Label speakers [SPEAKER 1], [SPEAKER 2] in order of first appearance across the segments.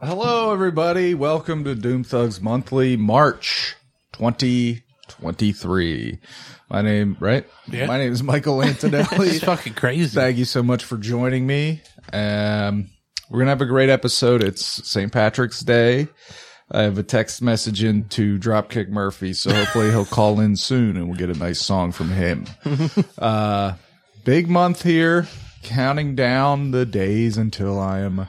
[SPEAKER 1] Hello, everybody. Welcome to Doom Thugs Monthly, March 2023. My name, right?
[SPEAKER 2] Yeah.
[SPEAKER 1] My name is Michael Antonelli.
[SPEAKER 2] It's fucking crazy.
[SPEAKER 1] Thank you so much for joining me. Um, we're gonna have a great episode. It's St. Patrick's Day. I have a text message in to Dropkick Murphy, so hopefully he'll call in soon and we'll get a nice song from him. uh, big month here, counting down the days until I am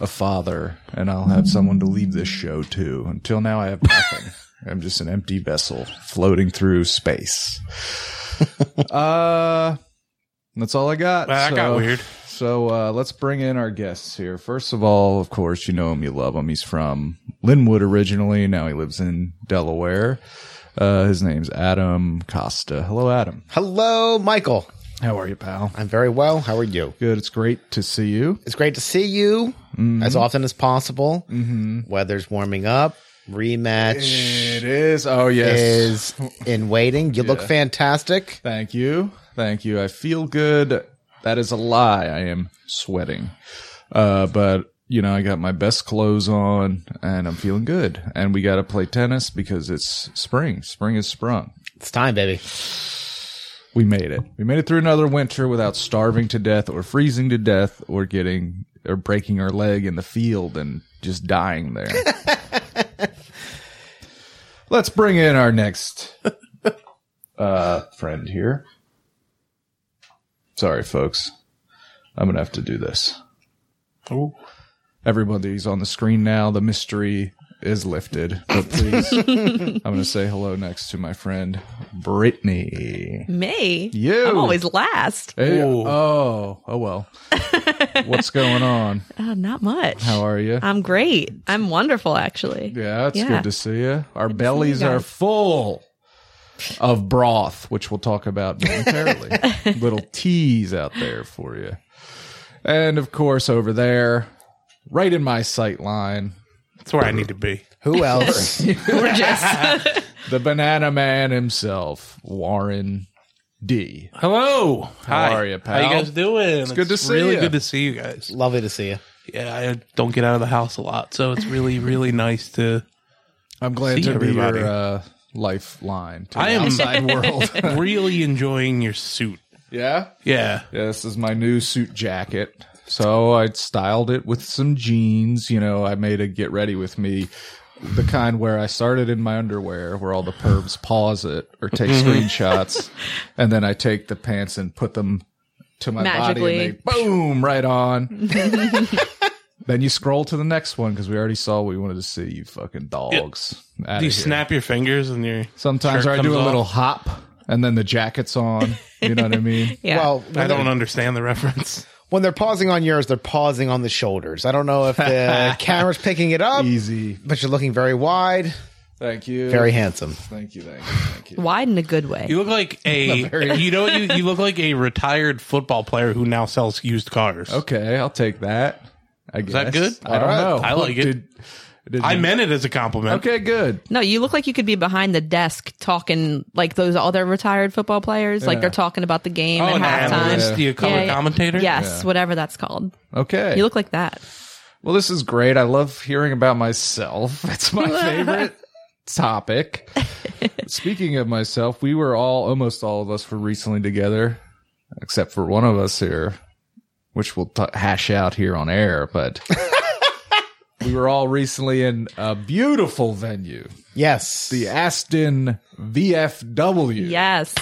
[SPEAKER 1] a father and I'll have someone to leave this show to. Until now, I have nothing. I'm just an empty vessel floating through space. uh, that's all I got.
[SPEAKER 2] Well, that got weird.
[SPEAKER 1] So uh, let's bring in our guests here. First of all, of course, you know him, you love him. He's from Linwood originally. Now he lives in Delaware. Uh, his name's Adam Costa. Hello, Adam.
[SPEAKER 3] Hello, Michael.
[SPEAKER 1] How are you, pal?
[SPEAKER 3] I'm very well. How are you?
[SPEAKER 1] Good. It's great to see you.
[SPEAKER 3] It's great to see you
[SPEAKER 1] Mm-hmm.
[SPEAKER 3] as often as possible. Weather's warming up. Rematch
[SPEAKER 1] It is. Oh, yes.
[SPEAKER 3] is in waiting. You look fantastic.
[SPEAKER 1] Thank you. Thank you. I feel good. That is a lie. I am sweating. Uh, but you know, I got my best clothes on and I'm feeling good. And we got to play tennis because it's spring. Spring is sprung.
[SPEAKER 3] It's time, baby.
[SPEAKER 1] We made it. We made it through another winter without starving to death or freezing to death or getting or breaking our leg in the field and just dying there. Let's bring in our next uh, friend here. Sorry, folks. I'm going to have to do this.
[SPEAKER 2] Oh.
[SPEAKER 1] Everybody's on the screen now. The mystery is lifted. But please, I'm going to say hello next to my friend, Brittany.
[SPEAKER 4] Me?
[SPEAKER 1] You.
[SPEAKER 4] I'm always last.
[SPEAKER 1] Hey,
[SPEAKER 2] Ooh.
[SPEAKER 1] oh, oh well. What's going on?
[SPEAKER 4] Uh, not much.
[SPEAKER 1] How are you?
[SPEAKER 4] I'm great. I'm wonderful, actually.
[SPEAKER 1] Um, yeah, it's
[SPEAKER 4] yeah.
[SPEAKER 1] good to see you. Our bellies
[SPEAKER 4] guys.
[SPEAKER 1] are full of broth, which we'll talk about momentarily. Little tease out there for you. And of course, over there, right in my sight line,
[SPEAKER 2] That's where I need to be.
[SPEAKER 3] Who else?
[SPEAKER 1] the banana man himself, Warren D.
[SPEAKER 2] Hello. Hi.
[SPEAKER 1] are ya,
[SPEAKER 2] How
[SPEAKER 1] pal?
[SPEAKER 2] you guys doing? It's
[SPEAKER 1] good to see
[SPEAKER 2] Really
[SPEAKER 1] ya.
[SPEAKER 2] good to see you guys.
[SPEAKER 3] Lovely to see you.
[SPEAKER 2] Yeah, I don't get out of the house a lot, so it's really, really nice to.
[SPEAKER 1] I'm glad
[SPEAKER 2] See
[SPEAKER 1] to be
[SPEAKER 2] everybody.
[SPEAKER 1] your uh, lifeline to
[SPEAKER 2] I
[SPEAKER 1] the
[SPEAKER 2] am-
[SPEAKER 1] outside world.
[SPEAKER 2] really enjoying your suit.
[SPEAKER 1] yeah?
[SPEAKER 2] Yeah.
[SPEAKER 1] Yeah, this is my new suit jacket. So I styled it with some jeans. You know, I made a get ready with me, the kind where I started in my underwear, where all the pervs pause it or take
[SPEAKER 2] Mm-hmm.
[SPEAKER 1] screenshots, and then I take the pants and put them to my body, and
[SPEAKER 4] Magically.
[SPEAKER 1] they boom right on. then you scroll to the next one because we already saw what we wanted to see. You fucking dogs! Outta
[SPEAKER 2] Do you
[SPEAKER 1] here.
[SPEAKER 2] snap your fingers and your.
[SPEAKER 1] Sometimes
[SPEAKER 2] shirt
[SPEAKER 1] I do
[SPEAKER 2] comes
[SPEAKER 1] a little
[SPEAKER 2] off?
[SPEAKER 1] hop, and then the jacket's on. You know what I mean?
[SPEAKER 4] Yeah.
[SPEAKER 3] Well, when,
[SPEAKER 2] I
[SPEAKER 3] they're,
[SPEAKER 2] don't understand the reference.
[SPEAKER 3] when they're pausing on yours, they're pausing on the shoulders. I don't know if the camera's picking it up,
[SPEAKER 1] Easy.
[SPEAKER 3] but you're looking very wide,
[SPEAKER 1] Thank you.
[SPEAKER 3] very handsome.
[SPEAKER 1] Thank you, thank you, thank you.
[SPEAKER 4] wide in a good way.
[SPEAKER 2] You look like a. you know, you, you look like a retired football player who now sells used cars.
[SPEAKER 1] Okay, I'll take that. I guess.
[SPEAKER 2] that good?
[SPEAKER 1] I don't
[SPEAKER 2] All right.
[SPEAKER 1] know.
[SPEAKER 2] I like it.
[SPEAKER 1] Did- did
[SPEAKER 2] I
[SPEAKER 1] you-
[SPEAKER 2] meant it as a compliment.
[SPEAKER 1] Okay, good.
[SPEAKER 4] no, you look like you could be behind the desk talking like those other retired football players. Like they're talking about the game
[SPEAKER 2] Oh,
[SPEAKER 4] at
[SPEAKER 2] an
[SPEAKER 4] halftime.
[SPEAKER 2] analyst, you color
[SPEAKER 4] yeah.
[SPEAKER 2] commentator.
[SPEAKER 4] Yes, whatever that's called.
[SPEAKER 1] Okay.
[SPEAKER 4] You look like that.
[SPEAKER 1] well, this is great. I love hearing about myself. It's my favorite topic. Speaking of myself, we were all, almost all of us, were recently together, except for one of us here, which we'll t- hash out here on air. But we were all recently in a beautiful venue.
[SPEAKER 3] Yes.
[SPEAKER 1] the Aston VFW.
[SPEAKER 4] Yes.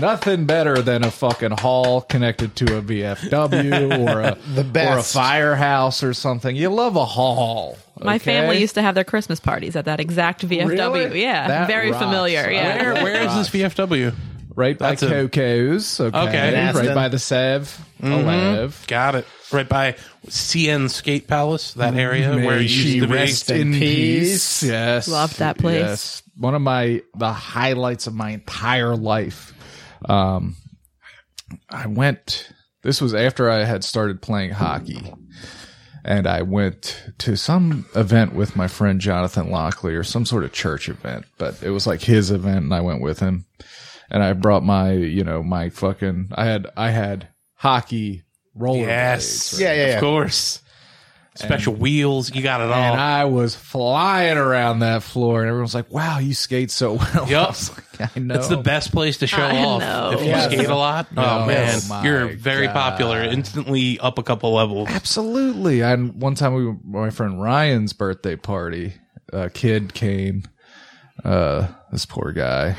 [SPEAKER 1] Nothing better than a fucking hall connected to a VFW or a
[SPEAKER 3] The best.
[SPEAKER 1] or a firehouse or something. You love a hall.
[SPEAKER 4] My
[SPEAKER 1] okay?
[SPEAKER 4] family used to have their Christmas parties at that exact VFW.
[SPEAKER 1] Really?
[SPEAKER 4] Yeah.
[SPEAKER 1] That
[SPEAKER 4] Very
[SPEAKER 1] rocks.
[SPEAKER 4] familiar. Yeah.
[SPEAKER 2] Where, where is this VFW?
[SPEAKER 1] right by
[SPEAKER 2] That's a-
[SPEAKER 1] Coco's. Okay,
[SPEAKER 2] Okay. Mm-hmm. In
[SPEAKER 1] right
[SPEAKER 3] Aston.
[SPEAKER 1] by the Sev. Elev.
[SPEAKER 2] Got it. Right by CN Skate Palace,
[SPEAKER 1] Mm-hmm.
[SPEAKER 2] that area where it used to be.
[SPEAKER 3] in peace.
[SPEAKER 1] Yes,
[SPEAKER 4] Love that place.
[SPEAKER 1] one of my the highlights of my entire life. Um, I went. This was after I had started playing hockey, and I went to some event with my friend Jonathan Lockley or some sort of church event, but it was like his event, and I went with him. And I brought my, you know, my fucking. I had I had hockey roller
[SPEAKER 2] Yes.
[SPEAKER 3] Yeah, yeah, yeah.
[SPEAKER 2] Of course. special wheels. You got it all.
[SPEAKER 1] And I was flying around that floor, and everyone's like, "Wow, you skate so well!"
[SPEAKER 2] Yup.
[SPEAKER 1] I was like, I know.
[SPEAKER 2] It's the best place to show
[SPEAKER 4] I
[SPEAKER 2] off
[SPEAKER 4] know.
[SPEAKER 2] if you
[SPEAKER 4] Yes.
[SPEAKER 2] skate a lot.
[SPEAKER 1] No,
[SPEAKER 2] oh man,
[SPEAKER 1] my
[SPEAKER 2] you're very
[SPEAKER 1] God.
[SPEAKER 2] popular. Instantly up a couple levels.
[SPEAKER 1] Absolutely. And one time we, were- my friend Ryan's birthday party, a kid came, uh, this poor guy.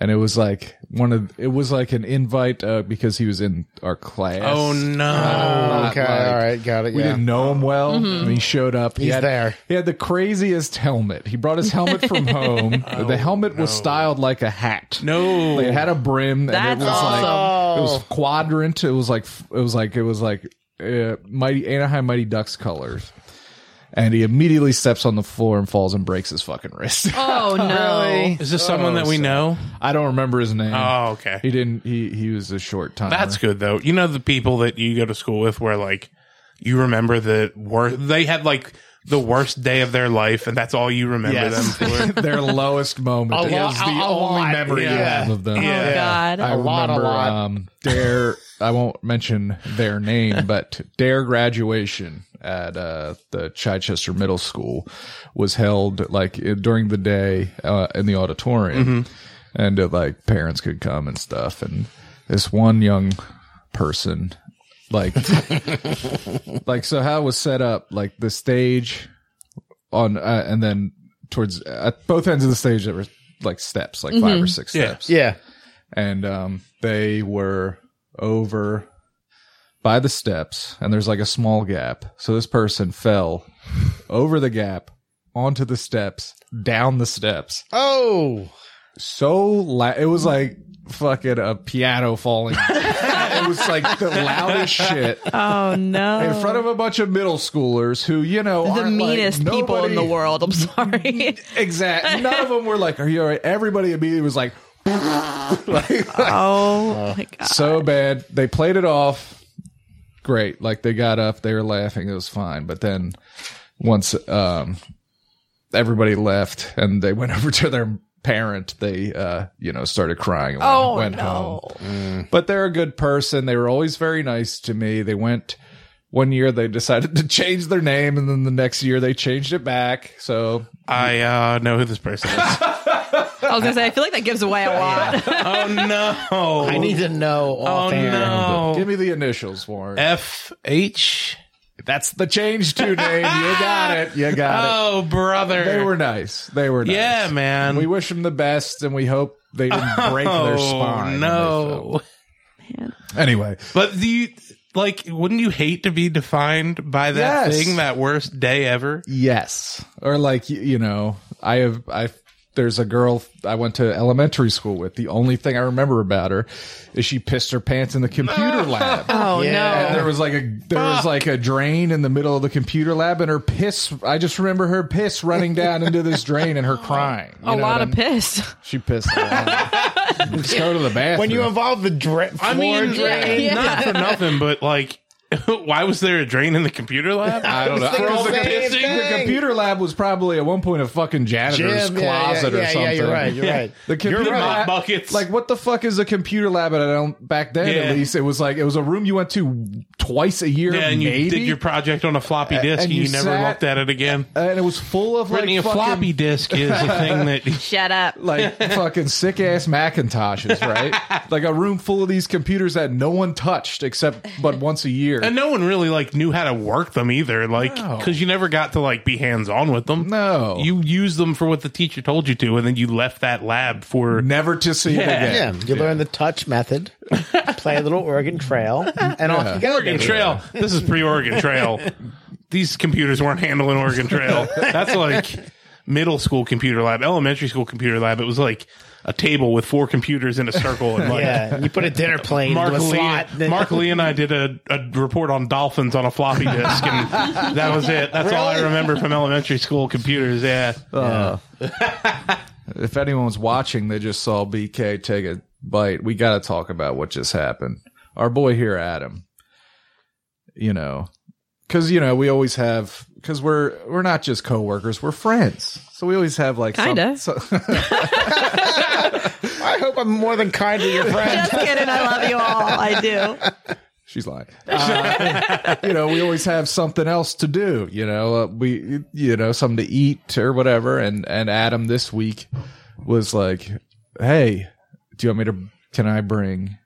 [SPEAKER 1] And it was like one of, it was like an invite, uh, because he was in our class.
[SPEAKER 2] Oh no!
[SPEAKER 1] Not
[SPEAKER 3] Okay,
[SPEAKER 1] like-
[SPEAKER 3] all right, got it.
[SPEAKER 1] We
[SPEAKER 3] yeah.
[SPEAKER 1] didn't know him well.
[SPEAKER 4] Mm-hmm.
[SPEAKER 1] And he showed up. He
[SPEAKER 3] He's
[SPEAKER 1] had,
[SPEAKER 3] there.
[SPEAKER 1] He had the craziest helmet. He brought his helmet from home.
[SPEAKER 3] Oh,
[SPEAKER 1] the helmet was styled like a hat.
[SPEAKER 2] No.
[SPEAKER 1] Like, it had a brim. and
[SPEAKER 4] That's
[SPEAKER 1] it was like
[SPEAKER 4] awesome.
[SPEAKER 1] it was quadrant. It was like it was like it was like uh, mighty Anaheim Mighty Ducks colors. And he immediately steps on the floor and falls and breaks his fucking wrist.
[SPEAKER 4] Oh no!
[SPEAKER 2] Is this someone
[SPEAKER 1] Oh,
[SPEAKER 2] that we know?
[SPEAKER 1] I don't remember his name.
[SPEAKER 2] Oh, okay.
[SPEAKER 1] He didn't. He he was a short time.
[SPEAKER 2] That's good though. You know the people that you go to school with, where like you remember the worst. They had like the worst day of their life, and that's all you remember
[SPEAKER 1] Yes.
[SPEAKER 2] them for.
[SPEAKER 1] their lowest moment.
[SPEAKER 3] A
[SPEAKER 1] is
[SPEAKER 3] lot-
[SPEAKER 1] the
[SPEAKER 3] a- a
[SPEAKER 1] only
[SPEAKER 3] lot,
[SPEAKER 1] memory you
[SPEAKER 2] yeah.
[SPEAKER 1] have of them.
[SPEAKER 2] Yeah.
[SPEAKER 4] Oh God!
[SPEAKER 1] I
[SPEAKER 3] lot, a
[SPEAKER 1] remember,
[SPEAKER 3] lot.
[SPEAKER 1] Um, their I won't mention their name, but their graduation at uh, the Chichester Middle School was held like i- during the day uh, in the auditorium,
[SPEAKER 3] Mm-hmm.
[SPEAKER 1] and uh, like parents could come and stuff. And this one young person, like, like so, how it was set up, like the stage on, uh, and then towards at both ends of the stage there were like steps, like five or six
[SPEAKER 2] Yeah.
[SPEAKER 1] steps
[SPEAKER 3] Yeah.
[SPEAKER 1] and um, they were over by the steps, and there's like a small gap. So this person fell over the gap, onto the steps, down the steps.
[SPEAKER 3] Oh,
[SPEAKER 1] So la- it was like fucking a piano falling. it was like the loudest shit
[SPEAKER 4] Oh no!
[SPEAKER 1] in front of a bunch of middle schoolers who, you know,
[SPEAKER 4] the
[SPEAKER 1] aren't, like,
[SPEAKER 4] meanest people in
[SPEAKER 1] nobody-
[SPEAKER 4] the world. I'm sorry.
[SPEAKER 1] Exact. None of them were like, "Are you all right?" Everybody immediately was like, like
[SPEAKER 4] oh my God!
[SPEAKER 1] so bad. They played it off great. Like they got up, they were laughing, it was fine. But then once um everybody left and they went over to their parent, they uh, you know, started crying and
[SPEAKER 4] Oh
[SPEAKER 1] went
[SPEAKER 4] no!
[SPEAKER 1] home but they're a good person. They were always very nice to me. They went one year they decided to change their name and then the next year they changed it back. So
[SPEAKER 2] I uh, know who this person is.
[SPEAKER 4] I was gonna say I feel like that gives away a lot.
[SPEAKER 2] oh no!
[SPEAKER 3] I need to know.
[SPEAKER 2] Oh
[SPEAKER 3] offhand.
[SPEAKER 1] give
[SPEAKER 2] no!
[SPEAKER 1] me the initials, Warren.
[SPEAKER 2] F H.
[SPEAKER 1] That's the change to name. You got it. You got it.
[SPEAKER 2] Oh brother!
[SPEAKER 1] They were nice. They were nice.
[SPEAKER 2] yeah, man. Oh,
[SPEAKER 1] We wish them the best, and we hope they didn't break
[SPEAKER 4] Oh,
[SPEAKER 1] their spine. when they
[SPEAKER 2] No.
[SPEAKER 1] fell. Anyway,
[SPEAKER 2] But do you like wouldn't you hate to be defined by that
[SPEAKER 1] Yes.
[SPEAKER 2] thing, that worst day ever?
[SPEAKER 1] yes, or like y- you know, I have I. There's a girl I went to elementary school with. The only thing I remember about her is she pissed her pants in the computer lab.
[SPEAKER 4] Oh
[SPEAKER 1] And there was like a there was like a drain in the middle of the computer lab, and her piss. I just remember her piss running down into this drain and her crying. You
[SPEAKER 4] no! A
[SPEAKER 1] know
[SPEAKER 4] lot
[SPEAKER 1] what
[SPEAKER 4] of
[SPEAKER 1] I'm-
[SPEAKER 4] piss.
[SPEAKER 1] She pissed. A lot. Just go to the bathroom.
[SPEAKER 3] When you involve the dra- floor
[SPEAKER 2] I mean,
[SPEAKER 3] drain,
[SPEAKER 4] Yeah.
[SPEAKER 2] not for nothing, but like, why was there a drain in the computer lab?
[SPEAKER 1] I don't know.
[SPEAKER 3] thinking
[SPEAKER 1] Well,
[SPEAKER 3] the
[SPEAKER 1] the,
[SPEAKER 3] same
[SPEAKER 1] the
[SPEAKER 3] thing.
[SPEAKER 1] computer lab was probably at one point a fucking janitor's
[SPEAKER 3] Jim, yeah,
[SPEAKER 1] closet
[SPEAKER 3] yeah,
[SPEAKER 1] or
[SPEAKER 3] yeah,
[SPEAKER 1] something.
[SPEAKER 3] Yeah, you're right. You're right.
[SPEAKER 1] The computer
[SPEAKER 3] You're right.
[SPEAKER 1] lab,
[SPEAKER 2] Buckets.
[SPEAKER 1] like what the fuck is a computer lab? And I don't back then
[SPEAKER 2] Yeah.
[SPEAKER 1] at least it was like it was a room you went to twice a year,
[SPEAKER 2] yeah, and you
[SPEAKER 1] maybe,
[SPEAKER 2] did your project on a floppy disk, and,
[SPEAKER 1] you
[SPEAKER 2] you, never
[SPEAKER 1] sat-
[SPEAKER 2] looked at it again.
[SPEAKER 1] and it was full of
[SPEAKER 2] Brittany,
[SPEAKER 1] like
[SPEAKER 2] a
[SPEAKER 1] fucking,
[SPEAKER 2] floppy disk is a thing that.
[SPEAKER 4] Shut up.
[SPEAKER 1] like fucking sick ass Macintoshes, right? like a room full of these computers that no one touched except but once a year.
[SPEAKER 2] And no one really like knew how to work them either, like because you never got to like be hands on with them.
[SPEAKER 1] No.
[SPEAKER 2] you used them for what the teacher told you to, and then you left that lab for
[SPEAKER 1] Never to see it again.
[SPEAKER 3] Yeah, you learn the touch method, play a little Oregon Trail, and off you go.
[SPEAKER 2] Oregon Trail. This is pre Oregon Trail. These computers weren't handling Oregon Trail. That's like middle school computer lab, elementary school computer lab. It was like a table with four computers in a circle and like.
[SPEAKER 3] Yeah, you put a dinner plate
[SPEAKER 2] Mark
[SPEAKER 3] into a
[SPEAKER 2] Lee,
[SPEAKER 3] slot. then-
[SPEAKER 2] Mark Lee and I did a, a report on dolphins on a floppy disk, and that was it. That's all I
[SPEAKER 3] Really?
[SPEAKER 2] remember from elementary school computers. Yeah,
[SPEAKER 1] if anyone's watching, they just saw BK take a bite. We got to talk about what just happened. Our boy here, Adam. You know, because you know we always have because we're we're not just coworkers, we're friends. So we always have like some-
[SPEAKER 4] Kinda.
[SPEAKER 1] so-
[SPEAKER 3] I hope I'm more than kind to your friend.
[SPEAKER 4] Just kidding. I love you all. I do.
[SPEAKER 1] She's lying. Uh, you know, we always have something else to do. You know, uh, we you know something to eat or whatever. And and Adam this week was like, "Hey, do you want me to? Can I bring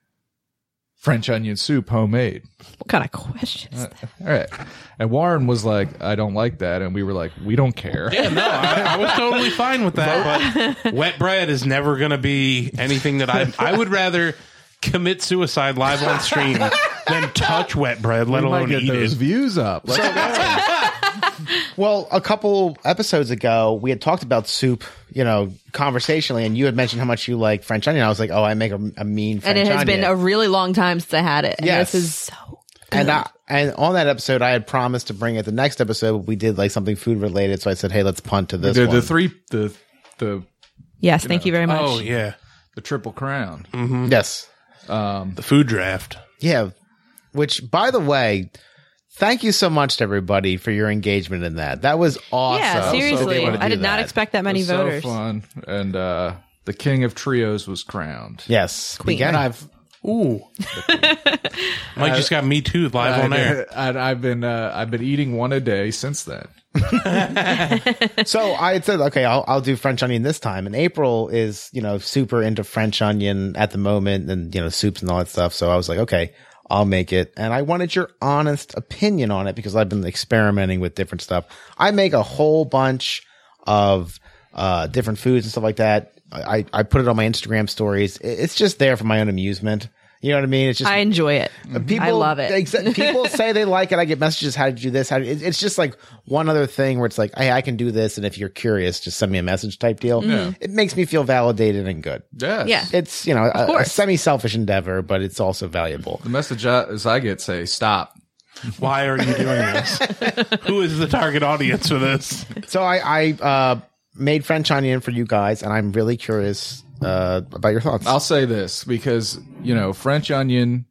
[SPEAKER 1] French onion soup homemade?"
[SPEAKER 4] What kind of question is that?
[SPEAKER 1] All right. And Warren was like, "I don't like that," and we were like, "We don't care."
[SPEAKER 2] Yeah, no, I, I was totally fine with that. But wet bread is never going to be anything that I. I would rather commit suicide live on stream than touch wet bread, let
[SPEAKER 1] We might
[SPEAKER 2] alone
[SPEAKER 1] get
[SPEAKER 2] eat
[SPEAKER 1] those
[SPEAKER 2] it.
[SPEAKER 1] views up. Let's
[SPEAKER 3] Well, a couple episodes ago, we had talked about soup, you know, conversationally, and you had mentioned how much you like French onion. I was like, oh, I make a, a mean French
[SPEAKER 4] And it
[SPEAKER 3] onion.
[SPEAKER 4] has been a really long time since I had it. And
[SPEAKER 3] Yes.
[SPEAKER 4] this is so good.
[SPEAKER 3] and I, and on that episode, I had promised to bring it the next episode. But we did like something food related, so I said, hey, let's punt to this
[SPEAKER 1] the,
[SPEAKER 3] one.
[SPEAKER 1] the three the the
[SPEAKER 4] yes, thank you very much.
[SPEAKER 2] Oh yeah,
[SPEAKER 1] the triple crown.
[SPEAKER 3] yes,
[SPEAKER 2] the food draft.
[SPEAKER 3] yeah. Which, by the way. Thank you so much to everybody for your engagement in that. That was awesome.
[SPEAKER 4] yeah, seriously.
[SPEAKER 3] So
[SPEAKER 4] I did not
[SPEAKER 3] expect.
[SPEAKER 4] expect that many
[SPEAKER 1] was so
[SPEAKER 4] voters.
[SPEAKER 1] fun. And uh, the king of trios was crowned.
[SPEAKER 3] Yes,
[SPEAKER 4] Queen.
[SPEAKER 3] Again,
[SPEAKER 1] And I've
[SPEAKER 2] Ooh, Mike just got me too live on air.
[SPEAKER 1] and I've been uh, I've been eating one a day since then.
[SPEAKER 3] so I had said, okay, I'll, I'll do French onion this time. And April is, you know, super into French onion at the moment and, you know, soups and all that stuff. So I was like, okay, I'll make it. And I wanted your honest opinion on it because I've been experimenting with different stuff. I make a whole bunch of, uh, different foods and stuff like that. I, I I put it on my Instagram stories. It- It's just there for my own amusement. You know what I mean? It's just
[SPEAKER 4] I enjoy it.
[SPEAKER 3] Uh, people,
[SPEAKER 4] I love it.
[SPEAKER 3] exa- people say they like it. I get messages, "How did you do this?" How did, it, it's just like one other thing where it's like, "Hey, I can do this," and if you're curious, just send me a message type deal. It makes me feel validated and good.
[SPEAKER 1] Yes.
[SPEAKER 4] Yeah.
[SPEAKER 3] It's you know a, a
[SPEAKER 4] course.
[SPEAKER 3] semi selfish endeavor, but it's also valuable.
[SPEAKER 1] The message I, as I get say stop.
[SPEAKER 2] Why are you doing this? Who is the target audience for this?
[SPEAKER 3] So I, I uh, made French onion for you guys, and I'm really curious uh, about your thoughts.
[SPEAKER 4] Oh.
[SPEAKER 1] I'll say this because you know French onion.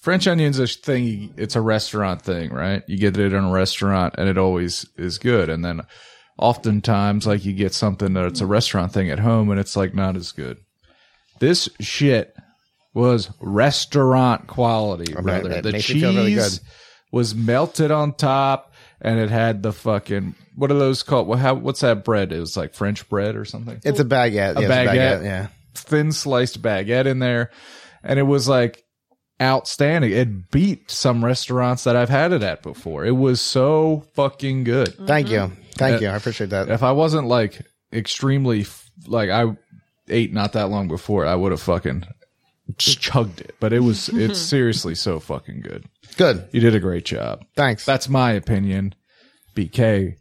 [SPEAKER 1] French onion's a thing. It's a restaurant thing, right? You get it in a restaurant, and it always is good. And then, oftentimes, like you get something that it's a restaurant thing at home, and it's like not as good. This shit was restaurant quality,
[SPEAKER 3] right,
[SPEAKER 1] brother.
[SPEAKER 3] that
[SPEAKER 1] The
[SPEAKER 3] makes
[SPEAKER 1] cheese
[SPEAKER 3] you feel really good.
[SPEAKER 1] was melted on top, and it had the fucking what are those called? What, how, what's that bread? It was like French bread or something
[SPEAKER 3] it's a baguette. Yeah, it's
[SPEAKER 1] baguette.
[SPEAKER 3] Yeah.
[SPEAKER 1] thin sliced baguette in there, and it was like outstanding. It beat some restaurants that I've had it at before. It was so fucking good.
[SPEAKER 3] Thank you.
[SPEAKER 4] Mm-hmm.
[SPEAKER 3] Thank you. I appreciate that.
[SPEAKER 1] If I wasn't like extremely f- like I ate not that long before, I would have fucking just chugged it. But it was it's seriously so fucking good.
[SPEAKER 3] Good.
[SPEAKER 1] You did a great job.
[SPEAKER 3] Thanks.
[SPEAKER 1] That's my opinion. BK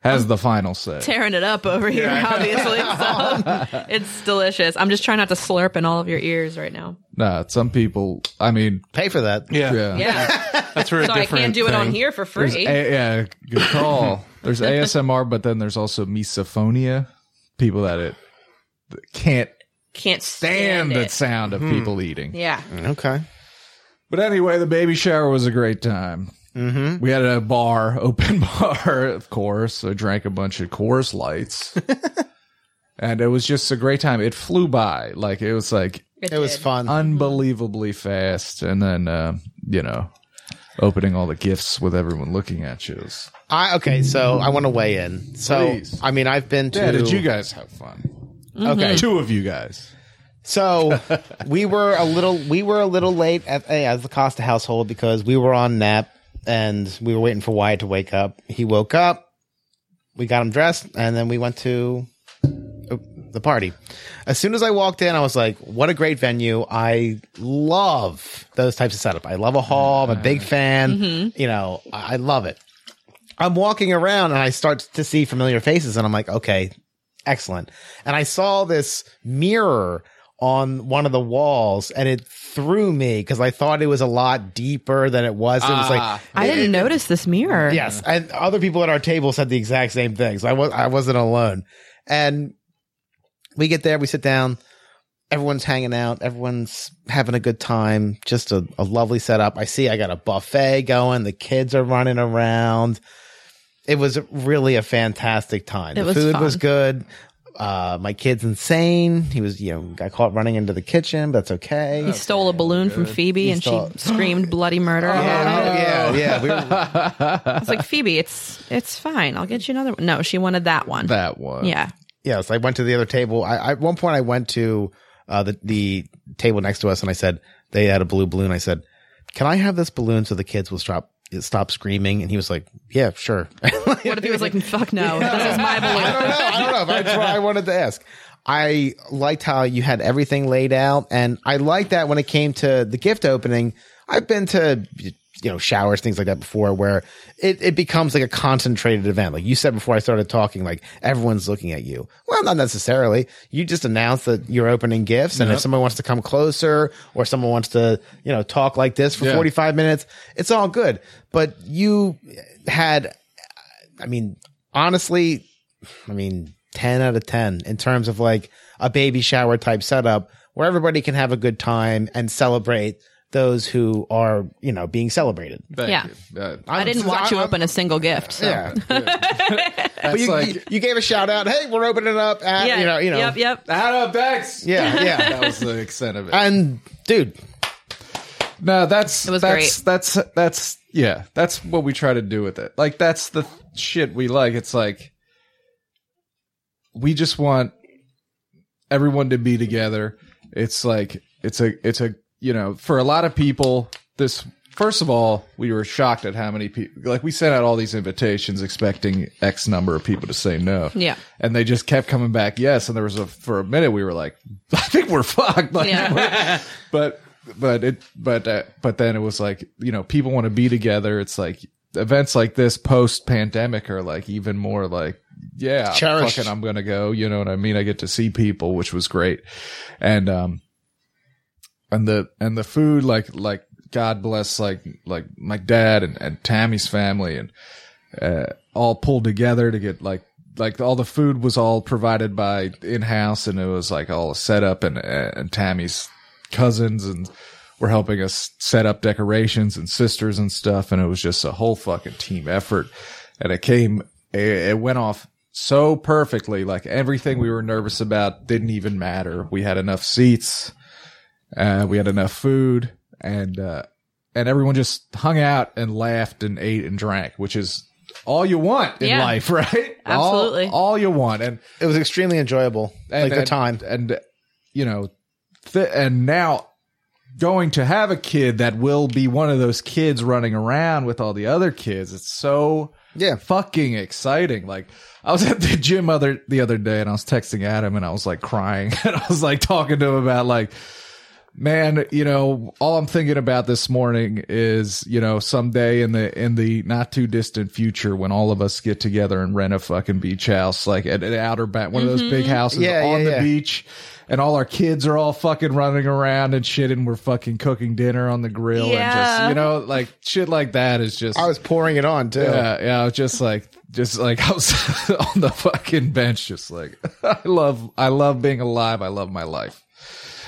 [SPEAKER 1] has the final say.
[SPEAKER 4] Tearing it up over here, obviously. So it's delicious. I'm just trying not to slurp in all of your ears right now.
[SPEAKER 1] nah, some people. I mean,
[SPEAKER 3] Pay for that.
[SPEAKER 2] Yeah,
[SPEAKER 1] yeah.
[SPEAKER 4] Yeah.
[SPEAKER 2] that's for a
[SPEAKER 4] so I
[SPEAKER 2] different.
[SPEAKER 4] can't do it on
[SPEAKER 2] thing.
[SPEAKER 4] here for
[SPEAKER 1] There's
[SPEAKER 4] free.
[SPEAKER 1] a- yeah, good call. there's ASMR, but then there's also misophonia. People that it that can't
[SPEAKER 4] can't
[SPEAKER 1] stand
[SPEAKER 4] stand
[SPEAKER 1] the
[SPEAKER 4] it. Hmm.
[SPEAKER 1] sound of people eating.
[SPEAKER 4] Yeah.
[SPEAKER 3] Okay.
[SPEAKER 1] But anyway, the baby shower was a great time. Mm-hmm. We had a bar, open bar, of course. I drank a bunch of Coors Lights, and it was just a great time. It flew by, like it was like
[SPEAKER 3] It was
[SPEAKER 4] did.
[SPEAKER 3] fun.
[SPEAKER 1] unbelievably fast. And then uh, you know, opening all the gifts with everyone looking at you. was-
[SPEAKER 3] I okay, so I want to weigh in. So
[SPEAKER 1] Please.
[SPEAKER 3] I mean, I've been to.
[SPEAKER 1] Yeah, did you guys have fun?
[SPEAKER 3] Okay,
[SPEAKER 1] two of you guys.
[SPEAKER 3] so we were a little we were a little late at, eh, as the Costa household because we were on nap and we were waiting for Wyatt to wake up. He woke up. We got him dressed, and then we went to uh, the party. As soon as I walked in, I was like, "What a great venue! I love those types of setup. I love a hall. I'm a big fan. You know, I I love it." I'm walking around and I start to see familiar faces and I'm like, okay, excellent. And I saw this mirror on one of the walls and it threw me because I thought it was a lot deeper than it was. It was like,
[SPEAKER 4] I didn't notice this mirror.
[SPEAKER 3] yes. And other people at our table said the exact same thing. So I, was, I wasn't alone. And we get there, we sit down, everyone's hanging out, everyone's having a good time, just a, a lovely setup. I see I got a buffet going, the kids are running around. It was really a fantastic time.
[SPEAKER 4] It
[SPEAKER 3] the
[SPEAKER 4] was
[SPEAKER 3] food
[SPEAKER 4] fun.
[SPEAKER 3] was good. uh, my kid's insane. He was, you know, got caught running into the kitchen, but that's okay.
[SPEAKER 4] He stole a balloon from Phoebe and
[SPEAKER 3] stole-
[SPEAKER 4] she screamed bloody murder about it.
[SPEAKER 3] Oh, yeah, yeah. We were,
[SPEAKER 4] It's like Phoebe, it's it's fine. I'll get you another one. No, she wanted that one.
[SPEAKER 1] that one.
[SPEAKER 4] yeah.
[SPEAKER 3] yes, I went to the other table. I, I at one point I went to uh, the the table next to us, and I said they had a blue balloon. I said, "Can I have this balloon so the kids will stop stop screaming?" And he was like, "Yeah, sure." I don't know.
[SPEAKER 4] What if he was like, fuck no, this is my balloon.
[SPEAKER 3] I don't know. but That's what I wanted to ask. I liked how you had everything laid out, and I liked that when it came to the gift opening. I've been to you know showers, things like that before, where it, it becomes like a concentrated event. Like you said before, I started talking, like everyone's looking at you. Well, not necessarily. You just announce that you're opening gifts, and if someone wants to come closer or someone wants to you know talk like this for
[SPEAKER 1] Yeah.
[SPEAKER 3] 45 minutes, it's all good. But you had I mean, honestly, I mean, 10 out of 10 in terms of like a baby shower type setup where everybody can have a good time and celebrate those who are, you know, being celebrated.
[SPEAKER 1] Thank
[SPEAKER 4] Yeah.
[SPEAKER 1] you. Uh,
[SPEAKER 4] I didn't watch you open a single gift. So.
[SPEAKER 3] Yeah.
[SPEAKER 1] that's
[SPEAKER 3] you,
[SPEAKER 1] like,
[SPEAKER 3] you- you gave a shout out. Hey, we're opening up at, you know, you know.
[SPEAKER 4] Yep, yep.
[SPEAKER 1] out of Dex.
[SPEAKER 3] Yeah, yeah.
[SPEAKER 1] That was the extent of it.
[SPEAKER 3] and dude,
[SPEAKER 1] No, that's
[SPEAKER 4] It was
[SPEAKER 1] that's,
[SPEAKER 4] great.
[SPEAKER 1] that's that's yeah, that's what we try to do with it. Like that's the shit we like. It's like we just want everyone to be together. It's like it's a it's a you know, for a lot of people this first of all, we were shocked at how many people like we sent out all these invitations expecting X number of people to say no.
[SPEAKER 4] Yeah.
[SPEAKER 1] And they just kept coming back yes and there was a for a minute we were like I think we're fucked. Like
[SPEAKER 4] Yeah.
[SPEAKER 1] but but it but uh, but then it was like you know people want to be together it's like events like this post pandemic are like even more like yeah
[SPEAKER 3] Cherished.
[SPEAKER 1] fucking i'm gonna go you know what i mean i get to see people which was great and um and the and the food like like god bless like like my dad and, and tammy's family and uh, all pulled together to get like like all the food was all provided by in house and it was like all set up and and Tammy's cousins and were helping us set up decorations and sisters and stuff and it was just a whole fucking team effort and it came it, it went off so perfectly like everything we were nervous about didn't even matter we had enough seats uh, we had enough food and uh, and everyone just hung out and laughed and ate and drank which is all you want in
[SPEAKER 4] Yeah.
[SPEAKER 1] life right All-
[SPEAKER 4] Absolutely.
[SPEAKER 1] all, you want and,
[SPEAKER 3] it was extremely enjoyable.
[SPEAKER 1] and
[SPEAKER 3] like the
[SPEAKER 1] and-
[SPEAKER 3] time.
[SPEAKER 1] and you know th- and now going to have a kid that will be one of those kids running around with all the other kids it's so
[SPEAKER 3] Yeah.
[SPEAKER 1] fucking exciting. Like I was at the gym other the other day and I was texting Adam and I was like crying and I was like talking to him about like man, you know, all I'm thinking about this morning is, you know, someday in the in the not too distant future when all of us get together and rent a fucking beach house like at an outer back one of those big houses
[SPEAKER 3] Mm-hmm. Yeah,
[SPEAKER 1] on
[SPEAKER 3] yeah,
[SPEAKER 1] the
[SPEAKER 3] yeah.
[SPEAKER 1] beach and all our kids are all fucking running around and shit and we're fucking cooking dinner on the grill and
[SPEAKER 4] Yeah.
[SPEAKER 1] just you know like shit like that is just
[SPEAKER 3] I was pouring it on too.
[SPEAKER 1] yeah, Uh, yeah. I was just like, just like I was on the fucking bench, just like I love, I love being alive. I love my life.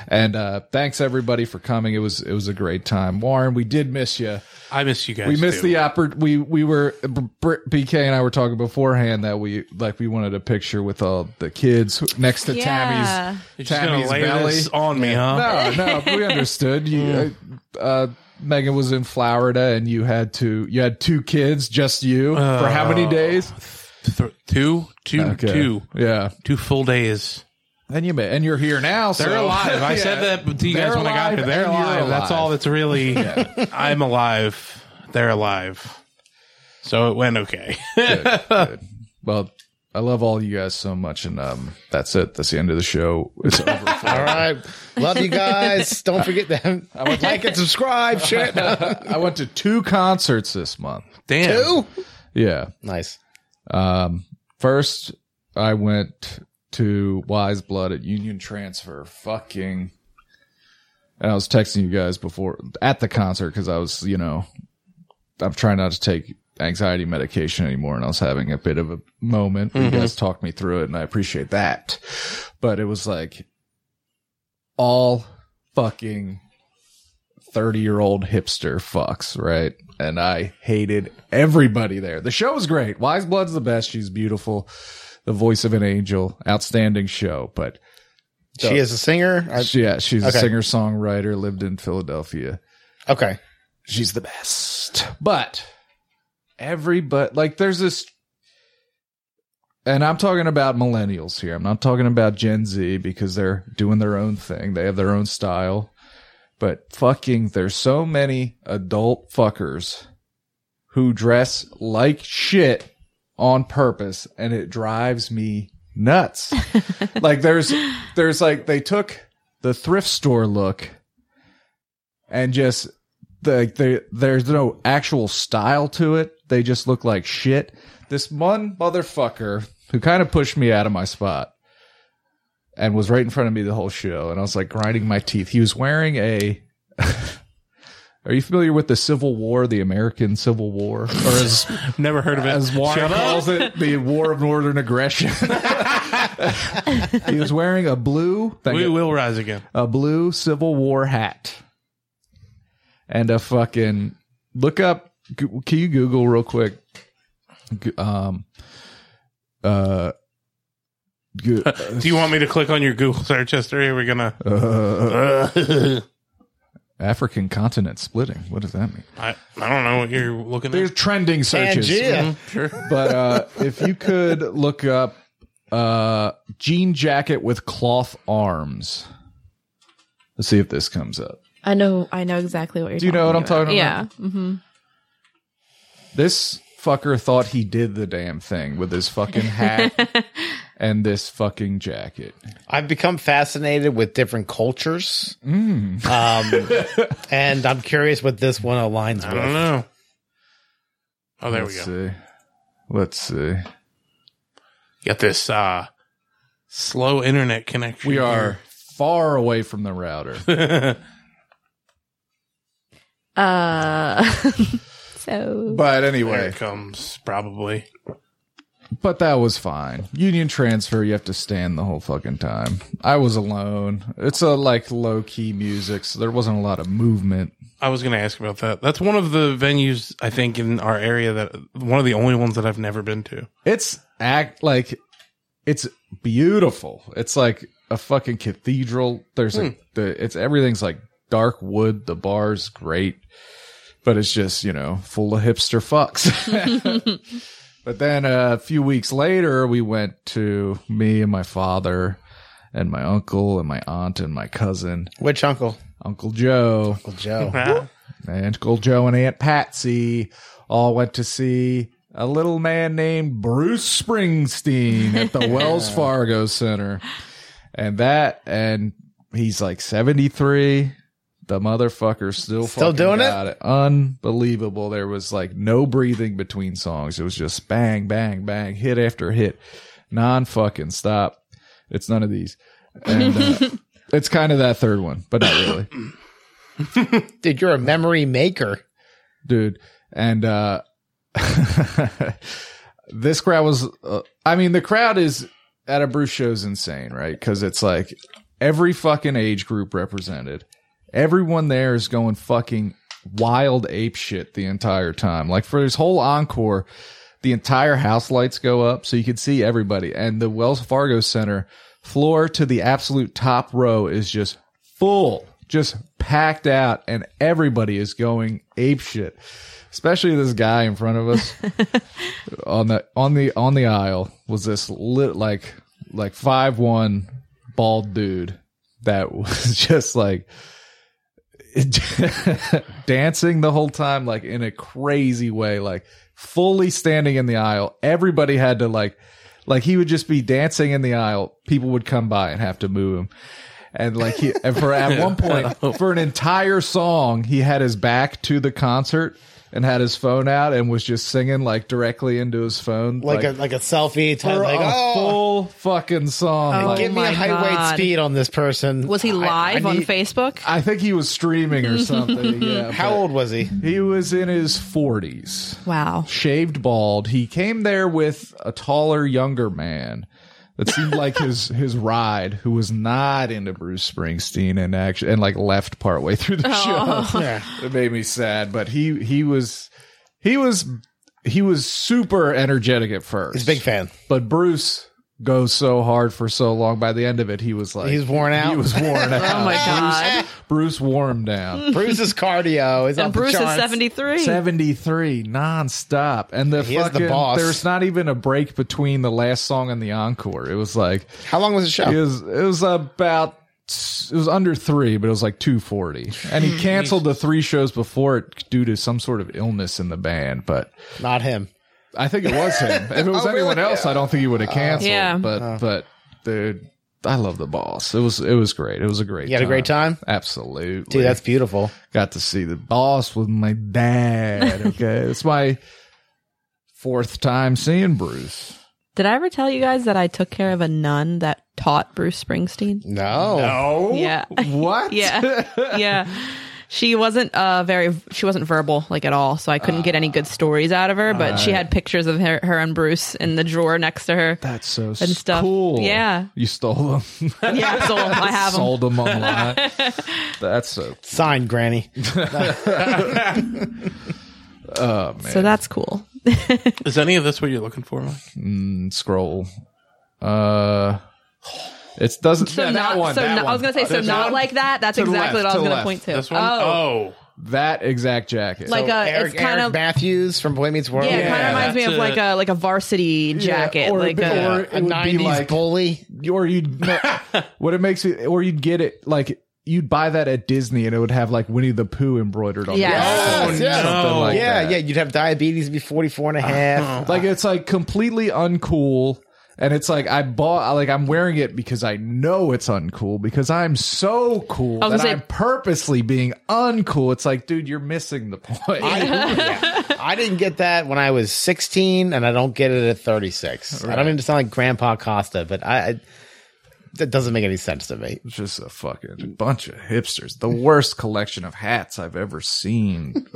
[SPEAKER 1] And uh, thanks everybody for coming. It was it was a great time, Warren. We did miss you.
[SPEAKER 2] I miss you guys.
[SPEAKER 1] We missed
[SPEAKER 2] too.
[SPEAKER 1] the oppor- We we were Br- BK and I were talking beforehand that we like we wanted a picture with all the kids next to
[SPEAKER 4] Yeah.
[SPEAKER 2] You're
[SPEAKER 1] Tammy's
[SPEAKER 2] just gonna
[SPEAKER 1] Tammy's
[SPEAKER 2] lay
[SPEAKER 1] belly.
[SPEAKER 2] this on me, huh? Hmm.
[SPEAKER 1] No, no, we understood. You, uh, uh, Megan was in Florida, and you had to you had two kids, just you, for how many days?
[SPEAKER 2] Th- two, two,
[SPEAKER 1] Okay.
[SPEAKER 2] Oh, two,
[SPEAKER 1] yeah.
[SPEAKER 2] two full days.
[SPEAKER 1] And you ma- and you're here now.
[SPEAKER 2] They're
[SPEAKER 1] so-
[SPEAKER 2] alive. I
[SPEAKER 1] Yeah.
[SPEAKER 2] said that to you
[SPEAKER 1] They're
[SPEAKER 2] guys when I got
[SPEAKER 1] alive
[SPEAKER 2] here. They're
[SPEAKER 1] and you're
[SPEAKER 2] alive. That's
[SPEAKER 1] alive.
[SPEAKER 2] all that's really. I'm alive. They're alive. So it went okay.
[SPEAKER 1] Well, I love all you guys so much, and um, that's it. That's the end of the show. It's over. For
[SPEAKER 3] All right. Love you guys. Don't forget them. like and subscribe. Shit.
[SPEAKER 1] I went to two concerts this month.
[SPEAKER 2] Damn.
[SPEAKER 1] Yeah.
[SPEAKER 3] Nice.
[SPEAKER 1] Um, first, I went to Wise Blood at Union Transfer. Fucking. And I was texting you guys before at the concert because I was, you know, I'm trying not to take anxiety medication anymore, and I was having a bit of a moment. You guys talked me through it, and I appreciate that. But it was like all fucking 30 year old hipster fucks, right? And I hated everybody there. The show was great. Wise Blood's the best. She's beautiful. the voice of an angel. Outstanding show, but
[SPEAKER 3] She is a singer. I-
[SPEAKER 1] she- yeah, she's
[SPEAKER 3] Okay.
[SPEAKER 1] a singer songwriter. Lived in Philadelphia.
[SPEAKER 3] okay.
[SPEAKER 1] She's the best. But every but like there's this and I'm talking about millennials here. I'm not talking about Gen Z because they're doing their own thing. They have their own style. But fucking there's so many adult fuckers who dress like shit on purpose and it drives me nuts. like there's there's like they took the thrift store look and just like they, there's no actual style to it. They just look like shit. This one motherfucker who kind of pushed me out of my spot and was right in front of me the whole show, and I was like grinding my teeth. He was wearing a. Are you familiar with the Civil War, the American Civil War, or as
[SPEAKER 2] Never heard of it.
[SPEAKER 1] as Warren
[SPEAKER 2] Shut up.
[SPEAKER 1] calls it, the War of Northern Aggression? he was wearing a blue. thank
[SPEAKER 2] We
[SPEAKER 1] you-
[SPEAKER 2] will rise again.
[SPEAKER 1] a blue Civil War hat, and a fucking look up. Go- Can you Google real quick? Go- Um, uh, go-
[SPEAKER 2] Do you want me to click on your Google search history? We're gonna.
[SPEAKER 1] Uh. African continent splitting. What does that mean?
[SPEAKER 2] I, I don't know what you're looking
[SPEAKER 1] There's
[SPEAKER 2] at.
[SPEAKER 1] trending searches,
[SPEAKER 3] Pangea.
[SPEAKER 1] but uh, if you could look up uh, jean jacket with cloth arms. Let's see if this comes up.
[SPEAKER 4] I know. Oh, I know exactly what you're. Mm-hmm.
[SPEAKER 1] Do you know what I'm talking
[SPEAKER 4] Yeah.
[SPEAKER 1] about? This fucker thought he did the damn thing with his fucking hat and this fucking jacket.
[SPEAKER 3] I've become fascinated with different cultures. Um, and I'm curious what this one aligns
[SPEAKER 2] I don't
[SPEAKER 3] with.
[SPEAKER 2] know. Oh, there we
[SPEAKER 1] Let's
[SPEAKER 2] go.
[SPEAKER 1] see. Let's see.
[SPEAKER 2] Got this uh, slow internet connection.
[SPEAKER 1] We
[SPEAKER 2] here.
[SPEAKER 1] are far away from the router.
[SPEAKER 4] Uh, so
[SPEAKER 1] But
[SPEAKER 2] There
[SPEAKER 1] anyway,
[SPEAKER 2] it comes probably.
[SPEAKER 1] but that was fine. Union transfer, you have to stand the whole fucking time. I was alone. It's a like low key music, so there wasn't a lot of movement.
[SPEAKER 2] I was going to ask about that. That's one of the venues I think in our area that one of the only ones that I've never been to.
[SPEAKER 1] It's act like it's beautiful. It's like a fucking cathedral. There's like the it's everything's like dark wood. The bar's great, but it's just you know full of hipster fucks. but then uh, a few weeks later, we went to me and my father and my uncle and my aunt and my cousin,
[SPEAKER 3] Which uncle?
[SPEAKER 1] Uncle Joe,
[SPEAKER 3] Uncle Joe.
[SPEAKER 2] Ah,
[SPEAKER 1] Uncle Joe and Aunt Patsy all went to see a little man named Bruce Springsteen at the Wells Fargo Center. And that, and he's like 73. The motherfucker still
[SPEAKER 3] Still
[SPEAKER 1] fucking
[SPEAKER 3] doing it?
[SPEAKER 1] got it. Unbelievable. There was like no breathing between songs. It was just bang, bang, bang, hit after hit, non fucking stop. It's none of these. And uh, it's kind of that third one, but not really.
[SPEAKER 3] Dude, you're a memory maker.
[SPEAKER 1] dude. And uh this crowd was, uh, I mean, the crowd is at a Bruce show's insane, right? Because it's like every fucking age group represented. Everyone there is going fucking wild ape shit the entire time. Like for his whole encore, the entire house lights go up so you can see everybody. And the Wells Fargo Center floor to the absolute top row is just full, just packed out, and everybody is going ape shit. Especially this guy in front of us on the on the on the aisle was this lit like like five one bald dude that was just like dancing the whole time like in a crazy way like fully standing in the aisle everybody had to like like he would just be dancing in the aisle people would come by and have to move him and like he and for at one point for an entire song he had his back to the concert and had his phone out and was just singing like directly into his phone
[SPEAKER 3] Like, a like a selfie type.
[SPEAKER 1] for
[SPEAKER 3] Like,
[SPEAKER 1] a
[SPEAKER 3] oh,
[SPEAKER 1] full fucking song like,
[SPEAKER 3] give me
[SPEAKER 4] my
[SPEAKER 3] a height, weight,
[SPEAKER 4] God.
[SPEAKER 3] speed on this person.
[SPEAKER 4] was he
[SPEAKER 3] I- I
[SPEAKER 4] live on
[SPEAKER 3] need-
[SPEAKER 4] Facebook?
[SPEAKER 1] i think he was streaming or something yeah
[SPEAKER 3] How
[SPEAKER 1] but
[SPEAKER 3] old was he?
[SPEAKER 1] he was in his 40s
[SPEAKER 4] wow.
[SPEAKER 1] shaved bald. He came there with a taller, younger man that seemed like his his ride, who was not into Bruce Springsteen and actually and like left partway through the
[SPEAKER 3] Oh.
[SPEAKER 1] show. It made me sad, but he he was he was he was super energetic at first.
[SPEAKER 3] He's a big fan.
[SPEAKER 1] but Bruce go so hard for so long. By the end of it, he was like
[SPEAKER 3] He's worn out.
[SPEAKER 1] He was worn out.
[SPEAKER 4] Oh my god!
[SPEAKER 1] Bruce warmed down.
[SPEAKER 3] Bruce's cardio is
[SPEAKER 4] And
[SPEAKER 3] off
[SPEAKER 4] Bruce
[SPEAKER 3] the
[SPEAKER 4] is
[SPEAKER 3] charts.
[SPEAKER 4] seventy three.
[SPEAKER 1] 73 nonstop. And the
[SPEAKER 3] He is the
[SPEAKER 1] fucking
[SPEAKER 3] boss.
[SPEAKER 1] there's not even a break between the last song and the encore. It was like
[SPEAKER 3] How long was the
[SPEAKER 1] it
[SPEAKER 3] show?
[SPEAKER 1] was it was about it was under three, but it was like two forty. And
[SPEAKER 4] Hmm.
[SPEAKER 1] he canceled the three shows before it due to some sort of illness in the band, but
[SPEAKER 3] Not him.
[SPEAKER 1] I think it was him. If it was
[SPEAKER 3] Oh, really? Uh,
[SPEAKER 1] anyone else, I don't think he would have canceled.
[SPEAKER 4] Yeah.
[SPEAKER 1] But but dude, I love the boss. It was it was great. It was a great.
[SPEAKER 3] You had a great time?
[SPEAKER 1] Absolutely,
[SPEAKER 3] Dude, that's beautiful.
[SPEAKER 1] got to see the boss with my dad. Okay, it's my fourth time seeing Bruce.
[SPEAKER 4] Did I ever tell you guys that I took care of a nun that taught Bruce Springsteen?
[SPEAKER 3] No.
[SPEAKER 2] Oh,
[SPEAKER 4] Yeah.
[SPEAKER 1] What?
[SPEAKER 4] Yeah. yeah. She wasn't uh very she wasn't verbal like at all, so I couldn't get any good stories out of her, but she had pictures of her, her and Bruce in the drawer next to her.
[SPEAKER 1] That's so
[SPEAKER 4] And stuff.
[SPEAKER 1] cool.
[SPEAKER 4] Yeah.
[SPEAKER 1] you stole them.
[SPEAKER 4] Yeah, so I have them.
[SPEAKER 1] Sold them online. That's so.
[SPEAKER 3] Signed, Granny.
[SPEAKER 4] So that's cool.
[SPEAKER 2] is any of this what you're looking for, Mike?
[SPEAKER 1] mm, Scroll. Uh, it doesn't.
[SPEAKER 4] So
[SPEAKER 1] yeah,
[SPEAKER 4] not
[SPEAKER 1] that one.
[SPEAKER 4] so
[SPEAKER 1] that
[SPEAKER 4] not, I
[SPEAKER 1] one.
[SPEAKER 4] was gonna say so
[SPEAKER 2] This
[SPEAKER 4] not
[SPEAKER 2] one?
[SPEAKER 4] like that. That's
[SPEAKER 1] To the
[SPEAKER 4] exactly
[SPEAKER 1] left,
[SPEAKER 4] what I
[SPEAKER 1] to
[SPEAKER 4] was
[SPEAKER 1] the
[SPEAKER 4] gonna
[SPEAKER 1] left.
[SPEAKER 4] point to.
[SPEAKER 2] This one?
[SPEAKER 4] Oh,
[SPEAKER 2] Oh,
[SPEAKER 1] That exact jacket.
[SPEAKER 4] like a
[SPEAKER 3] Eric,
[SPEAKER 4] it's kind
[SPEAKER 3] Eric
[SPEAKER 4] of
[SPEAKER 3] Matthews from Boy Meets World.
[SPEAKER 4] yeah, it kind of
[SPEAKER 2] Yeah,
[SPEAKER 4] reminds me
[SPEAKER 2] that's
[SPEAKER 4] of like a like a varsity jacket,
[SPEAKER 1] or a
[SPEAKER 4] like uh,
[SPEAKER 1] bit-
[SPEAKER 4] a,
[SPEAKER 1] or-
[SPEAKER 3] a
[SPEAKER 1] it would be
[SPEAKER 3] 90s
[SPEAKER 1] like-
[SPEAKER 3] bully.
[SPEAKER 1] or you'd what it makes it or you'd get it like you'd buy that at Disney and it would have like Winnie the Pooh embroidered on
[SPEAKER 4] Yes.
[SPEAKER 1] it.
[SPEAKER 2] Oh, no.
[SPEAKER 1] Something like
[SPEAKER 3] yeah,
[SPEAKER 1] that. Uh-huh.
[SPEAKER 3] yeah. You'd have diabetes, be 44 and a half.
[SPEAKER 1] Like it's like completely uncool and it's like I bought like I'm wearing it because I know it's uncool because I'm so cool
[SPEAKER 4] I was
[SPEAKER 1] that
[SPEAKER 4] gonna say-
[SPEAKER 1] I'm purposely being uncool. It's like dude, you're missing the point.
[SPEAKER 3] I didn't get that when I was 16, and I don't get it at 36. I don't mean to sound like Grandpa Costa, but I, I that doesn't make any sense to me.
[SPEAKER 1] It's just a fucking bunch of hipsters. The worst collection of hats I've ever seen.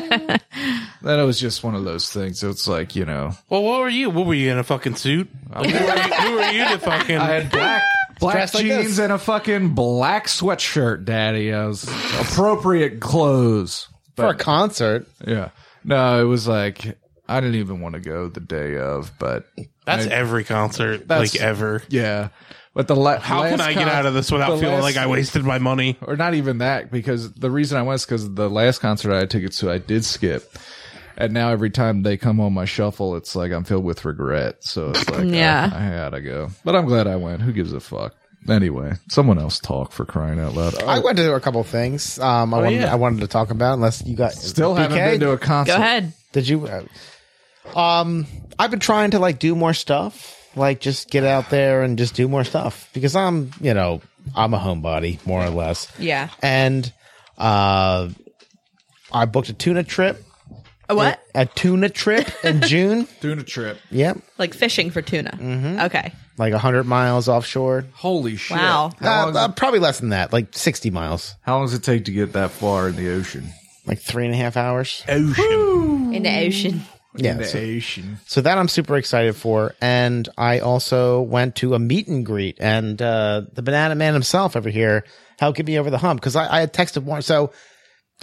[SPEAKER 1] that was just one of those things. It's like, you know,
[SPEAKER 2] well, what were you? What were you in a fucking suit? Like, who, were you, who were you to fucking?
[SPEAKER 1] I had black black
[SPEAKER 3] Dressed like
[SPEAKER 1] jeans
[SPEAKER 3] this.
[SPEAKER 1] and a fucking black sweatshirt, daddy. I was appropriate clothes.
[SPEAKER 3] For a
[SPEAKER 1] But
[SPEAKER 3] concert,
[SPEAKER 1] yeah. No, it was like I didn't even want to go the day of, but
[SPEAKER 2] that's every concert,
[SPEAKER 1] That's-
[SPEAKER 2] like ever.
[SPEAKER 1] yeah. But the la-
[SPEAKER 2] How can I get out of this without feeling like I wasted my money?
[SPEAKER 1] or not even that because the reason I went is because the last concert I had tickets to I did skip, and now every time they come on my shuffle, it's like I'm filled with regret. So it's like
[SPEAKER 4] Yeah.
[SPEAKER 1] yeah, I, gotta go. But I'm glad I went. Who gives a fuck? Anyway, someone else talk for crying out loud.
[SPEAKER 3] I
[SPEAKER 1] Oh,
[SPEAKER 3] went to a couple of things. Um, I wanted
[SPEAKER 2] yeah.
[SPEAKER 3] I wanted to talk about unless you got
[SPEAKER 1] still haven't
[SPEAKER 3] BK?
[SPEAKER 1] been to a concert.
[SPEAKER 4] go ahead.
[SPEAKER 3] Did you? uh, Um, I've been trying to like do more stuff, like just get out there and just do more stuff because I'm, you know, I'm a homebody more or less,
[SPEAKER 4] Yeah.
[SPEAKER 3] and uh, I booked a tuna trip,
[SPEAKER 4] A what?
[SPEAKER 3] a tuna trip in June.
[SPEAKER 1] Doing a trip.
[SPEAKER 3] Yep,
[SPEAKER 4] Like fishing for tuna.
[SPEAKER 1] Mm-hmm.
[SPEAKER 4] Okay.
[SPEAKER 3] like hundred miles offshore.
[SPEAKER 1] Holy shit!
[SPEAKER 4] Wow.
[SPEAKER 1] How,
[SPEAKER 3] Uh,
[SPEAKER 1] long,
[SPEAKER 3] uh, probably less than that, like sixty miles,
[SPEAKER 1] how long does it take to get that far in the ocean?
[SPEAKER 3] like three and a half hours.
[SPEAKER 1] Ocean.
[SPEAKER 4] In the ocean.
[SPEAKER 3] Yeah,
[SPEAKER 1] the
[SPEAKER 3] so-
[SPEAKER 1] ocean.
[SPEAKER 3] So that I'm super excited for. And I also went to a meet and greet and uh, the banana man himself over here helped get me over the hump because I, I had texted one. So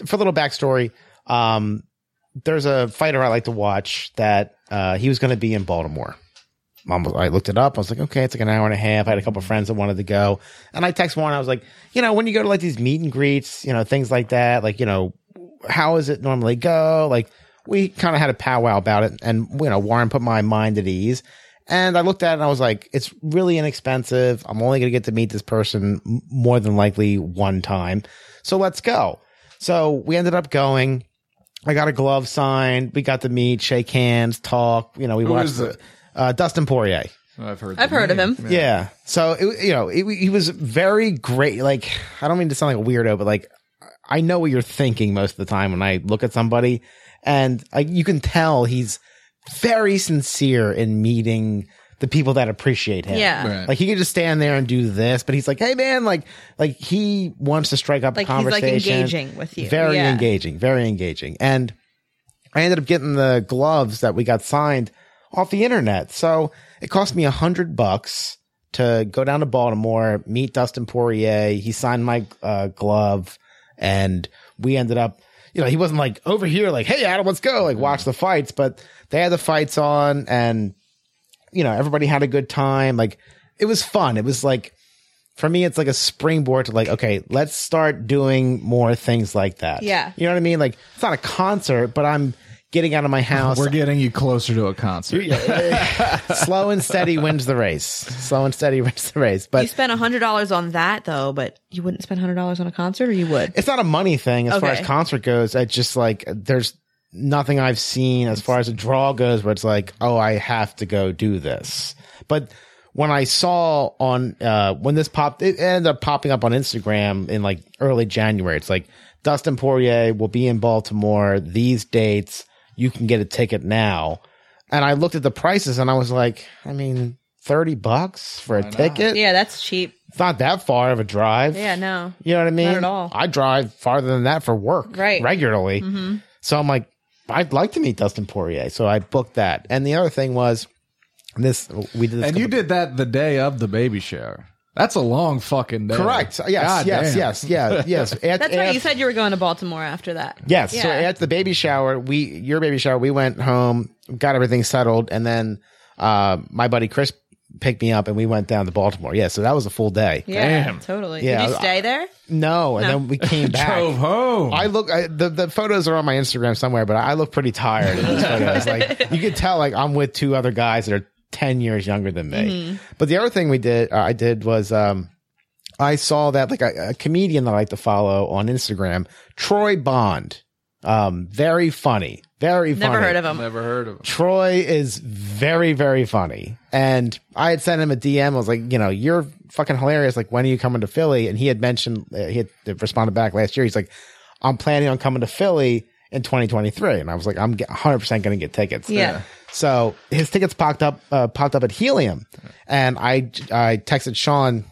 [SPEAKER 3] for a little backstory, um, there's a fighter I like to watch that uh, he was going to be in Baltimore. Mom was- I looked it up. I was like, okay, it's like an hour and a half. I had a couple friends that wanted to go. And I text Warren. I was like, you know, when you go to like these meet and greets, you know, things like that, like, you know, how does it normally go? Like, we kind of had a powwow about it. And, you know, Warren put my mind at ease. And I looked at it and I was like, it's really inexpensive. I'm only going to get to meet this person m- more than likely one time. So let's go. So we ended up going. I got a glove signed. We got to meet, shake hands, talk. You know, we watched
[SPEAKER 1] is
[SPEAKER 3] the-
[SPEAKER 1] it?
[SPEAKER 3] uh, Dustin Poirier.
[SPEAKER 1] I've heard.
[SPEAKER 4] I've
[SPEAKER 1] the
[SPEAKER 4] heard of
[SPEAKER 1] name.
[SPEAKER 4] him.
[SPEAKER 1] Yeah.
[SPEAKER 3] Yeah. So it, you know, it, he was very great. Like I don't mean to sound like a weirdo, but like I know what you're thinking most of the time when I look at somebody, and like you can tell he's very sincere in meeting the people that appreciate him.
[SPEAKER 4] Yeah.
[SPEAKER 1] Right.
[SPEAKER 3] Like he could just stand there and do this, but he's like, "Hey man, like, like he wants to strike up
[SPEAKER 4] Like
[SPEAKER 3] a
[SPEAKER 4] he's like
[SPEAKER 3] conversation.
[SPEAKER 4] engaging with you.
[SPEAKER 3] Very
[SPEAKER 4] Yeah.
[SPEAKER 3] engaging, very engaging. And I ended up getting the gloves that we got signed off the internet. So it cost me a hundred bucks to go down to Baltimore, meet Dustin Poirier. He signed my uh, glove, and we ended up. You know, he wasn't like over here, like, "Hey, Adam, let's go!" Like, watch the fights. But they had the fights on, and you know, everybody had a good time. Like it was fun. It was like for me, it's like a springboard to like, okay, let's start doing more things like that.
[SPEAKER 4] Yeah.
[SPEAKER 3] You know what I mean? Like it's not a concert, but I'm getting out of my house.
[SPEAKER 1] We're getting you closer to a concert.
[SPEAKER 3] Slow and steady wins the race. Slow and steady wins the race.
[SPEAKER 4] You
[SPEAKER 3] But
[SPEAKER 4] spent hundred dollars on that though, but you wouldn't spend hundred dollars on a concert, or you would.
[SPEAKER 3] it's not a money thing as far
[SPEAKER 4] Okay.
[SPEAKER 3] as concert goes. It's just like there's nothing I've seen as far as a draw goes where it's like, oh, I have to go do this. But when I saw on uh when this popped, it ended up popping up on Instagram in like early January. It's like Dustin Poirier will be in Baltimore these dates. You can get a ticket now. And I looked at the prices and I was like, I mean, thirty bucks for a ticket?
[SPEAKER 4] Yeah, that's cheap.
[SPEAKER 3] It's not that far of a drive.
[SPEAKER 4] Yeah, no.
[SPEAKER 3] You know what I mean?
[SPEAKER 4] Not at all.
[SPEAKER 3] I drive farther than that for work
[SPEAKER 4] Right. Mm-hmm.
[SPEAKER 3] regularly. So I'm like, I'd like to meet Dustin Poirier. So I booked that. And the other thing was this we did this
[SPEAKER 1] And you
[SPEAKER 3] couple-
[SPEAKER 1] did that the day of the baby shower. That's a long fucking day.
[SPEAKER 3] correct. Yes,
[SPEAKER 1] God
[SPEAKER 3] yes,
[SPEAKER 1] damn.
[SPEAKER 3] yes, yeah, yes. At-
[SPEAKER 4] That's right.
[SPEAKER 3] at-
[SPEAKER 4] You said you were going to Baltimore after that.
[SPEAKER 3] Yes. So
[SPEAKER 4] Yeah.
[SPEAKER 3] at the baby shower, we your baby shower, we went home, got everything settled, and then uh, my buddy Chris picked me up and we went down to Baltimore. Yeah, so that was a full day.
[SPEAKER 4] yeah,
[SPEAKER 1] Damn.
[SPEAKER 4] totally.
[SPEAKER 3] Yeah,
[SPEAKER 4] Did you
[SPEAKER 3] I-
[SPEAKER 4] stay there?
[SPEAKER 3] No, and then we came back.
[SPEAKER 1] Drove home.
[SPEAKER 3] I look I, the the photos are on my Instagram somewhere, but I look pretty tired in these photos. Like you could tell, like I'm with two other guys that are ten years younger than me.
[SPEAKER 4] Mm-hmm.
[SPEAKER 3] But the other thing we did, uh, I did was um, I saw that like a, a comedian that I like to follow on Instagram, Troy Bond. Um, very funny, very
[SPEAKER 4] Never
[SPEAKER 3] funny.
[SPEAKER 4] heard of him.
[SPEAKER 1] Never heard of him.
[SPEAKER 3] Troy is very, very funny. And I had sent him a DM. I was like, you know, you're fucking hilarious. Like, when are you coming to Philly? And he had mentioned, uh, he had responded back last year. He's like, I'm planning on coming to Philly in 2023. And I was like, I'm get- 100% going to get tickets.
[SPEAKER 4] Yeah.
[SPEAKER 3] So his tickets popped up, uh, popped up at Helium. And I, I texted Sean,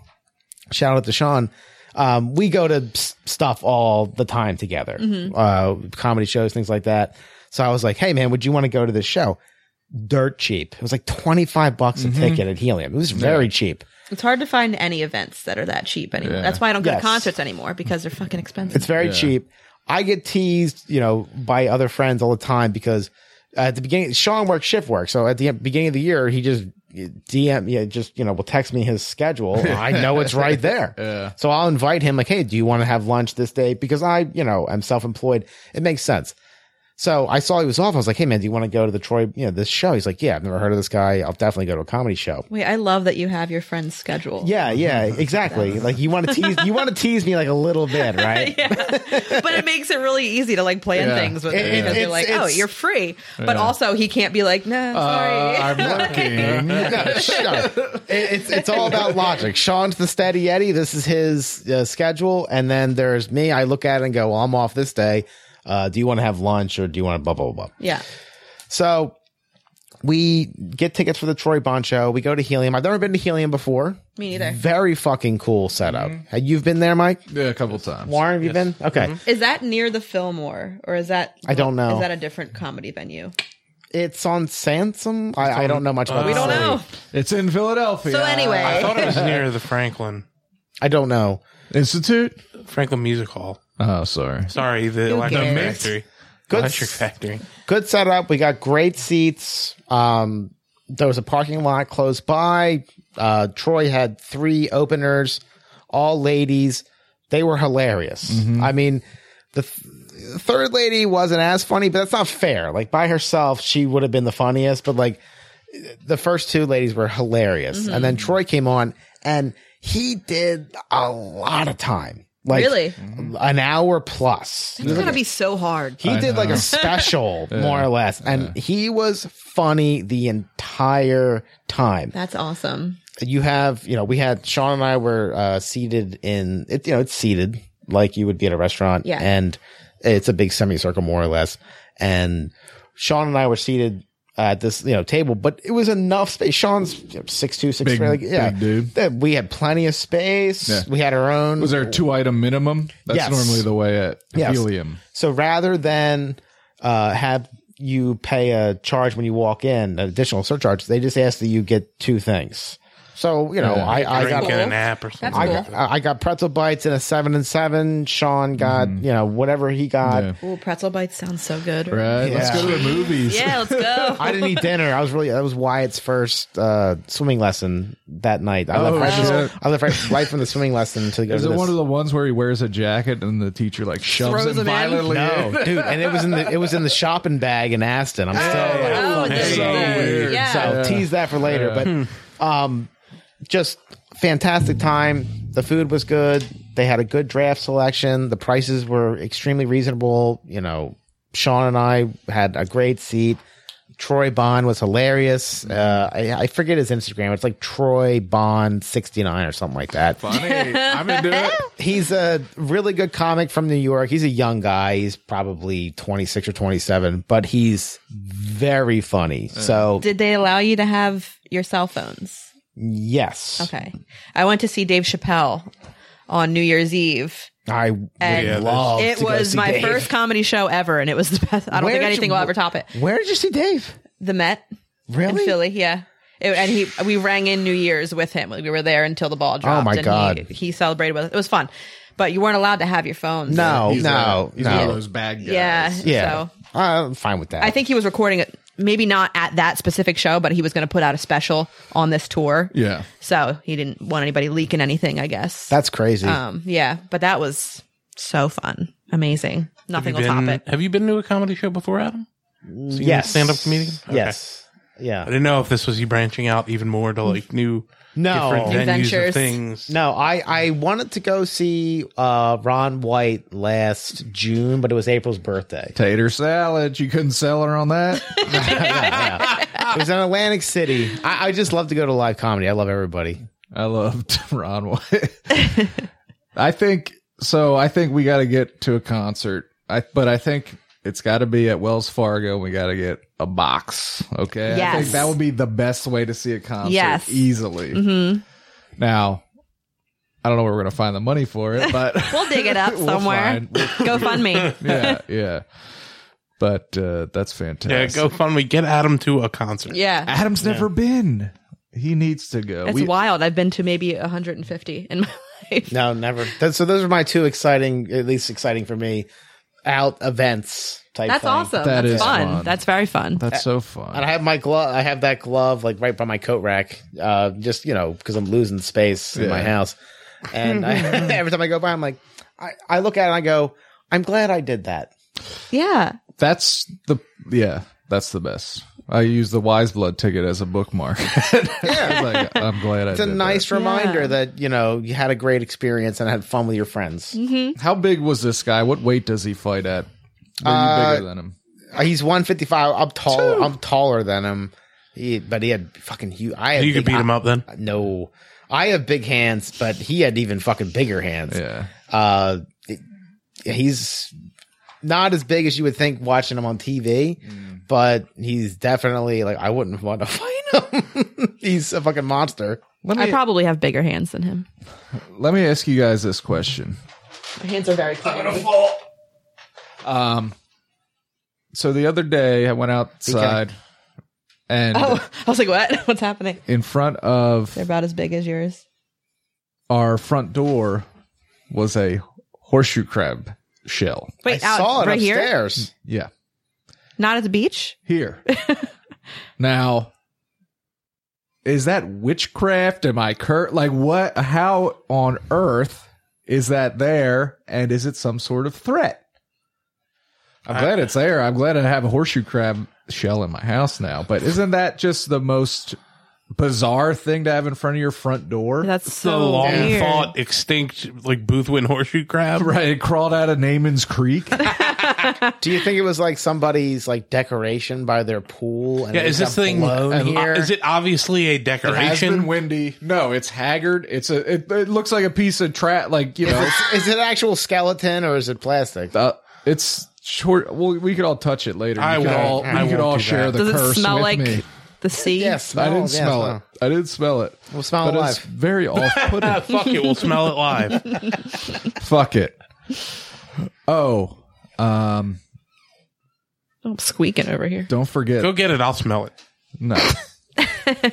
[SPEAKER 3] shout out to Sean. Um, we go to s- stuff all the time together, uh, comedy shows, things like that. So I was like, hey, man, would you want to go to this show? Dirt cheap. It was like 25 bucks a ticket at Helium. It was very cheap.
[SPEAKER 4] It's hard to find any events that are that cheap anymore.
[SPEAKER 1] Yeah.
[SPEAKER 4] That's why I don't go
[SPEAKER 3] Yes.
[SPEAKER 4] to concerts anymore because they're fucking expensive.
[SPEAKER 3] It's very cheap. I get teased, you know, by other friends all the time because at the beginning, Sean works shift work. So at the beginning of the year, he just DM, yeah, just, you know, will text me his schedule. I know it's right there. So I'll invite him like, Hey, do you want to have lunch this day? Because I, you know, I'm self-employed. It makes sense. So I saw he was off. I was like, Hey man, do you want to go to the Troy, you know, this show? He's like, yeah, I've never heard of this guy. I'll definitely go to a comedy show.
[SPEAKER 4] Wait, I love that you have your friend's schedule.
[SPEAKER 3] Yeah, yeah, exactly. like you want to tease, you want to tease me like a little bit, right?
[SPEAKER 4] but it makes it really easy to like plan
[SPEAKER 1] Yeah.
[SPEAKER 4] things with
[SPEAKER 3] It-
[SPEAKER 4] it
[SPEAKER 3] it-
[SPEAKER 4] because you're
[SPEAKER 3] it's-
[SPEAKER 4] like, oh,
[SPEAKER 3] it's-
[SPEAKER 4] you're free. But also, he can't be like, no, sorry.
[SPEAKER 1] Uh, I'm looking.
[SPEAKER 3] no, shut up. It, it's it's all about logic. Sean's the steady Eddie. This is his uh, schedule, and then there's me. I look at it and go, "Well, I'm off this day. Uh, do you want to have lunch or do you want to blah blah blah?"
[SPEAKER 4] yeah,
[SPEAKER 3] So we get tickets for the Troy Bond show. We go to Helium. I've never been to Helium before.
[SPEAKER 4] me neither.
[SPEAKER 3] Very fucking cool setup. Have You've been there, Mike.
[SPEAKER 1] Yeah, a couple times.
[SPEAKER 3] Warren, have you been? Okay.
[SPEAKER 4] Is that near the Fillmore or is that?
[SPEAKER 3] I don't know.
[SPEAKER 4] Is that a different comedy venue?
[SPEAKER 3] It's on Sansom. I, I don't know much about.
[SPEAKER 4] We don't
[SPEAKER 3] the city.
[SPEAKER 4] know.
[SPEAKER 1] It's in Philadelphia.
[SPEAKER 4] So anyway,
[SPEAKER 2] I thought it was near the Franklin
[SPEAKER 3] I don't know.
[SPEAKER 1] Institute.
[SPEAKER 2] Franklin Music Hall.
[SPEAKER 1] Oh, sorry.
[SPEAKER 2] Sorry, the electric
[SPEAKER 4] cares?
[SPEAKER 2] factory.
[SPEAKER 3] Good
[SPEAKER 2] Electric
[SPEAKER 3] s-
[SPEAKER 2] factory.
[SPEAKER 3] good setup. We got great seats. Um, there was a parking lot close by. Uh, Troy had three openers, all ladies. They were hilarious. I mean, the th- the third lady wasn't as funny, but that's not fair. Like by herself, she would have been the funniest, but like the first two ladies were hilarious. And then Troy came on and he did a lot of time. Like
[SPEAKER 4] Really?
[SPEAKER 3] an hour plus.
[SPEAKER 4] it's gonna be so hard.
[SPEAKER 3] He did like a special, more or less, and he was funny the entire time.
[SPEAKER 4] That's awesome.
[SPEAKER 3] You have, you know, we had Sean and I were uh, seated in it. You know, it's seated like you would be at a restaurant,
[SPEAKER 4] Yeah.
[SPEAKER 3] And it's a big semicircle, more or less. And Sean and I were seated at this, you know, table, but it was enough space. Sean's you know, six two, six
[SPEAKER 1] Big-
[SPEAKER 3] three, like yeah,
[SPEAKER 1] big dude.
[SPEAKER 3] That- We had plenty of space.
[SPEAKER 1] Yeah.
[SPEAKER 3] We had our own.
[SPEAKER 1] Was there a two item minimum? That's
[SPEAKER 3] Yes.
[SPEAKER 1] normally the way at
[SPEAKER 3] Yes.
[SPEAKER 1] helium.
[SPEAKER 3] So rather than uh, have you pay a charge when you walk in, an additional surcharge, they just ask that you get two things. So you know, I, I got
[SPEAKER 2] Drinking
[SPEAKER 4] cool.
[SPEAKER 2] an app or something.
[SPEAKER 4] That's
[SPEAKER 3] I
[SPEAKER 4] cool.
[SPEAKER 3] got I got pretzel bites and a seven and seven. Sean got you know whatever he got.
[SPEAKER 1] Mm-hmm. Yeah.
[SPEAKER 4] Ooh, pretzel bites sounds so good.
[SPEAKER 1] Right. Let's go to the movies.
[SPEAKER 4] Yeah, let's go.
[SPEAKER 3] I didn't eat dinner. I was really that was Wyatt's first uh, swimming lesson that night. I
[SPEAKER 1] Oh,
[SPEAKER 3] left right,
[SPEAKER 1] shit.
[SPEAKER 3] from, I left right, right from the swimming lesson to go
[SPEAKER 1] Is
[SPEAKER 3] to
[SPEAKER 1] it
[SPEAKER 3] this.
[SPEAKER 1] one of the ones where he wears a jacket and the teacher like shoves
[SPEAKER 4] Throws
[SPEAKER 1] him
[SPEAKER 4] him in?
[SPEAKER 1] violently?
[SPEAKER 3] no, dude, and it was in the it was in the shopping bag in Aston. I'm still like,
[SPEAKER 4] oh,
[SPEAKER 3] fucking
[SPEAKER 4] this
[SPEAKER 2] is
[SPEAKER 3] so
[SPEAKER 2] good.
[SPEAKER 3] weird.
[SPEAKER 4] Yeah.
[SPEAKER 3] So
[SPEAKER 1] Yeah.
[SPEAKER 3] tease that for later. But um, just fantastic time. The food was good. They had a good draft selection. The prices were extremely reasonable. You know, Sean and I had a great seat. Troy Bond was hilarious. Uh, I, I forget his Instagram. It's like Troy Bond sixty nine or something like that
[SPEAKER 1] Funny. I'm into it.
[SPEAKER 3] he's a really good comic from New York. He's a young guy. He's probably 26 or 27, but he's very funny. So,
[SPEAKER 4] Did they allow you to have your cell phones?
[SPEAKER 3] yes.
[SPEAKER 4] Okay. I went to see Dave Chappelle on New Year's Eve.
[SPEAKER 3] I would
[SPEAKER 4] And
[SPEAKER 3] love
[SPEAKER 4] it
[SPEAKER 3] Oh, to go
[SPEAKER 4] was
[SPEAKER 3] see
[SPEAKER 4] my
[SPEAKER 3] Dave.
[SPEAKER 4] first comedy show ever, and it was the best. I don't
[SPEAKER 3] Where
[SPEAKER 4] think
[SPEAKER 3] did
[SPEAKER 4] anything
[SPEAKER 3] you-
[SPEAKER 4] will ever top it.
[SPEAKER 3] Where did you see Dave?
[SPEAKER 4] The Met
[SPEAKER 3] Really?
[SPEAKER 4] in Philly, yeah. It- and he, we rang in New Year's with him. Like, We were there until the ball dropped.
[SPEAKER 3] Oh, my
[SPEAKER 4] and he-
[SPEAKER 3] God.
[SPEAKER 4] He, celebrated with us. It was fun, but you weren't allowed to have your phones.
[SPEAKER 3] No,
[SPEAKER 1] He's
[SPEAKER 3] no,
[SPEAKER 1] a- he's one of
[SPEAKER 3] no.
[SPEAKER 1] those bad guys.
[SPEAKER 4] Yeah.
[SPEAKER 3] Yeah.
[SPEAKER 4] So
[SPEAKER 3] I'm fine with that.
[SPEAKER 4] I think he was recording it, maybe not at that specific show, but he was going to put out a special on this tour.
[SPEAKER 1] Yeah.
[SPEAKER 4] So he didn't want anybody leaking anything, I guess.
[SPEAKER 3] that's crazy.
[SPEAKER 4] um, yeah, but that was so fun. Amazing. Nothing will top
[SPEAKER 2] been,
[SPEAKER 4] it.
[SPEAKER 2] Have you been to a comedy show before, Adam? Seen a
[SPEAKER 3] yes.
[SPEAKER 2] stand-up comedian. Okay.
[SPEAKER 3] Yes.
[SPEAKER 2] I
[SPEAKER 3] Yeah.
[SPEAKER 2] didn't know if this was you branching out even more to like new different
[SPEAKER 3] No.
[SPEAKER 2] venues
[SPEAKER 4] Adventures.
[SPEAKER 2] of things.
[SPEAKER 3] No, I, I wanted to go see uh, Ron White last June, but it was April's birthday.
[SPEAKER 1] Tater salad. You couldn't sell her on that.
[SPEAKER 3] It was in Atlantic City. I, I just love to go to live comedy. I love everybody.
[SPEAKER 1] I loved Ron White. I think so. I think we got to get to a concert. I but I think it's got to be at Wells Fargo. We got to get a box. Okay. I think
[SPEAKER 4] Yes.
[SPEAKER 1] that would be the best way to see a concert.
[SPEAKER 4] Yes.
[SPEAKER 1] Easily.
[SPEAKER 4] Mm-hmm.
[SPEAKER 1] Now, I don't know where we're gonna find the money for it, but
[SPEAKER 4] We'll dig it up
[SPEAKER 1] We'll
[SPEAKER 4] somewhere.
[SPEAKER 1] find- we'll-
[SPEAKER 4] Go fund me.
[SPEAKER 1] yeah, yeah. But uh, that's
[SPEAKER 2] Yeah,
[SPEAKER 1] fantastic.
[SPEAKER 2] go fund me. Get Adam to a concert.
[SPEAKER 4] Yeah.
[SPEAKER 1] Adam's never been. He needs to go.
[SPEAKER 4] It's
[SPEAKER 1] We-
[SPEAKER 4] wild. I've been to maybe 150 in my life.
[SPEAKER 3] No, never. That, so those are my two exciting, at least exciting for me, out events type.
[SPEAKER 4] That's
[SPEAKER 3] thing.
[SPEAKER 4] awesome.
[SPEAKER 1] That
[SPEAKER 4] That's
[SPEAKER 1] is
[SPEAKER 4] fun.
[SPEAKER 1] fun.
[SPEAKER 4] That's very fun.
[SPEAKER 1] that's so fun.
[SPEAKER 3] And I have my glove. I have that glove like right by my coat rack, uh, just you know, because I'm losing space in my
[SPEAKER 1] Yeah.
[SPEAKER 3] house. And I, every time I go by, I'm like, I, I look at it and I go, I'm glad I did that.
[SPEAKER 4] yeah.
[SPEAKER 1] That's the yeah. That's the best. I use the Wise Blood ticket as a bookmark. yeah, like, I'm glad I.
[SPEAKER 3] It's a
[SPEAKER 1] did
[SPEAKER 3] nice reminder
[SPEAKER 4] Yeah.
[SPEAKER 3] that you know you had a great experience and had fun with your friends.
[SPEAKER 4] Mm-hmm.
[SPEAKER 1] That. How big was this guy? What weight does he fight at? Are you bigger than him?
[SPEAKER 3] Uh, He's 155. I'm taller. I'm taller than him. He, but he had fucking huge. I had
[SPEAKER 2] You could
[SPEAKER 3] big-
[SPEAKER 2] beat him up then.
[SPEAKER 3] No, I have big hands, but he had even fucking bigger hands.
[SPEAKER 1] Yeah.
[SPEAKER 3] Uh, it- he's not as big as you would think watching him on TV,
[SPEAKER 2] Mm.
[SPEAKER 3] but he's definitely like I wouldn't want to fight him. he's a fucking monster.
[SPEAKER 1] Let
[SPEAKER 4] I
[SPEAKER 1] me
[SPEAKER 4] probably have bigger hands than him.
[SPEAKER 1] let me ask you guys this question.
[SPEAKER 4] My hands are very clean.
[SPEAKER 1] Um. So the other day I went outside, and
[SPEAKER 4] Oh, I was like, what? What's happening?
[SPEAKER 1] in front of
[SPEAKER 4] They're about as big as yours.
[SPEAKER 1] our front door was a horseshoe crab shell.
[SPEAKER 4] Wait,
[SPEAKER 3] I
[SPEAKER 4] out
[SPEAKER 3] saw it
[SPEAKER 4] right here?
[SPEAKER 3] upstairs.
[SPEAKER 1] Yeah.
[SPEAKER 4] Not at the beach?
[SPEAKER 1] here. now, is that witchcraft? Am I cur Like, what? How on earth is that there? And is it some sort of threat? I'm glad it's there. I'm glad I have a horseshoe crab shell in my house now. But isn't that just the most bizarre thing to have in front of your front door?
[SPEAKER 4] That's
[SPEAKER 2] the
[SPEAKER 4] so
[SPEAKER 2] long
[SPEAKER 4] weird.
[SPEAKER 2] fought extinct like Boothwin horseshoe crab.
[SPEAKER 1] right. It crawled out of Naaman's Creek.
[SPEAKER 3] Do you think it was like somebody's like decoration by their pool? And
[SPEAKER 2] Yeah,
[SPEAKER 3] it
[SPEAKER 2] is
[SPEAKER 3] got
[SPEAKER 2] this thing
[SPEAKER 3] blown
[SPEAKER 2] uh,
[SPEAKER 3] here?
[SPEAKER 2] is it obviously a
[SPEAKER 1] Has been
[SPEAKER 2] decoration?
[SPEAKER 1] windy. No, it's haggard. It's a. It, it looks like a piece of trap. Like you know,
[SPEAKER 3] Is it actual skeleton or is it plastic?
[SPEAKER 1] Uh, it's short. Well, we could all touch it later.
[SPEAKER 2] I
[SPEAKER 1] we could
[SPEAKER 2] won't.
[SPEAKER 1] all,
[SPEAKER 2] I
[SPEAKER 1] we could
[SPEAKER 2] won't
[SPEAKER 1] all
[SPEAKER 2] do
[SPEAKER 1] share
[SPEAKER 2] that. Oh,
[SPEAKER 1] the
[SPEAKER 4] Does it
[SPEAKER 1] curse
[SPEAKER 4] smell
[SPEAKER 1] with
[SPEAKER 4] like
[SPEAKER 1] me.
[SPEAKER 4] the sea?
[SPEAKER 3] Yeah,
[SPEAKER 1] I
[SPEAKER 3] smell,
[SPEAKER 1] didn't
[SPEAKER 3] yeah,
[SPEAKER 1] smell it. I didn't smell it.
[SPEAKER 3] Oh, We'll smell
[SPEAKER 1] but
[SPEAKER 3] it
[SPEAKER 1] it's
[SPEAKER 3] live.
[SPEAKER 1] very off-putting.
[SPEAKER 2] Fuck it, we'll smell it live.
[SPEAKER 1] Fuck it. Oh, um,
[SPEAKER 4] Oh, I'm squeaking over here.
[SPEAKER 1] don't forget.
[SPEAKER 2] Go get it, I'll smell it.
[SPEAKER 1] No.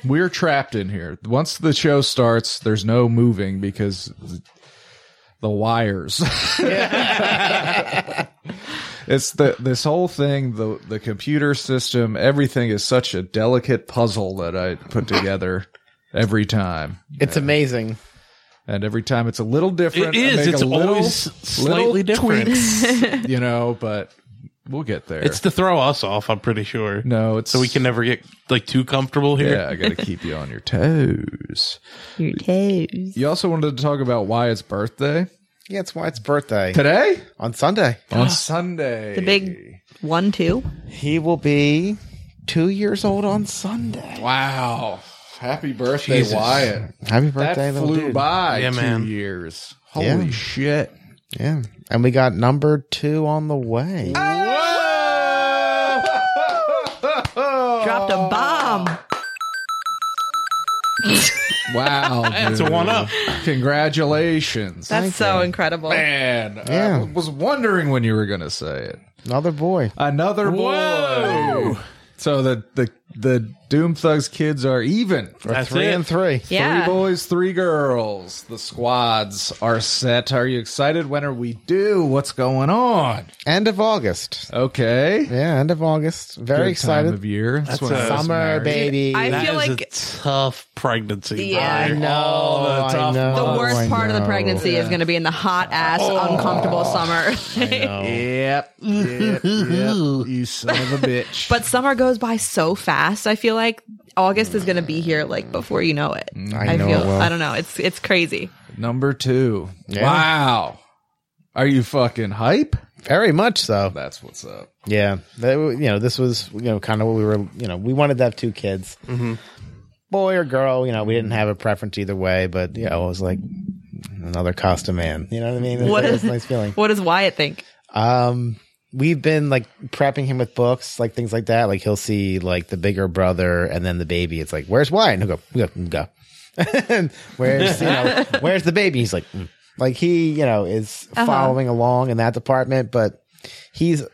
[SPEAKER 1] we're trapped in here. Once the show starts, there's no moving because the wires. it's the this whole thing, the the computer system, everything is such a delicate puzzle that I put together every time.
[SPEAKER 3] It's amazing.
[SPEAKER 1] And every time it's a little different.
[SPEAKER 2] It
[SPEAKER 1] I
[SPEAKER 2] is.
[SPEAKER 1] make a
[SPEAKER 2] It's always slightly different.
[SPEAKER 1] tweaks, you know, but we'll get there.
[SPEAKER 2] It's to throw us off, I'm pretty sure.
[SPEAKER 1] no, it's
[SPEAKER 2] So we can never get like too comfortable here.
[SPEAKER 1] Yeah, I got to keep you on your toes.
[SPEAKER 4] Your toes.
[SPEAKER 1] You also wanted to talk about Wyatt's birthday
[SPEAKER 3] Yeah, it's Wyatt's birthday
[SPEAKER 1] today
[SPEAKER 3] on Sunday.
[SPEAKER 1] on Sunday.
[SPEAKER 4] The big one, two.
[SPEAKER 3] He will be two years old on Sunday.
[SPEAKER 1] wow! Happy birthday,
[SPEAKER 2] Jesus.
[SPEAKER 1] Wyatt!
[SPEAKER 3] Happy
[SPEAKER 1] That
[SPEAKER 3] birthday, little
[SPEAKER 1] flew
[SPEAKER 3] dude.
[SPEAKER 1] by
[SPEAKER 2] Yeah,
[SPEAKER 1] two
[SPEAKER 2] man.
[SPEAKER 1] years. Holy
[SPEAKER 3] Yeah.
[SPEAKER 1] shit!
[SPEAKER 3] Yeah, and we got number two on the way.
[SPEAKER 1] Ah!
[SPEAKER 4] Dropped
[SPEAKER 1] Oh,
[SPEAKER 4] a bomb.
[SPEAKER 1] Wow,
[SPEAKER 2] That's a
[SPEAKER 1] dude.
[SPEAKER 2] one up.
[SPEAKER 1] Congratulations,
[SPEAKER 4] That's so incredible.
[SPEAKER 1] man!
[SPEAKER 3] Yeah.
[SPEAKER 1] I was wondering when you were going to say it.
[SPEAKER 3] Another boy.
[SPEAKER 1] Another boy.
[SPEAKER 2] Whoa.
[SPEAKER 1] So the the the Doom Thugs kids are even.
[SPEAKER 2] That's
[SPEAKER 3] three
[SPEAKER 2] it.
[SPEAKER 3] and three.
[SPEAKER 1] Three
[SPEAKER 4] Yeah.
[SPEAKER 1] boys, three girls. The squads are set. Are you excited? When are we due? What's going on?
[SPEAKER 3] End of August.
[SPEAKER 1] Okay.
[SPEAKER 3] Yeah, end of August. Very
[SPEAKER 1] Good Time
[SPEAKER 3] excited.
[SPEAKER 1] of year. That's, when
[SPEAKER 2] a-
[SPEAKER 1] I was
[SPEAKER 3] Summer,
[SPEAKER 1] married.
[SPEAKER 3] baby.
[SPEAKER 4] I
[SPEAKER 2] That
[SPEAKER 4] feel
[SPEAKER 2] is
[SPEAKER 4] like
[SPEAKER 2] a tough pregnancy.
[SPEAKER 4] Yeah.
[SPEAKER 2] Brian.
[SPEAKER 3] know.
[SPEAKER 1] the tough
[SPEAKER 4] the
[SPEAKER 1] Oh,
[SPEAKER 4] worst
[SPEAKER 3] I
[SPEAKER 4] part of the
[SPEAKER 3] know.
[SPEAKER 4] pregnancy is going to be in the hot ass, uncomfortable summer.
[SPEAKER 1] Oh. Yep. yep, yep. You son of a bitch.
[SPEAKER 4] but summer goes by so fast. I feel like August is going to be here like before you know it.
[SPEAKER 3] Mm, I know
[SPEAKER 4] feel
[SPEAKER 3] it will.
[SPEAKER 4] I don't know. It's it's crazy.
[SPEAKER 1] number two.
[SPEAKER 3] Yeah.
[SPEAKER 1] Wow. Are you fucking hype?
[SPEAKER 3] Very much so.
[SPEAKER 1] That's what's up.
[SPEAKER 3] Yeah, They were- you know, this was you know kind of what we were. You know, we wanted to have two kids,
[SPEAKER 4] Mm-hmm.
[SPEAKER 3] boy or girl. You know, we didn't have a preference either way, but you know, it was like another Costa man. You know what I mean? It,
[SPEAKER 4] What
[SPEAKER 3] it
[SPEAKER 4] is-
[SPEAKER 3] was a nice feeling.
[SPEAKER 4] What does Wyatt think?
[SPEAKER 3] Um, we've been like prepping him with books, like things like that. Like he'll see like the bigger brother and then the baby. It's like, where's why? And he'll go, go, go. And where's you know, where's the baby? He's like, mm. like he you know is following along in that department, but he's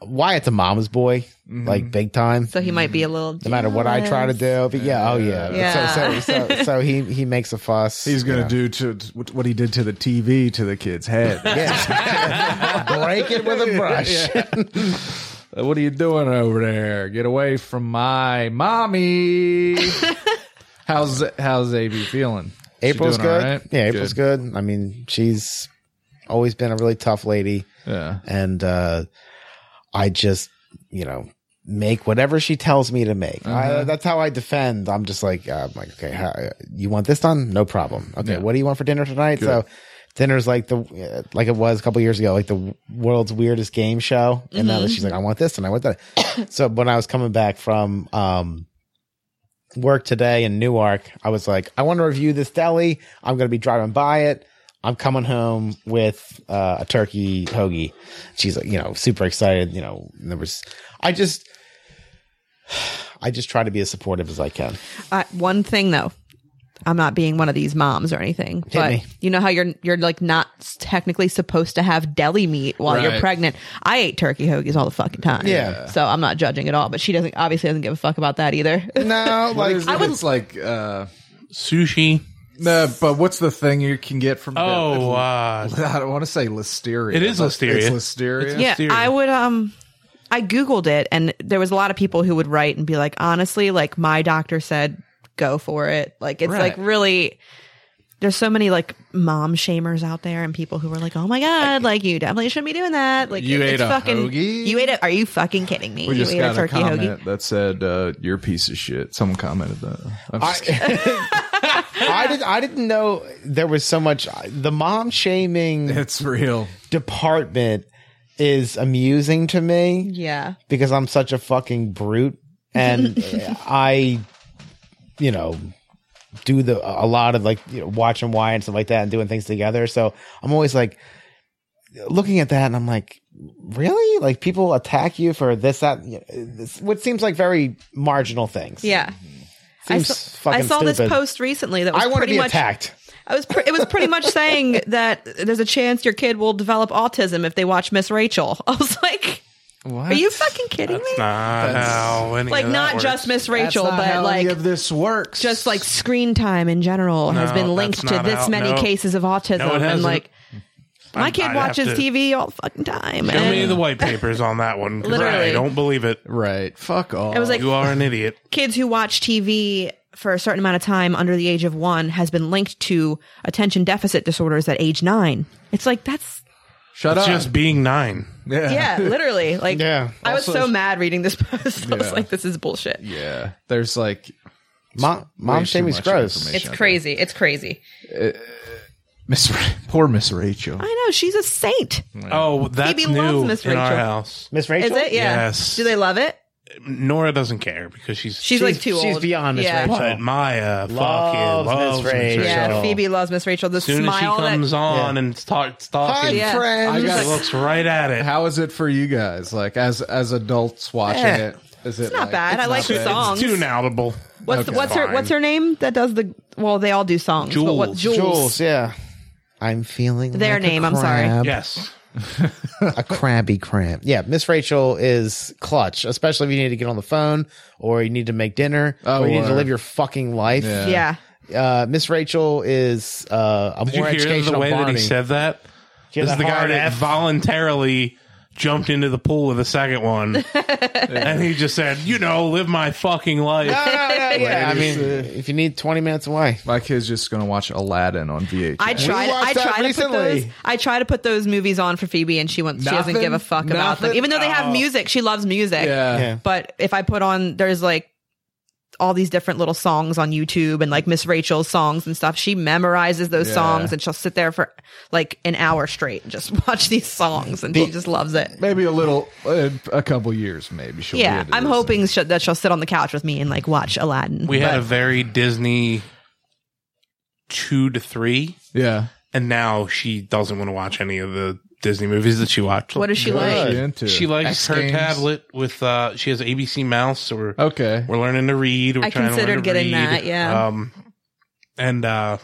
[SPEAKER 3] Wyatt's a mama's boy,
[SPEAKER 1] Mm-hmm.
[SPEAKER 3] like big time.
[SPEAKER 4] So he might be a little.
[SPEAKER 3] no matter what I try to do, but yeah, oh yeah.
[SPEAKER 4] Yeah.
[SPEAKER 3] So, so, so, so he he makes a fuss.
[SPEAKER 1] He's going
[SPEAKER 3] you know.
[SPEAKER 1] to do to what he did to the TV to the kid's head.
[SPEAKER 3] Yeah. break it with a brush.
[SPEAKER 1] Uh, What are you doing over there? Get away from my mommy. how's how's AB feeling? She
[SPEAKER 3] April's
[SPEAKER 1] doing all
[SPEAKER 3] good.
[SPEAKER 1] right?
[SPEAKER 3] Yeah, April's good. I mean, she's always been a really tough lady,
[SPEAKER 1] Yeah.
[SPEAKER 3] and uh, I just, you know, make whatever she tells me to make. I, that's how I defend. I'm just like, uh, I'm like, okay, how, you want this done? No problem. Okay,
[SPEAKER 1] Yeah.
[SPEAKER 3] what do you want for dinner tonight? So. Dinner's like the uh, like it was a couple years ago, like the world's weirdest game show. And now that she's like, I want this and I want that. so when I was coming back from um work today in Newark, I was like, I want to review this deli. I'm going to be driving by it. I'm coming home with uh, a turkey hoagie. She's like, you know, super excited. You know, and there was, I just, I just try to be as supportive as I can.
[SPEAKER 4] I, one thing though, I'm not being one of these moms or anything, but
[SPEAKER 3] me.
[SPEAKER 4] you know how you're you're like not technically supposed to have deli meat while you're
[SPEAKER 1] Right.
[SPEAKER 4] pregnant. I ate turkey hoagies all the fucking time.
[SPEAKER 3] Yeah.
[SPEAKER 4] so I'm not judging at all. But she doesn't obviously doesn't give a fuck about that either.
[SPEAKER 3] No, like,
[SPEAKER 1] I would, it's like uh
[SPEAKER 2] Sushi.
[SPEAKER 1] no, but what's the thing you can get from
[SPEAKER 2] Oh, uh,
[SPEAKER 1] I don't want to say listeria.
[SPEAKER 2] It is
[SPEAKER 1] but
[SPEAKER 2] listeria.
[SPEAKER 1] It's listeria.
[SPEAKER 4] yeah,
[SPEAKER 2] Serious.
[SPEAKER 4] I would um I googled it and there was a lot of people who would write and be like honestly like my doctor said go for it. Like it's like
[SPEAKER 2] Right.
[SPEAKER 4] really there's so many like mom shamers out there and people who were like, "Oh my god, like you definitely shouldn't be doing that." Like
[SPEAKER 1] You
[SPEAKER 4] it-
[SPEAKER 1] ate
[SPEAKER 4] it's
[SPEAKER 1] a
[SPEAKER 4] fucking
[SPEAKER 1] hoagie?
[SPEAKER 4] you ate it. Are you fucking kidding me?
[SPEAKER 1] We
[SPEAKER 4] you
[SPEAKER 1] just
[SPEAKER 4] ate
[SPEAKER 1] got
[SPEAKER 4] a
[SPEAKER 1] a
[SPEAKER 4] turkey
[SPEAKER 1] comment
[SPEAKER 4] hoagie.
[SPEAKER 1] that said uh, you're a piece of shit. Someone commented that. I'm just kidding.
[SPEAKER 3] I didn't, I didn't know there was so much. The mom shaming
[SPEAKER 1] it's real.
[SPEAKER 3] department is amusing to me.
[SPEAKER 4] Yeah.
[SPEAKER 3] because I'm such a fucking brute and I, you know, do the a lot of like you know, watching why and stuff like that and doing things together. So I'm always like looking at that and I'm like, really? Like people attack you for this that you know, this, what seems like very marginal things.
[SPEAKER 4] Yeah.
[SPEAKER 3] seems
[SPEAKER 4] I saw,
[SPEAKER 3] fucking
[SPEAKER 4] I saw this
[SPEAKER 3] stupid.
[SPEAKER 4] post recently that was
[SPEAKER 3] I want to
[SPEAKER 4] pretty
[SPEAKER 3] be
[SPEAKER 4] much
[SPEAKER 3] attacked.
[SPEAKER 4] I was. Pre- it was pretty much saying that there's a chance your kid will develop autism if they watch Miss Rachel. I was like, Are you fucking kidding me?
[SPEAKER 2] That's not how any
[SPEAKER 4] like
[SPEAKER 2] of that
[SPEAKER 4] not
[SPEAKER 2] works.
[SPEAKER 4] just Miss Rachel,
[SPEAKER 1] That's not
[SPEAKER 4] but
[SPEAKER 1] how any
[SPEAKER 4] like
[SPEAKER 1] of this works.
[SPEAKER 4] just like screen time in general has
[SPEAKER 2] No,
[SPEAKER 4] been
[SPEAKER 2] that's
[SPEAKER 4] linked to
[SPEAKER 2] not
[SPEAKER 4] this
[SPEAKER 2] how-
[SPEAKER 4] many
[SPEAKER 2] no.
[SPEAKER 4] cases of autism,
[SPEAKER 2] No, it
[SPEAKER 4] and
[SPEAKER 2] hasn't.
[SPEAKER 4] like my
[SPEAKER 2] I'm-
[SPEAKER 4] kid
[SPEAKER 2] I'd have to-
[SPEAKER 4] watches TV all the fucking time.
[SPEAKER 2] Show
[SPEAKER 4] and
[SPEAKER 2] me the white papers on that one. 'cause
[SPEAKER 4] Literally.
[SPEAKER 2] I don't believe it.
[SPEAKER 1] right. Fuck off.
[SPEAKER 4] I was like,
[SPEAKER 2] You are an idiot.
[SPEAKER 4] kids who watch TV for a certain amount of time under the age of one has been linked to attention deficit disorders at age nine. It's like that's
[SPEAKER 1] shut
[SPEAKER 2] It's
[SPEAKER 1] up.
[SPEAKER 2] just being nine.
[SPEAKER 4] yeah, literally. Like
[SPEAKER 3] Yeah.
[SPEAKER 4] I was
[SPEAKER 1] Also-
[SPEAKER 4] so mad reading this post. I was
[SPEAKER 1] Yeah.
[SPEAKER 4] like, this is bullshit.
[SPEAKER 1] yeah. There's like
[SPEAKER 3] Mom,
[SPEAKER 1] way
[SPEAKER 3] mom
[SPEAKER 1] too
[SPEAKER 3] shaming's
[SPEAKER 1] much
[SPEAKER 3] gross.
[SPEAKER 1] information.
[SPEAKER 4] It's crazy. It's crazy.
[SPEAKER 1] Miss Ra- poor Miss Rachel.
[SPEAKER 4] I know she's a saint.
[SPEAKER 2] Oh, that's
[SPEAKER 4] Phoebe loves
[SPEAKER 2] new
[SPEAKER 4] Miss
[SPEAKER 2] in our
[SPEAKER 4] Rachel.
[SPEAKER 2] house.
[SPEAKER 3] Miss Rachel?
[SPEAKER 4] Is it? Yeah.
[SPEAKER 2] Yes.
[SPEAKER 4] Do they love it?
[SPEAKER 2] Nora doesn't care because she's.
[SPEAKER 4] She's, like too
[SPEAKER 3] she's
[SPEAKER 4] old.
[SPEAKER 3] beyond Miss
[SPEAKER 4] yeah.
[SPEAKER 3] Rachel.
[SPEAKER 2] but Maya fucking
[SPEAKER 3] Loves Miss
[SPEAKER 2] loves Miss Rachel.
[SPEAKER 3] Rachel.
[SPEAKER 4] Yeah,
[SPEAKER 3] Rachel.
[SPEAKER 4] Phoebe loves Miss Rachel. The
[SPEAKER 2] As soon as she
[SPEAKER 4] smile
[SPEAKER 2] comes
[SPEAKER 4] that
[SPEAKER 2] on and starts talking,
[SPEAKER 4] Yeah.
[SPEAKER 1] I
[SPEAKER 3] friends.
[SPEAKER 1] got-
[SPEAKER 2] she looks right at it.
[SPEAKER 1] How is it for you guys? Like as as adults watching
[SPEAKER 2] Eh.
[SPEAKER 1] it, is it
[SPEAKER 4] not
[SPEAKER 1] like,
[SPEAKER 4] bad. I like the
[SPEAKER 2] It's
[SPEAKER 4] songs.
[SPEAKER 2] too notable.
[SPEAKER 4] What's
[SPEAKER 1] Okay.
[SPEAKER 4] what's her
[SPEAKER 2] Fine.
[SPEAKER 4] what's her name that does the well? They all do songs. But what,
[SPEAKER 2] Jules.
[SPEAKER 4] Jules.
[SPEAKER 3] Jules, yeah. I'm feeling
[SPEAKER 4] Their
[SPEAKER 3] like a
[SPEAKER 4] name, I'm sorry.
[SPEAKER 3] crab.
[SPEAKER 2] Yes.
[SPEAKER 3] a crabby cramp. Yeah, Miss Rachel is clutch, especially if you need to get on the phone or you need to make dinner
[SPEAKER 1] Oh,
[SPEAKER 3] or you need to
[SPEAKER 1] or-
[SPEAKER 3] live your fucking life.
[SPEAKER 1] Yeah.
[SPEAKER 4] Yeah.
[SPEAKER 3] Uh, Miss Rachel is uh, a
[SPEAKER 2] Did
[SPEAKER 3] more
[SPEAKER 2] you hear the
[SPEAKER 3] educational
[SPEAKER 2] way
[SPEAKER 3] Barney.
[SPEAKER 2] that he said that?
[SPEAKER 3] She has
[SPEAKER 2] This is
[SPEAKER 3] a
[SPEAKER 2] the guy
[SPEAKER 3] hard
[SPEAKER 2] that
[SPEAKER 3] F.
[SPEAKER 2] voluntarily jumped into the pool with the second one, and he just said, "You know, live my fucking life."
[SPEAKER 3] No, no, no, yeah. I mean,
[SPEAKER 1] Ladies,
[SPEAKER 2] uh,
[SPEAKER 3] if you need 20 minutes away.
[SPEAKER 1] My kid's just gonna watch Aladdin on VHS.
[SPEAKER 4] I tried. I
[SPEAKER 3] watched that
[SPEAKER 4] try to put
[SPEAKER 3] recently.
[SPEAKER 4] those. I try to put those movies on for Phoebe, and she wants. She doesn't
[SPEAKER 1] Nothing?
[SPEAKER 4] give a fuck about them.
[SPEAKER 1] Nothing?
[SPEAKER 4] Even though they have music, she loves music.
[SPEAKER 1] yeah.
[SPEAKER 3] Yeah.
[SPEAKER 4] But if I put on, there's like all these different little songs on YouTube and like Miss Rachel's songs and stuff. She memorizes those
[SPEAKER 1] Yeah.
[SPEAKER 4] songs, and she'll sit there for like an hour straight and just watch these songs, and she just loves it.
[SPEAKER 1] Maybe a little, uh, a couple years, maybe she'll. be
[SPEAKER 4] Yeah,
[SPEAKER 1] into
[SPEAKER 4] I'm
[SPEAKER 1] this
[SPEAKER 4] hoping she, that she'll sit on the couch with me and like watch Aladdin.
[SPEAKER 2] We had a
[SPEAKER 4] But-
[SPEAKER 2] very Disney two to three,
[SPEAKER 1] and- Yeah,
[SPEAKER 2] and now she doesn't want to watch any of the Disney movies that she watched.
[SPEAKER 4] what is she
[SPEAKER 1] What is
[SPEAKER 4] like?
[SPEAKER 1] she into?
[SPEAKER 2] She likes
[SPEAKER 1] X
[SPEAKER 2] her
[SPEAKER 1] Games?
[SPEAKER 2] tablet with. uh She has ABC Mouse, so we're
[SPEAKER 1] Okay,
[SPEAKER 2] we're learning to read. We're
[SPEAKER 4] I
[SPEAKER 2] trying
[SPEAKER 4] considered
[SPEAKER 2] to learn to
[SPEAKER 4] getting
[SPEAKER 2] read.
[SPEAKER 4] that, yeah.
[SPEAKER 2] Um, and uh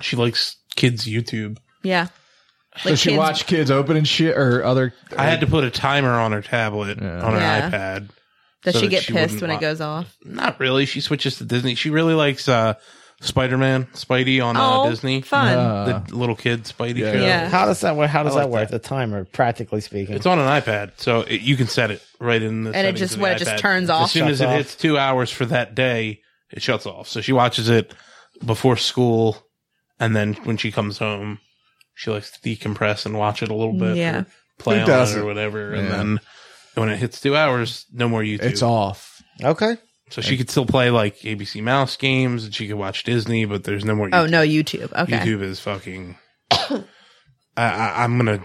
[SPEAKER 2] she likes kids YouTube.
[SPEAKER 4] Yeah.
[SPEAKER 1] so she
[SPEAKER 4] kids-
[SPEAKER 1] watch kids opening shit or other.
[SPEAKER 2] I had to put a timer on her tablet
[SPEAKER 1] Yeah.
[SPEAKER 2] on her
[SPEAKER 4] Yeah.
[SPEAKER 2] iPad.
[SPEAKER 4] Does
[SPEAKER 2] so
[SPEAKER 4] she
[SPEAKER 2] that
[SPEAKER 4] get
[SPEAKER 2] she
[SPEAKER 4] pissed
[SPEAKER 2] wouldn't
[SPEAKER 4] when
[SPEAKER 2] wa-
[SPEAKER 4] it goes off?
[SPEAKER 2] Not really. She switches to Disney. She really likes uh Spider Man, Spidey on uh,
[SPEAKER 4] oh,
[SPEAKER 2] Disney.
[SPEAKER 4] fun.
[SPEAKER 1] Uh,
[SPEAKER 2] The little kid Spidey
[SPEAKER 1] Yeah.
[SPEAKER 2] show.
[SPEAKER 4] Yeah.
[SPEAKER 3] How does that work? How does
[SPEAKER 2] I like
[SPEAKER 3] that work? The timer, practically speaking.
[SPEAKER 2] It's on an iPad, so it, you can set it right in the.
[SPEAKER 4] And it
[SPEAKER 2] settings
[SPEAKER 4] just-
[SPEAKER 2] of the
[SPEAKER 4] what, it just
[SPEAKER 2] iPad.
[SPEAKER 4] turns
[SPEAKER 2] as
[SPEAKER 4] off?
[SPEAKER 2] soon as
[SPEAKER 3] Shuts
[SPEAKER 2] it
[SPEAKER 3] off.
[SPEAKER 2] hits two hours for that day. It shuts off, so she watches it before school, and then when she comes home, she likes to decompress and watch it a little bit.
[SPEAKER 4] Yeah.
[SPEAKER 2] or play
[SPEAKER 1] Who
[SPEAKER 2] on it
[SPEAKER 1] doesn't?
[SPEAKER 2] or whatever,
[SPEAKER 1] Yeah.
[SPEAKER 2] and then when it hits two hours, no more YouTube.
[SPEAKER 1] It's off.
[SPEAKER 3] okay.
[SPEAKER 2] So she could still play like ABC Mouse games, and she could watch Disney, but there's no more.
[SPEAKER 4] Oh no, YouTube. Okay.
[SPEAKER 2] YouTube is fucking. I, I, I'm gonna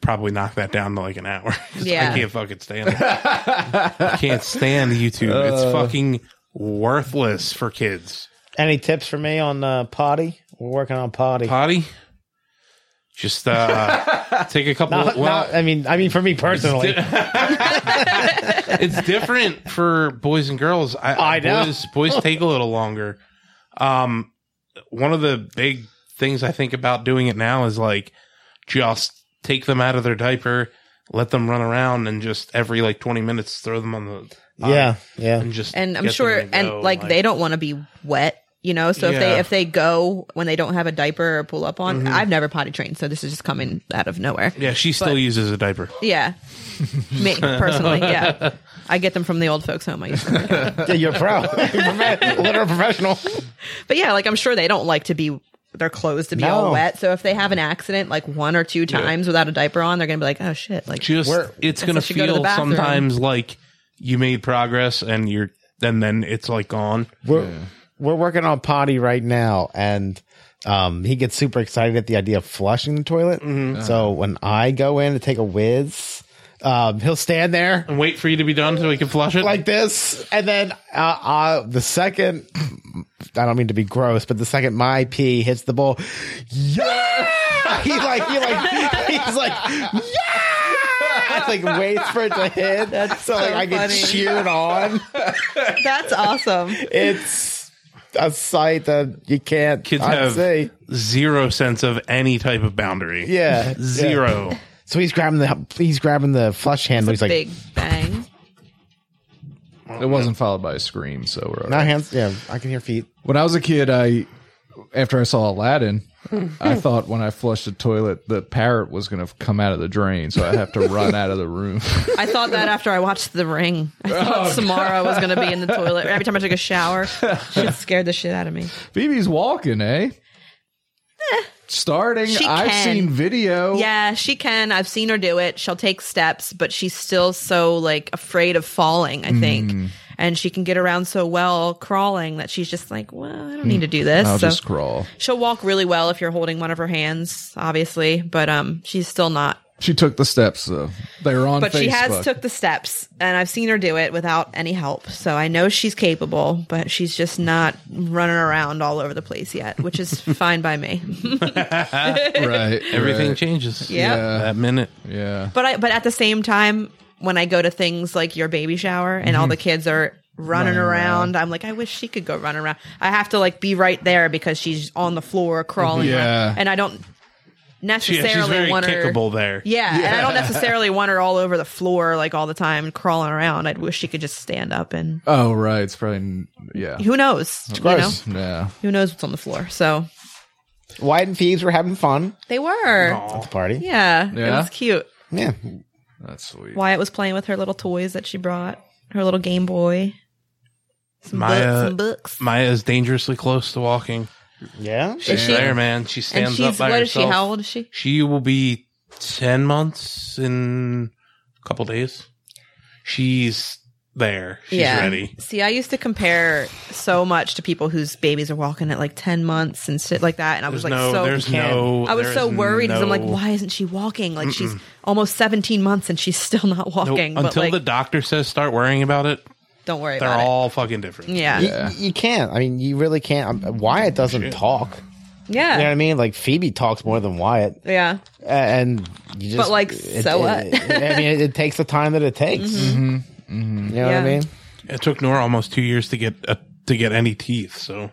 [SPEAKER 2] probably knock that down to like an hour. 'Cause
[SPEAKER 4] Yeah.
[SPEAKER 2] I can't fucking stand it. I can't stand YouTube. it's
[SPEAKER 3] Uh.
[SPEAKER 2] fucking worthless for kids.
[SPEAKER 3] Any tips for me on uh, potty? We're working on potty.
[SPEAKER 2] Potty. Just uh, take a couple.
[SPEAKER 3] Not-
[SPEAKER 2] of, well,
[SPEAKER 3] not- I mean, I mean, for me personally,
[SPEAKER 2] it's different for boys and girls. I,
[SPEAKER 3] I know.
[SPEAKER 2] Boys, boys take a little longer. Um, one of the big things I think about doing it now is like just take them out of their diaper, let them run around, and just every like twenty minutes throw them on the
[SPEAKER 3] yeah, yeah.
[SPEAKER 2] and just
[SPEAKER 4] And I'm
[SPEAKER 2] get
[SPEAKER 4] sure,
[SPEAKER 2] them to
[SPEAKER 4] and
[SPEAKER 2] go,
[SPEAKER 4] like, they don't want to be wet, you know. So if
[SPEAKER 2] Yeah.
[SPEAKER 4] they if they go when they don't have a diaper or pull up on, I've never potty trained, so this is just coming out of nowhere.
[SPEAKER 2] Yeah, she still uses a diaper.
[SPEAKER 4] Yeah. Me personally, yeah. I get them from the old folks home. I used to.
[SPEAKER 3] yeah you're a pro, literal professional.
[SPEAKER 4] But yeah, like I'm sure they don't like to be their clothes to be
[SPEAKER 3] No.
[SPEAKER 4] all wet. So if they have an accident like one or two times without a diaper on, they're gonna be like, oh shit, like
[SPEAKER 2] Just
[SPEAKER 3] Where-
[SPEAKER 2] it's
[SPEAKER 4] I
[SPEAKER 2] gonna
[SPEAKER 4] said she go to the
[SPEAKER 2] feel
[SPEAKER 4] bathroom.
[SPEAKER 2] sometimes like you made progress and you're and then it's like gone.
[SPEAKER 3] We're we're working on potty right now, and um, he gets super excited at the idea of flushing the toilet. So when I go in to take a whiz, um, he'll stand there
[SPEAKER 2] And wait for you to be done so we can flush it.
[SPEAKER 3] like this, and then uh, uh, the second. I don't mean to be gross, but the second my pee hits the bowl, yeah, he like he like he's like yeah, It's like waits for it to hit. That's so, like
[SPEAKER 4] so
[SPEAKER 3] I get
[SPEAKER 4] funny.
[SPEAKER 3] cheered on.
[SPEAKER 4] that's awesome.
[SPEAKER 3] It's a sight that you can't
[SPEAKER 2] Kids
[SPEAKER 3] unsee.
[SPEAKER 2] have zero sense of any type of boundary.
[SPEAKER 3] Yeah.
[SPEAKER 2] Zero.
[SPEAKER 3] So he's grabbing the he's grabbing the flush handle. He's like,
[SPEAKER 4] Big bang.
[SPEAKER 1] It wasn't followed by a scream, so we're all
[SPEAKER 3] not
[SPEAKER 1] right.
[SPEAKER 3] hands. Yeah, I can hear feet.
[SPEAKER 1] When I was a kid, I after I saw Aladdin, I thought when I flushed the toilet, the parrot was going to come out of the drain, so I have to run out of the room.
[SPEAKER 4] I thought that after I watched The Ring. I
[SPEAKER 1] Oh,
[SPEAKER 4] thought Samara was going to be in the toilet every time I took a shower. She scared the shit out of me.
[SPEAKER 1] Phoebe's walking, eh? Starting.
[SPEAKER 4] Eh. She
[SPEAKER 1] I've
[SPEAKER 4] can.
[SPEAKER 1] seen video.
[SPEAKER 4] Yeah, she can. I've seen her do it. She'll take steps, but she's still so like afraid of falling, I think.
[SPEAKER 1] Mm.
[SPEAKER 4] And she can get around so well crawling that she's just like, well, I don't need to do this.
[SPEAKER 1] I'll
[SPEAKER 4] so
[SPEAKER 1] just crawl.
[SPEAKER 4] she'll walk really well if you're holding one of her hands, obviously, but um she's still not.
[SPEAKER 1] She took the steps though. They were on
[SPEAKER 4] But
[SPEAKER 1] Facebook.
[SPEAKER 4] she has took the steps and I've seen her do it without any help. So I know she's capable, but she's just not running around all over the place yet, which is fine by me.
[SPEAKER 1] right.
[SPEAKER 2] Everything
[SPEAKER 1] right.
[SPEAKER 2] changes.
[SPEAKER 4] Yeah.
[SPEAKER 2] That minute.
[SPEAKER 1] Yeah.
[SPEAKER 4] But I but at the same time, when I go to things like your baby shower and all the kids are running, around, I'm like, I wish she could go run around. I have to like be right there because she's on the floor crawling.
[SPEAKER 1] Yeah.
[SPEAKER 4] around. and I don't
[SPEAKER 2] She,
[SPEAKER 4] necessarily
[SPEAKER 2] she's very
[SPEAKER 4] want her.
[SPEAKER 2] kickable there.
[SPEAKER 4] Yeah, and I don't necessarily want her all over the floor like all the time crawling around. I wish she could just stand up and
[SPEAKER 1] Oh right. It's probably yeah.
[SPEAKER 4] who knows? You know?
[SPEAKER 3] gross.
[SPEAKER 1] Yeah.
[SPEAKER 4] Who knows what's on the floor? So
[SPEAKER 3] White and Thieves were having fun
[SPEAKER 4] they were.
[SPEAKER 3] at the party.
[SPEAKER 4] Yeah, It
[SPEAKER 1] Yeah?
[SPEAKER 4] was cute.
[SPEAKER 3] Yeah.
[SPEAKER 1] That's sweet.
[SPEAKER 4] Wyatt was playing with her little toys that she brought, her little Game Boy. Some books,
[SPEAKER 2] Maya-
[SPEAKER 4] some books.
[SPEAKER 2] Maya's dangerously close to walking.
[SPEAKER 3] Yeah.
[SPEAKER 4] Is
[SPEAKER 2] She's
[SPEAKER 4] she-
[SPEAKER 2] there, man. She
[SPEAKER 4] And
[SPEAKER 2] stands up
[SPEAKER 4] she's
[SPEAKER 2] by
[SPEAKER 4] what is
[SPEAKER 2] herself.
[SPEAKER 4] she? How old is she?
[SPEAKER 2] She will be 10 months in a couple days. She's there. She's ready.
[SPEAKER 4] See, I used to compare so much to people whose babies are walking at like ten months and shit like that, and I
[SPEAKER 2] There's
[SPEAKER 4] was like
[SPEAKER 2] no,
[SPEAKER 4] so.
[SPEAKER 2] there's
[SPEAKER 3] can't.
[SPEAKER 2] no,
[SPEAKER 4] I was
[SPEAKER 2] there
[SPEAKER 4] so
[SPEAKER 2] is
[SPEAKER 4] worried because I'm like,
[SPEAKER 2] no-
[SPEAKER 4] why isn't she walking? Like she's almost 17 months and she's still not
[SPEAKER 2] no-
[SPEAKER 4] walking. but
[SPEAKER 2] until
[SPEAKER 4] like,
[SPEAKER 2] the doctor says start worrying about it,
[SPEAKER 4] don't worry
[SPEAKER 2] they're
[SPEAKER 4] about it.
[SPEAKER 2] all fucking different.
[SPEAKER 4] Yeah.
[SPEAKER 3] You,
[SPEAKER 1] Yeah.
[SPEAKER 4] yeah,
[SPEAKER 3] you can't. I mean, you really can't. Um, Wyatt
[SPEAKER 2] Oh,
[SPEAKER 3] doesn't talk. You know what I mean? Like Phoebe talks more than Wyatt,
[SPEAKER 4] yeah.
[SPEAKER 3] A- and you just.
[SPEAKER 4] But, like, so what? Mm-hmm.
[SPEAKER 3] I mean, it, it takes the time that it takes.
[SPEAKER 2] Mm-hmm.
[SPEAKER 3] Mm-hmm. You know what I
[SPEAKER 4] Yeah.
[SPEAKER 3] mean?
[SPEAKER 2] It took Nora almost two years to get uh, to get any teeth, so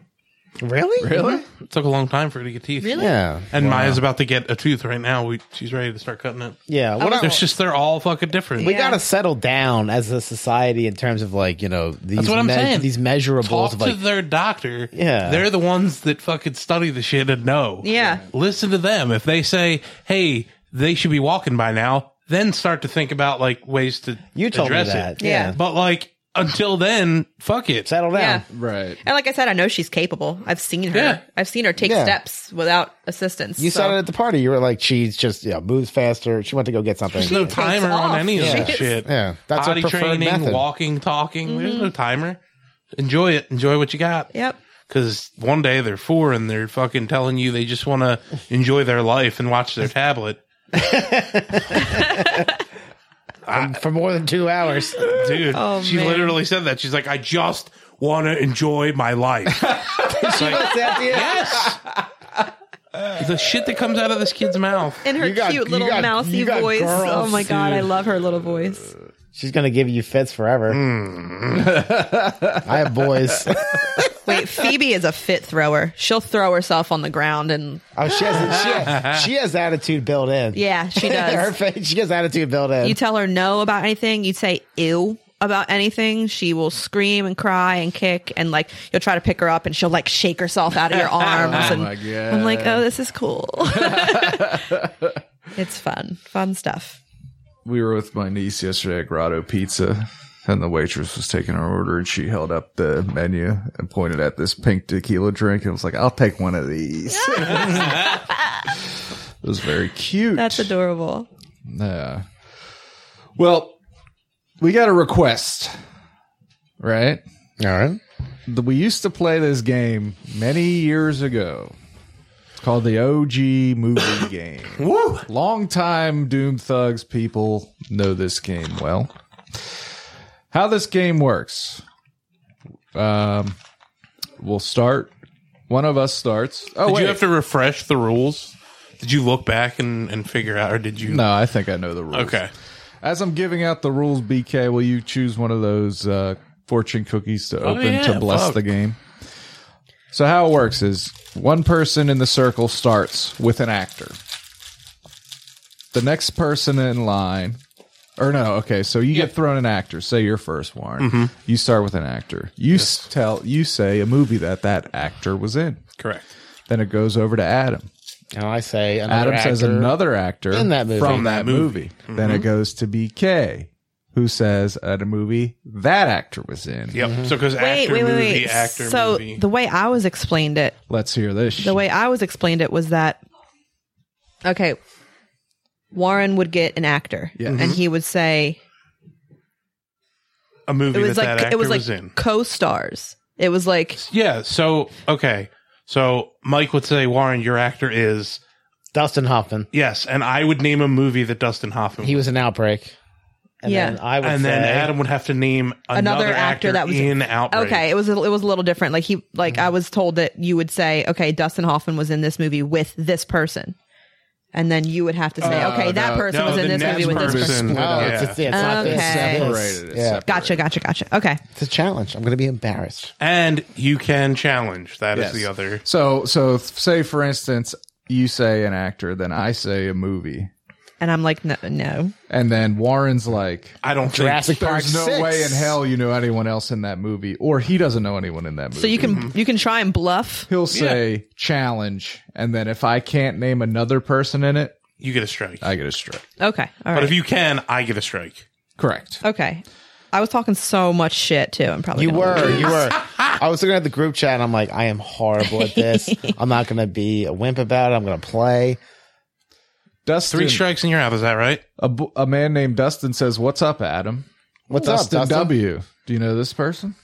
[SPEAKER 3] Really?
[SPEAKER 1] Really?
[SPEAKER 2] it took a long time for her to get teeth.
[SPEAKER 4] Really?
[SPEAKER 3] Yeah.
[SPEAKER 2] And Maya's about to get a tooth right now. We, she's ready to start cutting it.
[SPEAKER 3] Yeah. What
[SPEAKER 4] was-
[SPEAKER 3] I-
[SPEAKER 2] There's just they're all fucking different.
[SPEAKER 3] we
[SPEAKER 4] Oh,
[SPEAKER 3] got
[SPEAKER 4] Yeah.
[SPEAKER 3] to settle down as a society in terms of like you know these
[SPEAKER 2] what I'm
[SPEAKER 3] me-
[SPEAKER 2] saying.
[SPEAKER 3] these measurables
[SPEAKER 2] Talk
[SPEAKER 3] of
[SPEAKER 2] to
[SPEAKER 3] like
[SPEAKER 2] their doctor.
[SPEAKER 3] Yeah.
[SPEAKER 2] They're the ones that fucking study the shit and know.
[SPEAKER 4] Yeah.
[SPEAKER 2] Listen to them. If they say, hey, they should be walking by now, then start to think about like ways to
[SPEAKER 3] you told me
[SPEAKER 2] address
[SPEAKER 3] that
[SPEAKER 2] it.
[SPEAKER 4] Yeah.
[SPEAKER 3] yeah.
[SPEAKER 2] But like until then, fuck it.
[SPEAKER 3] settle down
[SPEAKER 4] Yeah.
[SPEAKER 1] Right.
[SPEAKER 4] And like I said, I know she's capable. I've seen her.
[SPEAKER 2] Yeah.
[SPEAKER 4] I've seen her take
[SPEAKER 3] Yeah.
[SPEAKER 4] steps without assistance.
[SPEAKER 3] You
[SPEAKER 4] so.
[SPEAKER 3] said it at the party. You were like, she's just yeah, moves faster. She went to go get something.
[SPEAKER 2] There's no
[SPEAKER 4] takes
[SPEAKER 2] timer
[SPEAKER 4] off.
[SPEAKER 2] on any of
[SPEAKER 4] Yeah.
[SPEAKER 2] that shit.
[SPEAKER 3] yeah, that's
[SPEAKER 2] Body
[SPEAKER 3] a preferred
[SPEAKER 2] training,
[SPEAKER 3] method.
[SPEAKER 2] walking, talking. There's
[SPEAKER 3] Mm-hmm.
[SPEAKER 2] no timer. Enjoy it. Enjoy what you got.
[SPEAKER 4] Yep.
[SPEAKER 2] Because one day they're four and they're fucking telling you they just want to enjoy their life and watch their tablet.
[SPEAKER 3] Um, for more than two hours.
[SPEAKER 2] Dude,
[SPEAKER 4] Oh,
[SPEAKER 2] she
[SPEAKER 4] man.
[SPEAKER 2] literally said that. She's like, I just want to enjoy my life. It's like, yes. the shit that comes out of this kid's mouth.
[SPEAKER 4] In her
[SPEAKER 3] You got-
[SPEAKER 4] cute
[SPEAKER 3] you
[SPEAKER 4] little
[SPEAKER 3] got-
[SPEAKER 4] mousy
[SPEAKER 3] you got
[SPEAKER 4] voice. oh
[SPEAKER 3] girls,
[SPEAKER 4] my god,
[SPEAKER 2] dude.
[SPEAKER 4] I love her little voice.
[SPEAKER 3] She's gonna give you fits forever.
[SPEAKER 1] Hmm.
[SPEAKER 3] I have boys.
[SPEAKER 4] Wait, Phoebe is a fit thrower. She'll throw herself on the ground and
[SPEAKER 3] Oh, she has she has, she has attitude built in.
[SPEAKER 4] yeah, she does.
[SPEAKER 3] her face. She has attitude built in.
[SPEAKER 4] You tell her no about anything, you say ew about anything, she will scream and cry and kick and like you'll try to pick her up and she'll like shake herself out of your arms
[SPEAKER 1] Oh
[SPEAKER 4] and
[SPEAKER 1] my god.
[SPEAKER 4] I'm like, "Oh, this is cool." it's fun. Fun stuff.
[SPEAKER 1] we were with my niece yesterday at Grotto Pizza, and the waitress was taking her order, and she held up the menu and pointed at this pink tequila drink, and was like, "I'll take one of these." it was very cute.
[SPEAKER 4] That's adorable.
[SPEAKER 1] Yeah. Well, we got a request, right?
[SPEAKER 3] All right.
[SPEAKER 1] The- We used to play this game many years ago. It's called the OG movie game.
[SPEAKER 2] Woo!
[SPEAKER 1] Longtime Doom Thugs people know this game well. How this game works. Um, we'll start. One of us starts. Oh,
[SPEAKER 2] Did
[SPEAKER 1] wait.
[SPEAKER 2] you have to refresh the rules? Did you look back and, and figure out, or did you?
[SPEAKER 1] no, I think I know the rules.
[SPEAKER 2] Okay.
[SPEAKER 1] As I'm giving out the rules, BK, will you choose one of those uh, fortune cookies to open
[SPEAKER 2] Oh, yeah,
[SPEAKER 1] to bless
[SPEAKER 2] fuck.
[SPEAKER 1] the game? So how it works is one person in the circle starts with an actor. the next person in line, or no, okay, so you get thrown an actor. Say your first, Warren.
[SPEAKER 2] Mm-hmm.
[SPEAKER 1] You start with an actor. You s- tell, you say a movie that that actor was in.
[SPEAKER 2] Correct.
[SPEAKER 1] Then it goes over to Adam.
[SPEAKER 3] And I say another
[SPEAKER 1] Adam says
[SPEAKER 3] actor.
[SPEAKER 1] another actor
[SPEAKER 3] in that movie. Mm-hmm.
[SPEAKER 1] from that movie. Then it goes to BK, who says at a movie that actor was in.
[SPEAKER 2] Yep. So because
[SPEAKER 4] Wait,
[SPEAKER 2] actor
[SPEAKER 4] wait, wait,
[SPEAKER 2] movie,
[SPEAKER 4] wait.
[SPEAKER 2] actor
[SPEAKER 4] so
[SPEAKER 2] movie.
[SPEAKER 4] the way I was explained it,
[SPEAKER 1] Let's hear this.
[SPEAKER 4] the way I was explained it was that okay, Warren would get an actor,
[SPEAKER 1] Yes.
[SPEAKER 4] and he would say
[SPEAKER 2] a movie
[SPEAKER 4] it was
[SPEAKER 2] that that
[SPEAKER 4] like
[SPEAKER 2] actor
[SPEAKER 4] it was like
[SPEAKER 2] in.
[SPEAKER 4] co-stars. It was like
[SPEAKER 2] Yeah. So okay. So Mike would say, Warren, your actor is
[SPEAKER 3] Dustin Hoffman.
[SPEAKER 2] yes, and I would name a movie that Dustin Hoffman.
[SPEAKER 3] He was in Outbreak. And
[SPEAKER 4] Yeah.
[SPEAKER 3] Then I would
[SPEAKER 2] and
[SPEAKER 3] say,
[SPEAKER 2] then Adam would have to name another, actor, that was in Outbreak.
[SPEAKER 4] okay, it was a, it was a little different. Like he like I was told that you would say okay, Dustin Hoffman was in this movie with this person. And then you would have to say,
[SPEAKER 1] Uh,
[SPEAKER 4] okay, that
[SPEAKER 1] no,
[SPEAKER 4] person
[SPEAKER 2] no,
[SPEAKER 4] was in
[SPEAKER 2] the
[SPEAKER 4] this movie
[SPEAKER 2] next
[SPEAKER 4] with this
[SPEAKER 1] person.
[SPEAKER 4] person.
[SPEAKER 3] Oh,
[SPEAKER 2] Yeah.
[SPEAKER 3] it's, it's, it's not this.
[SPEAKER 4] Okay.
[SPEAKER 3] it's this.
[SPEAKER 1] Separated. It's
[SPEAKER 3] Yeah.
[SPEAKER 1] separated.
[SPEAKER 4] Gotcha, gotcha, gotcha. Okay.
[SPEAKER 3] It's a challenge. I'm going to be embarrassed.
[SPEAKER 2] And you can challenge. That is
[SPEAKER 1] Yes.
[SPEAKER 2] the other.
[SPEAKER 1] So, so th- say for instance, you say an actor, then I say a movie,
[SPEAKER 4] And I'm like, no, no.
[SPEAKER 1] and then Warren's like,
[SPEAKER 2] I don't
[SPEAKER 3] Jurassic
[SPEAKER 2] think.
[SPEAKER 3] Park
[SPEAKER 1] "There's no
[SPEAKER 3] six.
[SPEAKER 1] way in hell you know anyone else in that movie," or he doesn't know anyone in that movie.
[SPEAKER 4] So you can
[SPEAKER 2] Mm-hmm.
[SPEAKER 4] you can try and bluff.
[SPEAKER 1] He'll say challenge, and then if I can't name another person in it,
[SPEAKER 2] You get a strike.
[SPEAKER 1] I get a strike.
[SPEAKER 4] Okay. All
[SPEAKER 2] but
[SPEAKER 4] right.
[SPEAKER 2] if you can, I get a strike.
[SPEAKER 1] Correct.
[SPEAKER 4] okay. I was talking so much shit too. I'm probably
[SPEAKER 3] You
[SPEAKER 4] gonna lose.
[SPEAKER 3] were. You were. I was looking at the group chat and I'm like, I am horrible at this. I'm not going to be a wimp about it. I'm going to play.
[SPEAKER 1] Dustin,
[SPEAKER 2] Three strikes and you're out. Is that right?
[SPEAKER 1] a, bo- a man named Dustin says, "What's up, Adam?"
[SPEAKER 3] What's
[SPEAKER 1] Dustin,
[SPEAKER 3] up, Dustin?
[SPEAKER 1] W. Do you know this person?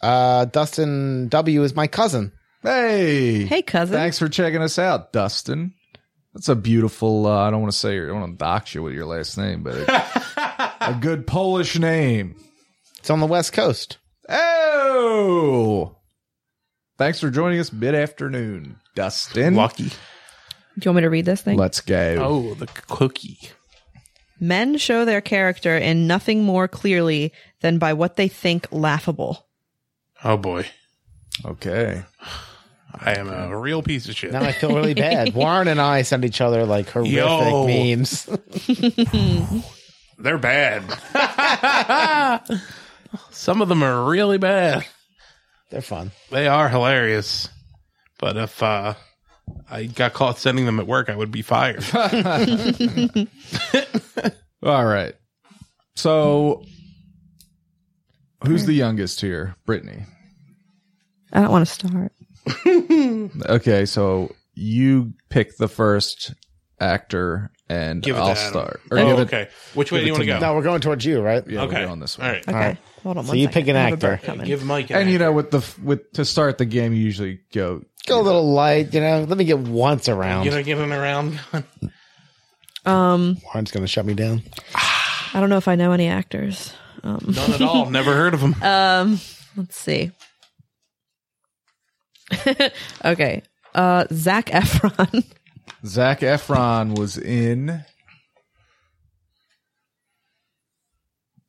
[SPEAKER 3] Uh, Dustin W is my cousin.
[SPEAKER 1] Hey.
[SPEAKER 4] Hey cousin.
[SPEAKER 1] Thanks for checking us out, Dustin. That's a beautiful. Uh, I don't want to say. your- I don't want to dox you with your last name, but a, a good Polish name.
[SPEAKER 3] It's on the West Coast.
[SPEAKER 1] Oh, thanks for joining us mid afternoon, Dustin.
[SPEAKER 2] Lucky.
[SPEAKER 4] Do you want me to read this thing?
[SPEAKER 1] Let's go.
[SPEAKER 2] Oh, the cookie.
[SPEAKER 4] Men show their character in nothing more clearly than by what they think laughable.
[SPEAKER 2] Oh boy,
[SPEAKER 3] Oh.
[SPEAKER 1] Okay.
[SPEAKER 2] I am a real piece of shit.
[SPEAKER 3] Now I feel really bad. Warren and I send each other like horrific
[SPEAKER 2] Yo.
[SPEAKER 3] memes.
[SPEAKER 2] They're bad. Some of them are really bad.
[SPEAKER 3] They're fun.
[SPEAKER 2] They are hilarious. But if uh, I got caught sending them at work, I would be fired.
[SPEAKER 1] All right. So, who's the youngest here? Brittany.
[SPEAKER 4] I don't want to start.
[SPEAKER 1] Okay, so you pick the first actor, and
[SPEAKER 2] Give it
[SPEAKER 1] I'll
[SPEAKER 2] to Adam.
[SPEAKER 1] start. Or
[SPEAKER 2] oh,
[SPEAKER 1] give it-
[SPEAKER 2] okay. Which way do you want to go?
[SPEAKER 3] No, we're going towards you, right?
[SPEAKER 1] Yeah,
[SPEAKER 2] okay.
[SPEAKER 1] we're on this one.
[SPEAKER 2] All right.
[SPEAKER 4] Okay.
[SPEAKER 3] right.
[SPEAKER 4] Hold on
[SPEAKER 3] So
[SPEAKER 4] one
[SPEAKER 3] you
[SPEAKER 4] second.
[SPEAKER 3] pick an
[SPEAKER 4] I have a
[SPEAKER 3] actor.
[SPEAKER 4] bird coming.
[SPEAKER 2] Give Mike. An
[SPEAKER 1] and you
[SPEAKER 2] actor.
[SPEAKER 1] know with the f- with to start the game you usually go
[SPEAKER 3] Go a little light, you know. Let me get once around.
[SPEAKER 2] you know, giving around.
[SPEAKER 4] um
[SPEAKER 3] Warren's going to shut me down.
[SPEAKER 4] I don't know if I know any actors.
[SPEAKER 2] None at all. Never heard of him.
[SPEAKER 4] Um, let's see. okay. Uh, Zach Efron.
[SPEAKER 1] zach efron was in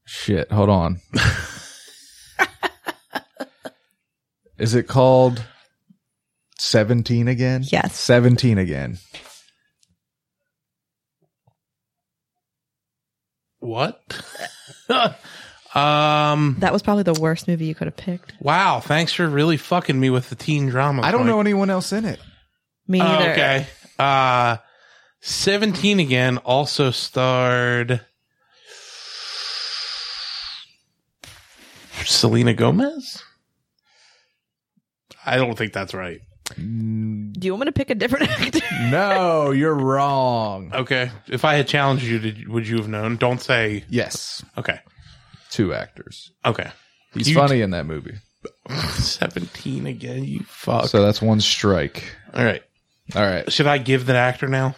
[SPEAKER 1] shit hold on is it called 17 again
[SPEAKER 4] Yes.
[SPEAKER 1] 17 again
[SPEAKER 2] what? um.
[SPEAKER 4] that was probably the worst movie you could have picked.
[SPEAKER 2] Wow. Thanks for really fucking me with the teen drama.
[SPEAKER 1] i don't know anyone else in it
[SPEAKER 4] Me
[SPEAKER 2] Oh,
[SPEAKER 4] either.
[SPEAKER 2] okay. Uh, 17 again also starred Selena Gomez? I don't think that's right.
[SPEAKER 4] Do you want me to pick a different actor?
[SPEAKER 1] no you're wrong
[SPEAKER 2] Okay. If I had challenged you, did, would you have known? Don't say.
[SPEAKER 1] yes
[SPEAKER 2] Okay.
[SPEAKER 1] two actors
[SPEAKER 2] Okay.
[SPEAKER 1] he's
[SPEAKER 2] You-
[SPEAKER 1] funny in that movie
[SPEAKER 2] 17 again, you fuck.
[SPEAKER 1] so that's one strike
[SPEAKER 2] All right.
[SPEAKER 1] all right
[SPEAKER 2] Should I give the actor now?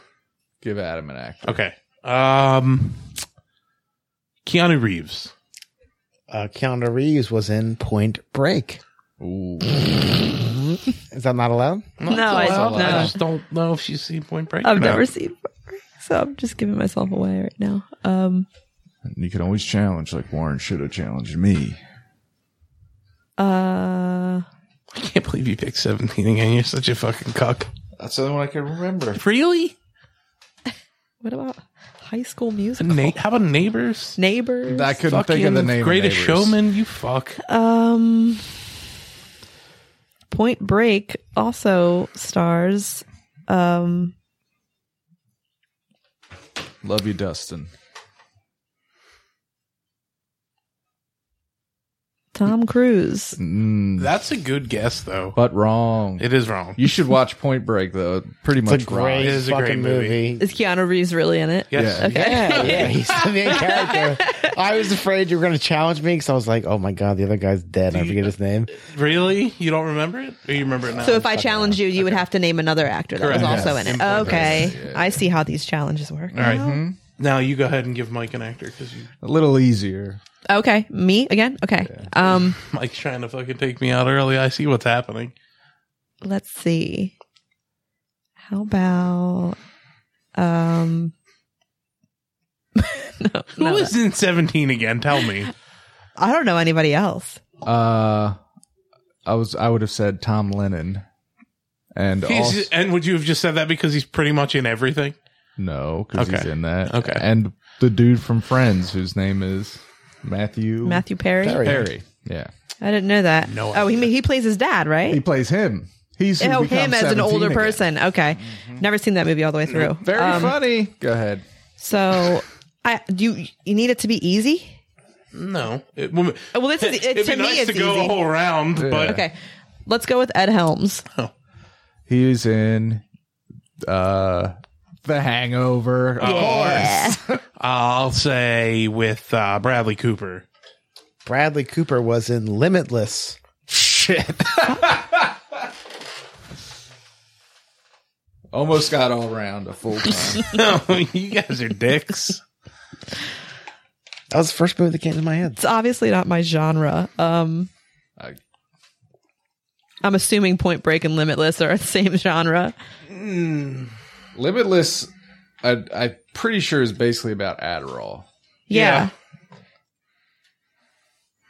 [SPEAKER 1] give adam an actor
[SPEAKER 2] Okay. Um, Keanu Reeves.
[SPEAKER 3] Uh, Keanu Reeves was in Point Break.
[SPEAKER 1] Ooh.
[SPEAKER 3] Is that not allowed?
[SPEAKER 4] No, I
[SPEAKER 1] allowed.
[SPEAKER 4] don't
[SPEAKER 2] I
[SPEAKER 4] know.
[SPEAKER 2] just don't know if she's seen Point Break. or
[SPEAKER 4] I've
[SPEAKER 2] not.
[SPEAKER 4] never seen. So I'm just giving myself away right now. Um,
[SPEAKER 1] You can always challenge, like Warren should have challenged me.
[SPEAKER 4] uh,
[SPEAKER 2] I can't believe you picked 17 again. You're such a fucking cuck.
[SPEAKER 1] That's the only one I can remember.
[SPEAKER 2] Really?
[SPEAKER 4] what about High School Musical.
[SPEAKER 2] Na- how about neighbors?
[SPEAKER 4] Neighbors.
[SPEAKER 1] I couldn't think of the
[SPEAKER 2] Fucking
[SPEAKER 1] name. of
[SPEAKER 2] Greatest
[SPEAKER 1] Neighbors.
[SPEAKER 2] Showman. You fuck.
[SPEAKER 4] Um, Point Break also stars. Um,
[SPEAKER 1] Love you, Dustin.
[SPEAKER 4] Tom Cruise.
[SPEAKER 1] Mm,
[SPEAKER 2] That's a good guess, though.
[SPEAKER 1] but wrong.
[SPEAKER 2] It is wrong.
[SPEAKER 1] you should watch Point Break though. It Pretty much
[SPEAKER 3] It's a great
[SPEAKER 2] It
[SPEAKER 1] rocks.
[SPEAKER 2] is a
[SPEAKER 3] fucking
[SPEAKER 2] great movie.
[SPEAKER 3] movie.
[SPEAKER 4] Is Keanu Reeves really in it?
[SPEAKER 2] Yes.
[SPEAKER 1] Yeah.
[SPEAKER 4] Okay.
[SPEAKER 3] Yeah, yeah, he's the main character. I was afraid you were going to challenge me because I was like, oh my god, the other guy's dead. I forget his name.
[SPEAKER 2] Really? You don't remember it? Or you remember it now?
[SPEAKER 4] So if I challenge you, you would have to name another actor that was
[SPEAKER 2] Correct.
[SPEAKER 4] also
[SPEAKER 2] Yes.
[SPEAKER 4] in it.
[SPEAKER 2] Important.
[SPEAKER 4] Okay, I see how these challenges work.
[SPEAKER 2] All right. Hmm.
[SPEAKER 4] now.
[SPEAKER 2] Now you go ahead and give Mike an actor because you
[SPEAKER 1] Mm-hmm. A little easier.
[SPEAKER 4] Okay, me again. Okay. Um,
[SPEAKER 2] Mike's trying to fucking take me out early. I see what's happening.
[SPEAKER 4] let's see. How about um? no,
[SPEAKER 2] Who
[SPEAKER 4] no,
[SPEAKER 2] was in Seventeen again? Tell me.
[SPEAKER 4] I don't know anybody else.
[SPEAKER 1] Uh, I was I would have said Tom Lennon, and
[SPEAKER 2] He's-
[SPEAKER 1] also,
[SPEAKER 2] and would you have just said that because he's pretty much in everything?
[SPEAKER 1] no, because he's
[SPEAKER 2] Okay.
[SPEAKER 1] in that.
[SPEAKER 2] Okay.
[SPEAKER 1] and the dude from Friends whose name is Matthew
[SPEAKER 4] Matthew Perry.
[SPEAKER 1] Perry. Yeah,
[SPEAKER 4] I didn't know that.
[SPEAKER 2] No
[SPEAKER 4] Oh, he
[SPEAKER 2] idea.
[SPEAKER 4] he plays his dad,
[SPEAKER 1] he
[SPEAKER 4] right?
[SPEAKER 1] plays him. He's who
[SPEAKER 4] oh,
[SPEAKER 1] becomes
[SPEAKER 4] him as an
[SPEAKER 1] 17
[SPEAKER 4] older
[SPEAKER 1] again.
[SPEAKER 4] person. Okay,
[SPEAKER 2] Mm-hmm.
[SPEAKER 4] never seen that movie all the way through.
[SPEAKER 1] Very
[SPEAKER 4] Um,
[SPEAKER 1] funny. Go ahead.
[SPEAKER 4] So, I do you, you need it to be easy? Oh,
[SPEAKER 2] No. It, well,
[SPEAKER 4] Well, this is it,
[SPEAKER 2] it'd
[SPEAKER 4] to
[SPEAKER 2] be
[SPEAKER 4] me.
[SPEAKER 2] nice
[SPEAKER 4] it's
[SPEAKER 2] to go
[SPEAKER 4] easy.
[SPEAKER 2] a whole round, but
[SPEAKER 4] okay, let's go with Ed Helms.
[SPEAKER 1] He's in uh The Hangover. Oh. Of
[SPEAKER 4] Yeah.
[SPEAKER 2] I'll say with uh, Bradley Cooper.
[SPEAKER 3] Bradley Cooper was in Limitless.
[SPEAKER 1] Almost got all round a full time.
[SPEAKER 2] No, you guys are dicks.
[SPEAKER 3] That was the first movie that came to my head.
[SPEAKER 4] It's obviously not my genre. Um,
[SPEAKER 1] I-
[SPEAKER 4] I'm assuming Point Break and Limitless are the same genre.
[SPEAKER 1] Limitless, I, I'm pretty sure is basically about Adderall.
[SPEAKER 4] Yeah,
[SPEAKER 2] Yeah.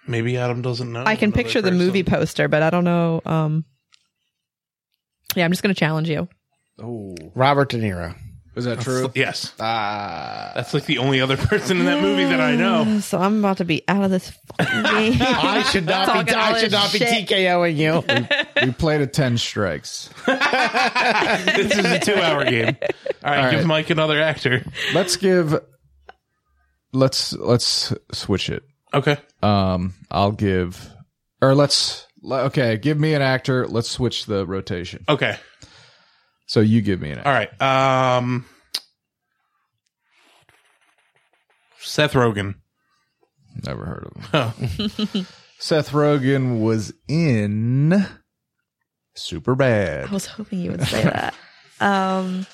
[SPEAKER 2] Maybe Adam doesn't know.
[SPEAKER 4] I can
[SPEAKER 2] another
[SPEAKER 4] picture the
[SPEAKER 2] person.
[SPEAKER 4] movie poster, but I don't know. Um, yeah, I'm just gonna challenge you.
[SPEAKER 1] Oh,
[SPEAKER 3] Robert De Niro.
[SPEAKER 1] is that true?
[SPEAKER 2] Yes,
[SPEAKER 1] Ah,
[SPEAKER 2] that's like the only other person in that movie that I know.
[SPEAKER 4] So I'm about to be out of this fucking game.
[SPEAKER 3] I should not be.
[SPEAKER 4] Talking all
[SPEAKER 3] I should
[SPEAKER 4] this
[SPEAKER 3] not be
[SPEAKER 4] shit.
[SPEAKER 3] TKOing you.
[SPEAKER 1] we played a ten strikes.
[SPEAKER 2] This is a two-hour game. All right, give
[SPEAKER 1] right.
[SPEAKER 2] Mike another actor.
[SPEAKER 1] Let's give. Let's let's switch it.
[SPEAKER 2] Okay,
[SPEAKER 1] Um, I'll give, or let's le- okay. Give me an actor. Let's switch the rotation.
[SPEAKER 2] okay,
[SPEAKER 1] So you give me an actor.
[SPEAKER 2] all right. Um, Seth Rogen.
[SPEAKER 1] Never heard of him.
[SPEAKER 2] Oh,
[SPEAKER 1] Seth Rogen was in Super Bad.
[SPEAKER 4] I was hoping you would say that. Um,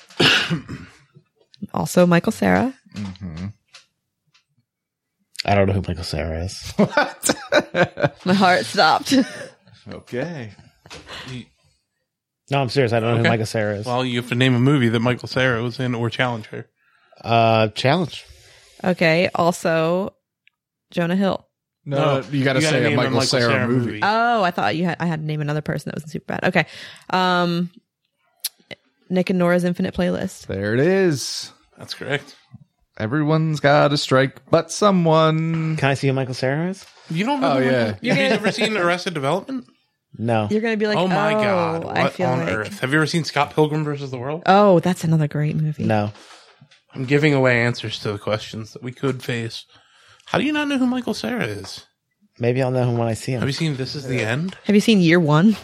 [SPEAKER 4] also, Michael Sarah.
[SPEAKER 3] I don't know who Michael Sarah is.
[SPEAKER 4] My heart stopped.
[SPEAKER 1] Okay.
[SPEAKER 3] No, I'm serious. I don't know
[SPEAKER 2] Okay.
[SPEAKER 3] who Michael Sarah is.
[SPEAKER 2] well, you have to name a movie that Michael Cera was in or challenge her.
[SPEAKER 3] uh, challenge.
[SPEAKER 4] okay. Also, Jonah Hill.
[SPEAKER 1] No, Uh, you got to say a
[SPEAKER 2] name
[SPEAKER 1] Michael, Sarah, movie.
[SPEAKER 4] Oh, I thought you had. I had to name another person that was in super bad. Okay. Um, Nick and Nora's Infinite Playlist.
[SPEAKER 1] There it is.
[SPEAKER 2] That's correct.
[SPEAKER 1] Everyone's got a strike, but someone.
[SPEAKER 3] Can I see who Michael Sarah is?
[SPEAKER 2] You don't remember?
[SPEAKER 1] Oh,
[SPEAKER 2] Michael-
[SPEAKER 1] yeah.
[SPEAKER 2] Have you ever seen Arrested Development?
[SPEAKER 3] No.
[SPEAKER 4] You're gonna be like,
[SPEAKER 2] oh my god!
[SPEAKER 4] I
[SPEAKER 2] What
[SPEAKER 4] feel
[SPEAKER 2] on
[SPEAKER 4] like-
[SPEAKER 2] earth? Have you ever seen Scott Pilgrim versus the World?
[SPEAKER 4] Oh, that's another great movie.
[SPEAKER 3] No.
[SPEAKER 2] I'm giving away answers to the questions that we could face. How do you not know who Michael Sarah is?
[SPEAKER 3] Maybe I'll know him when I see him.
[SPEAKER 2] Have you seen This Is the End?
[SPEAKER 4] Have you seen Year One?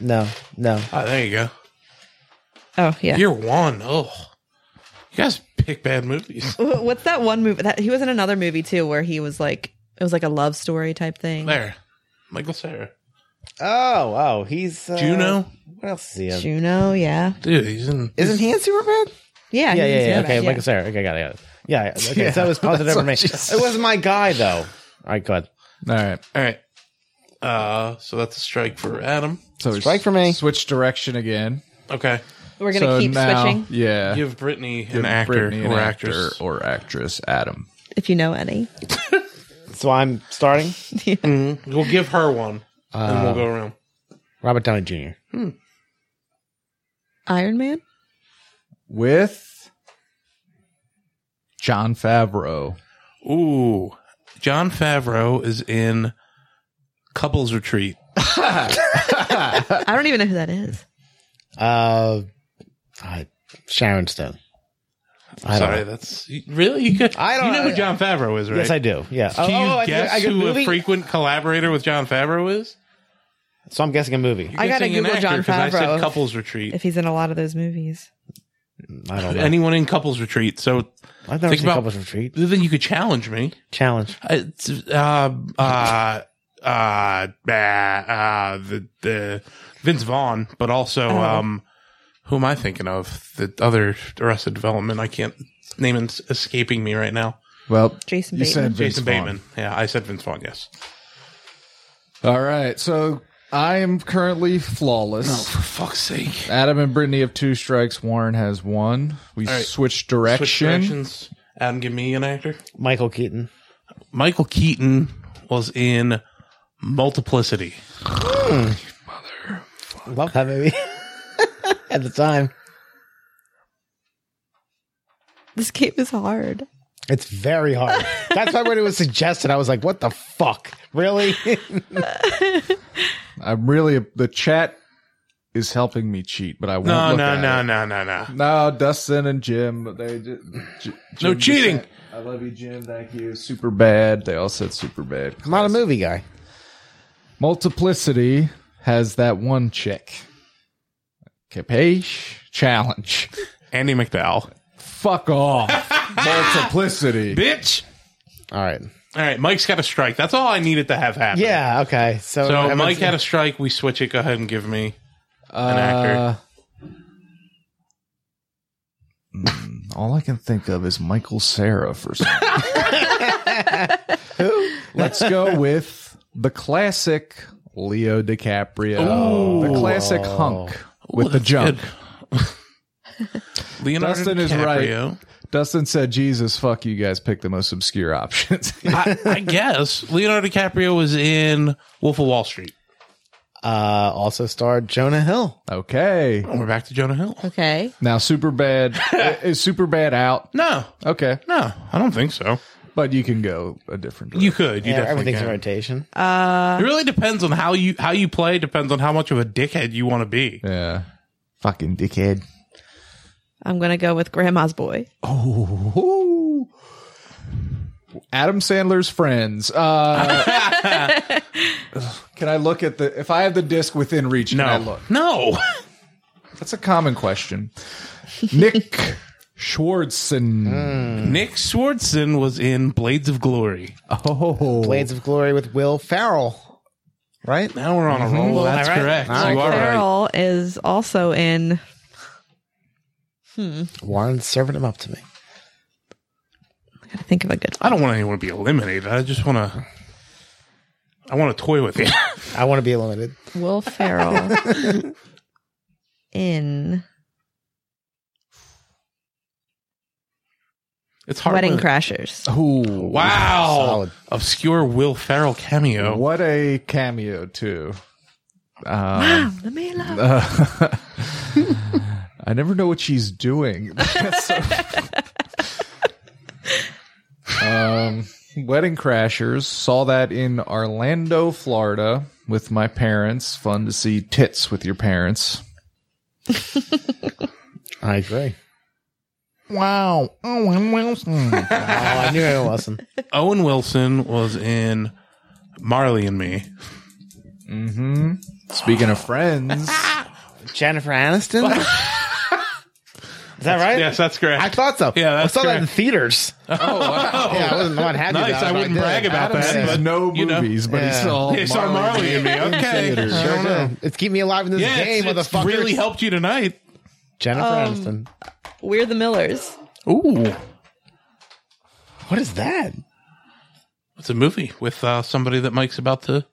[SPEAKER 3] No. No.
[SPEAKER 2] Oh, there you go.
[SPEAKER 4] Oh yeah.
[SPEAKER 2] Year one. Oh, you guys pick bad movies.
[SPEAKER 4] Wh- What's that one movie? That he was in another movie too, where he was like, it was like a love story type thing.
[SPEAKER 2] There, Michael Sarah.
[SPEAKER 3] Oh, oh, he's uh,
[SPEAKER 2] Juno,
[SPEAKER 3] What else is he in?
[SPEAKER 4] Juno, yeah,
[SPEAKER 2] dude, he's in.
[SPEAKER 3] Isn't he in Superbad?
[SPEAKER 4] yeah,
[SPEAKER 3] Yeah,
[SPEAKER 4] he was
[SPEAKER 3] yeah,
[SPEAKER 4] in
[SPEAKER 3] yeah.
[SPEAKER 4] that,
[SPEAKER 3] Okay, Michael Sarah. Okay, got it. Got it. Yeah. yeah, Okay, so it was positive
[SPEAKER 1] that's
[SPEAKER 3] for me.
[SPEAKER 1] what she said.
[SPEAKER 3] It was my guy though. All right, go ahead.
[SPEAKER 1] All right.
[SPEAKER 2] All right. Uh, so that's a strike for Adam.
[SPEAKER 1] So
[SPEAKER 3] Strike for me.
[SPEAKER 1] Switch direction again.
[SPEAKER 2] Okay,
[SPEAKER 4] We're gonna
[SPEAKER 1] So
[SPEAKER 4] keep
[SPEAKER 1] now-
[SPEAKER 4] switching
[SPEAKER 1] Yeah.
[SPEAKER 2] give Brittany an
[SPEAKER 1] Give
[SPEAKER 2] actor
[SPEAKER 1] Brittany an
[SPEAKER 2] or
[SPEAKER 1] actor
[SPEAKER 2] actress.
[SPEAKER 1] or actress. Adam.
[SPEAKER 4] if you know any.
[SPEAKER 3] So I'm starting
[SPEAKER 2] Mhm.
[SPEAKER 4] Mm-hmm.
[SPEAKER 2] We'll give her one, and we'll go around.
[SPEAKER 3] Robert Downey Jr.
[SPEAKER 4] Iron Man.
[SPEAKER 1] With John Favreau.
[SPEAKER 2] Ooh, John Favreau is in Couples Retreat.
[SPEAKER 4] I don't even know who that is.
[SPEAKER 3] Uh, I, Sharon Stone. I don't
[SPEAKER 2] Sorry,
[SPEAKER 3] know.
[SPEAKER 2] that's you- really you could.
[SPEAKER 3] I don't
[SPEAKER 2] You know
[SPEAKER 3] know.
[SPEAKER 2] who John Favreau is, right?
[SPEAKER 3] Yes, I do. Yeah. Oh,
[SPEAKER 2] Can you
[SPEAKER 3] I could-
[SPEAKER 2] guess
[SPEAKER 3] I could
[SPEAKER 2] who
[SPEAKER 3] movie?
[SPEAKER 2] a frequent collaborator with John Favreau is?
[SPEAKER 3] So I'm guessing a movie.
[SPEAKER 4] I gotta
[SPEAKER 2] Guessing an
[SPEAKER 4] Google Jon
[SPEAKER 2] 'cause I
[SPEAKER 4] Favreau.
[SPEAKER 2] said Couples Retreat.
[SPEAKER 4] If he's in a lot of those movies,
[SPEAKER 3] I don't know.
[SPEAKER 2] Anyone in Couples Retreat? So
[SPEAKER 3] I've never
[SPEAKER 2] think
[SPEAKER 3] seen
[SPEAKER 2] about-
[SPEAKER 3] Couples Retreat.
[SPEAKER 2] then you could challenge me.
[SPEAKER 3] Challenge.
[SPEAKER 2] Uh, it's, uh, uh, uh, uh, uh, the the Vince Vaughn, but also um, who am I thinking of? The other Arrested Development. I can't name is escaping me right now.
[SPEAKER 1] Well,
[SPEAKER 4] Jason
[SPEAKER 1] you
[SPEAKER 4] Bateman.
[SPEAKER 1] said Vince
[SPEAKER 2] Jason
[SPEAKER 1] Vaughn.
[SPEAKER 2] Bateman. Yeah, I said Vince Vaughn. Yes.
[SPEAKER 1] All right, so I am currently flawless.
[SPEAKER 2] For fuck's sake.
[SPEAKER 1] Adam and Brittany have two strikes. Warren has one. We
[SPEAKER 2] right.
[SPEAKER 1] switched direction.
[SPEAKER 2] Switch directions. Adam, give me an actor.
[SPEAKER 3] Michael Keaton.
[SPEAKER 2] Michael Keaton was in Multiplicity.
[SPEAKER 3] Love that movie. At the time,
[SPEAKER 4] This game is hard.
[SPEAKER 3] it's very hard. That's why when it was suggested, I was like, "What the fuck? Really?"
[SPEAKER 1] I'm really the chat is helping me cheat, but I won't.
[SPEAKER 2] No,
[SPEAKER 1] look
[SPEAKER 2] no,
[SPEAKER 1] at
[SPEAKER 2] no,
[SPEAKER 1] it.
[SPEAKER 2] no, no, no.
[SPEAKER 1] No, Dustin and Jim. They just, J-
[SPEAKER 2] No
[SPEAKER 1] Jim
[SPEAKER 2] cheating.
[SPEAKER 1] just said, I love you, Jim. Thank you. Super bad. They all said super bad.
[SPEAKER 3] I'm not a movie guy.
[SPEAKER 1] Multiplicity has that one chick. Capiche challenge.
[SPEAKER 2] Andy McDowell.
[SPEAKER 1] Fuck off. Multiplicity.
[SPEAKER 2] Bitch.
[SPEAKER 3] All right.
[SPEAKER 2] All right, Mike's got a strike. That's all I needed to have happen.
[SPEAKER 3] Yeah. Okay. So,
[SPEAKER 2] So
[SPEAKER 3] I'm-
[SPEAKER 2] Mike had a strike. We switch it. Go ahead and give me.
[SPEAKER 1] An
[SPEAKER 2] actor.
[SPEAKER 1] Hmm, all I can think of is Michael Sarah for some. Let's go with the classic Leo DiCaprio, the classic hunk with the junk.
[SPEAKER 2] good. Leonardo
[SPEAKER 1] Dustin
[SPEAKER 2] DiCaprio.
[SPEAKER 1] is Dustin said, "Jesus, fuck you guys, pick the most obscure options."
[SPEAKER 2] I, I guess Leonardo DiCaprio was in Wolf of Wall Street.
[SPEAKER 3] uh, also starred Jonah Hill.
[SPEAKER 1] okay,
[SPEAKER 2] Oh, we're back to Jonah Hill.
[SPEAKER 4] Okay.
[SPEAKER 1] now Superbad is Superbad out.
[SPEAKER 2] No,
[SPEAKER 1] Okay,
[SPEAKER 2] no, I don't think so.
[SPEAKER 1] but you can go a different.
[SPEAKER 2] You
[SPEAKER 1] Direction.
[SPEAKER 2] could. You
[SPEAKER 3] Yeah,
[SPEAKER 2] definitely
[SPEAKER 3] everything's in
[SPEAKER 2] can.
[SPEAKER 3] rotation.
[SPEAKER 2] It really depends on how you how you play. Depends on how much of a dickhead you want to be.
[SPEAKER 1] yeah, fucking dickhead.
[SPEAKER 4] I'm going to go with Grandma's Boy.
[SPEAKER 1] Ooh. Adam Sandler's friends. Uh, can I look at the? If I have the disc within reach, can I
[SPEAKER 2] No,
[SPEAKER 1] look?
[SPEAKER 2] no.
[SPEAKER 1] That's a common question. Nick Schwartzen.
[SPEAKER 2] Nick Swartzen was in Blades of Glory.
[SPEAKER 1] Oh,
[SPEAKER 3] Blades of Glory with Will Farrell. Right.
[SPEAKER 2] Now we're on a roll. That's
[SPEAKER 3] All right.
[SPEAKER 2] correct.
[SPEAKER 3] All
[SPEAKER 2] Oh, you
[SPEAKER 3] right,
[SPEAKER 2] are right.
[SPEAKER 4] Carol is also in.
[SPEAKER 3] Warren's serving him up to me.
[SPEAKER 4] I gotta think of a good.
[SPEAKER 2] I don't want anyone to be eliminated. I just want to. I want to toy with you.
[SPEAKER 3] I want to be eliminated.
[SPEAKER 4] Will Ferrell in
[SPEAKER 2] It's hard.
[SPEAKER 4] Wedding
[SPEAKER 2] work.
[SPEAKER 4] Crashers.
[SPEAKER 1] Ooh.
[SPEAKER 2] Wow.
[SPEAKER 3] Solid.
[SPEAKER 2] Obscure Will Ferrell cameo.
[SPEAKER 1] What a cameo, too.
[SPEAKER 4] Wow, the man love.
[SPEAKER 1] Uh, I never know what she's doing. That's so- um, Wedding Crashers saw that in Orlando, Florida, with my parents. Fun to see tits with your parents.
[SPEAKER 3] I agree. Wow. Oh, I'm Wilson. oh, I knew I wasn't.
[SPEAKER 2] Owen Wilson was in Marley and Me.
[SPEAKER 1] Speaking of friends,
[SPEAKER 3] Jennifer Aniston? Is that right?
[SPEAKER 2] Yes, that's correct.
[SPEAKER 3] I thought so.
[SPEAKER 2] Yeah, that's
[SPEAKER 3] I saw that in
[SPEAKER 2] correct.
[SPEAKER 3] theaters. Oh, yeah, I wasn't the one had
[SPEAKER 2] Nice, I wouldn't brag about
[SPEAKER 1] Adam
[SPEAKER 2] that,
[SPEAKER 1] sees
[SPEAKER 2] but,
[SPEAKER 1] no
[SPEAKER 2] you know.
[SPEAKER 1] movies, but
[SPEAKER 3] Yeah.
[SPEAKER 1] he saw
[SPEAKER 2] He saw Marley and Me. Okay.
[SPEAKER 1] theaters.
[SPEAKER 2] I don't know.
[SPEAKER 3] It's keep me alive in this
[SPEAKER 2] Yeah,
[SPEAKER 3] game,
[SPEAKER 2] it's, it's
[SPEAKER 3] motherfucker.
[SPEAKER 2] really helped you tonight.
[SPEAKER 3] Jennifer
[SPEAKER 4] Um,
[SPEAKER 3] Aniston.
[SPEAKER 4] We're the Millers.
[SPEAKER 2] Ooh,
[SPEAKER 3] What is that?
[SPEAKER 2] it's a movie with uh, somebody that Mike's about to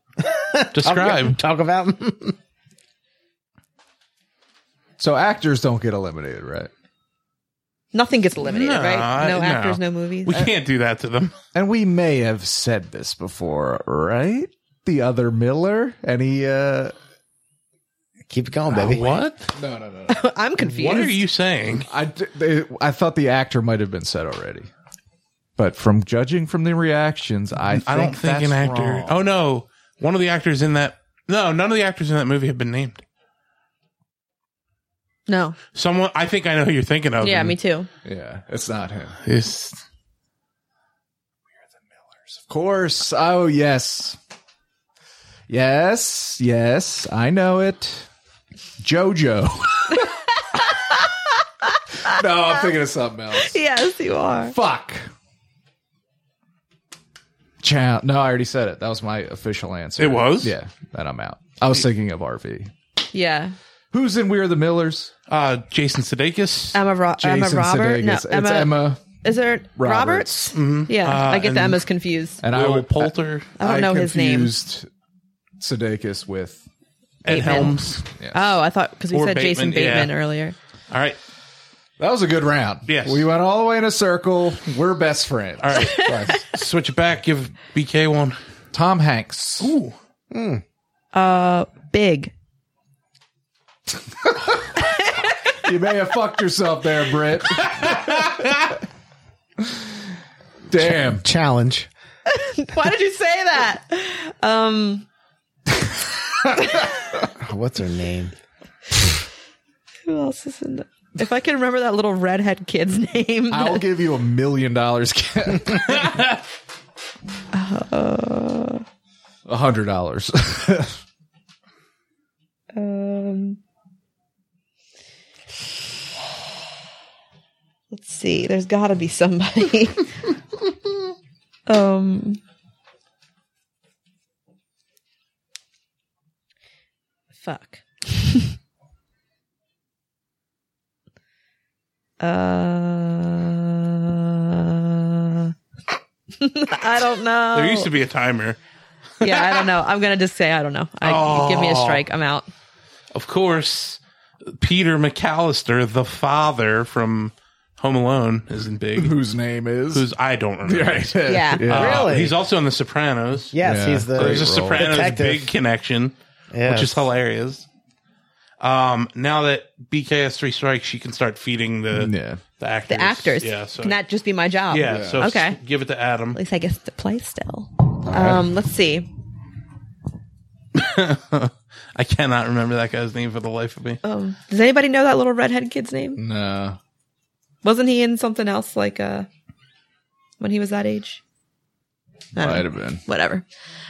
[SPEAKER 2] describe.
[SPEAKER 3] Talk about
[SPEAKER 1] So actors don't get eliminated, right?
[SPEAKER 4] Nothing gets eliminated,
[SPEAKER 2] No,
[SPEAKER 4] right? No
[SPEAKER 2] no.
[SPEAKER 4] actors, no movies.
[SPEAKER 2] we
[SPEAKER 4] Uh,
[SPEAKER 2] can't do that to them.
[SPEAKER 1] And we may have said this before, right? The other Miller, any uh
[SPEAKER 3] Keep it going, baby.
[SPEAKER 2] What?
[SPEAKER 1] No, no, no.
[SPEAKER 4] I'm confused.
[SPEAKER 2] What are you saying?
[SPEAKER 1] I, d- they- I thought the actor might have been said already. But from judging from the reactions, I think
[SPEAKER 2] I don't think
[SPEAKER 1] that's
[SPEAKER 2] an actor.
[SPEAKER 1] wrong.
[SPEAKER 2] Oh no, one of the actors in that. No, none of the actors in that movie have been named.
[SPEAKER 4] No.
[SPEAKER 2] Someone, I think I know who you're thinking of.
[SPEAKER 4] Yeah,
[SPEAKER 2] and
[SPEAKER 4] me too.
[SPEAKER 1] yeah, it's not him. Of
[SPEAKER 2] It's,
[SPEAKER 1] course. Oh yes, yes, yes. I know it. JoJo. no, I'm thinking of something else.
[SPEAKER 4] Yes, you are.
[SPEAKER 1] Fuck. Chow. No, I already said it. That was my official answer.
[SPEAKER 2] It was?
[SPEAKER 1] Yeah. Then I'm out. I was thinking of RV.
[SPEAKER 4] Yeah.
[SPEAKER 1] Who's in We're the Millers?
[SPEAKER 2] uh, Jason Sudeikis.
[SPEAKER 4] Emma, Ro- Emma Robert.
[SPEAKER 1] Sudeikis.
[SPEAKER 4] No,
[SPEAKER 1] it's Emma.
[SPEAKER 4] Is there
[SPEAKER 1] Roberts.
[SPEAKER 4] Roberts? Yeah,
[SPEAKER 2] Uh,
[SPEAKER 4] I get
[SPEAKER 2] and-
[SPEAKER 4] the Emma's confused.
[SPEAKER 1] and I
[SPEAKER 2] Will
[SPEAKER 1] will
[SPEAKER 2] Poulter
[SPEAKER 4] I don't know his name.
[SPEAKER 1] his name. Sudeikis with
[SPEAKER 2] and
[SPEAKER 4] Bateman.
[SPEAKER 2] Helms.
[SPEAKER 4] Oh, I thought because we
[SPEAKER 2] Or
[SPEAKER 4] said Jason
[SPEAKER 2] Bateman, yeah.
[SPEAKER 4] Bateman earlier.
[SPEAKER 2] All right,
[SPEAKER 1] that was a good round.
[SPEAKER 2] Yes.
[SPEAKER 1] we went all the way in a circle. We're best friends.
[SPEAKER 2] all right. Switch it back. Give BK one.
[SPEAKER 1] Tom Hanks.
[SPEAKER 2] Ooh,
[SPEAKER 4] Uh, big.
[SPEAKER 1] You may have fucked yourself there, Britt. Damn.
[SPEAKER 3] Challenge.
[SPEAKER 4] Why did you say that? Um,
[SPEAKER 3] What's her name?
[SPEAKER 4] who else is in? The- if I can remember that little redhead kid's name,
[SPEAKER 1] I'll give you a million dollars. Ken. A hundred dollars.
[SPEAKER 4] Um, let's see. There's got to be somebody. um, fuck. uh, I Uh, don't know.
[SPEAKER 2] there used to be a timer.
[SPEAKER 4] yeah, I don't know. I'm gonna just say I don't know. I, Give me a strike. I'm out.
[SPEAKER 2] Of course, Peter McAllister, the father from Home Alone, isn't big.
[SPEAKER 1] Whose name is?
[SPEAKER 2] Who's I don't remember.
[SPEAKER 4] Yeah.
[SPEAKER 2] Uh,
[SPEAKER 3] Really?
[SPEAKER 2] He's also in The Sopranos.
[SPEAKER 3] Yes,
[SPEAKER 1] Yeah.
[SPEAKER 3] he's the.
[SPEAKER 2] There's a
[SPEAKER 1] Great role.
[SPEAKER 2] Sopranos
[SPEAKER 3] Detective.
[SPEAKER 2] big connection,
[SPEAKER 3] Yes.
[SPEAKER 2] which is hilarious. Um, now that BK has three strikes, she can start feeding the
[SPEAKER 1] Yeah.
[SPEAKER 2] the actors.
[SPEAKER 4] the actors.
[SPEAKER 2] Yeah. So,
[SPEAKER 4] Can that just be my job?
[SPEAKER 2] yeah, So
[SPEAKER 4] Okay.
[SPEAKER 2] give it to Adam.
[SPEAKER 4] At least I guess to play still. Um, let's see.
[SPEAKER 2] I cannot remember that guy's name for the life of me.
[SPEAKER 4] Um, does anybody know that little redhead kid's
[SPEAKER 2] Uh,
[SPEAKER 4] name?
[SPEAKER 1] No.
[SPEAKER 4] Wasn't he in something else like uh when he was that age? I don't know.
[SPEAKER 1] Might have been.
[SPEAKER 4] Whatever.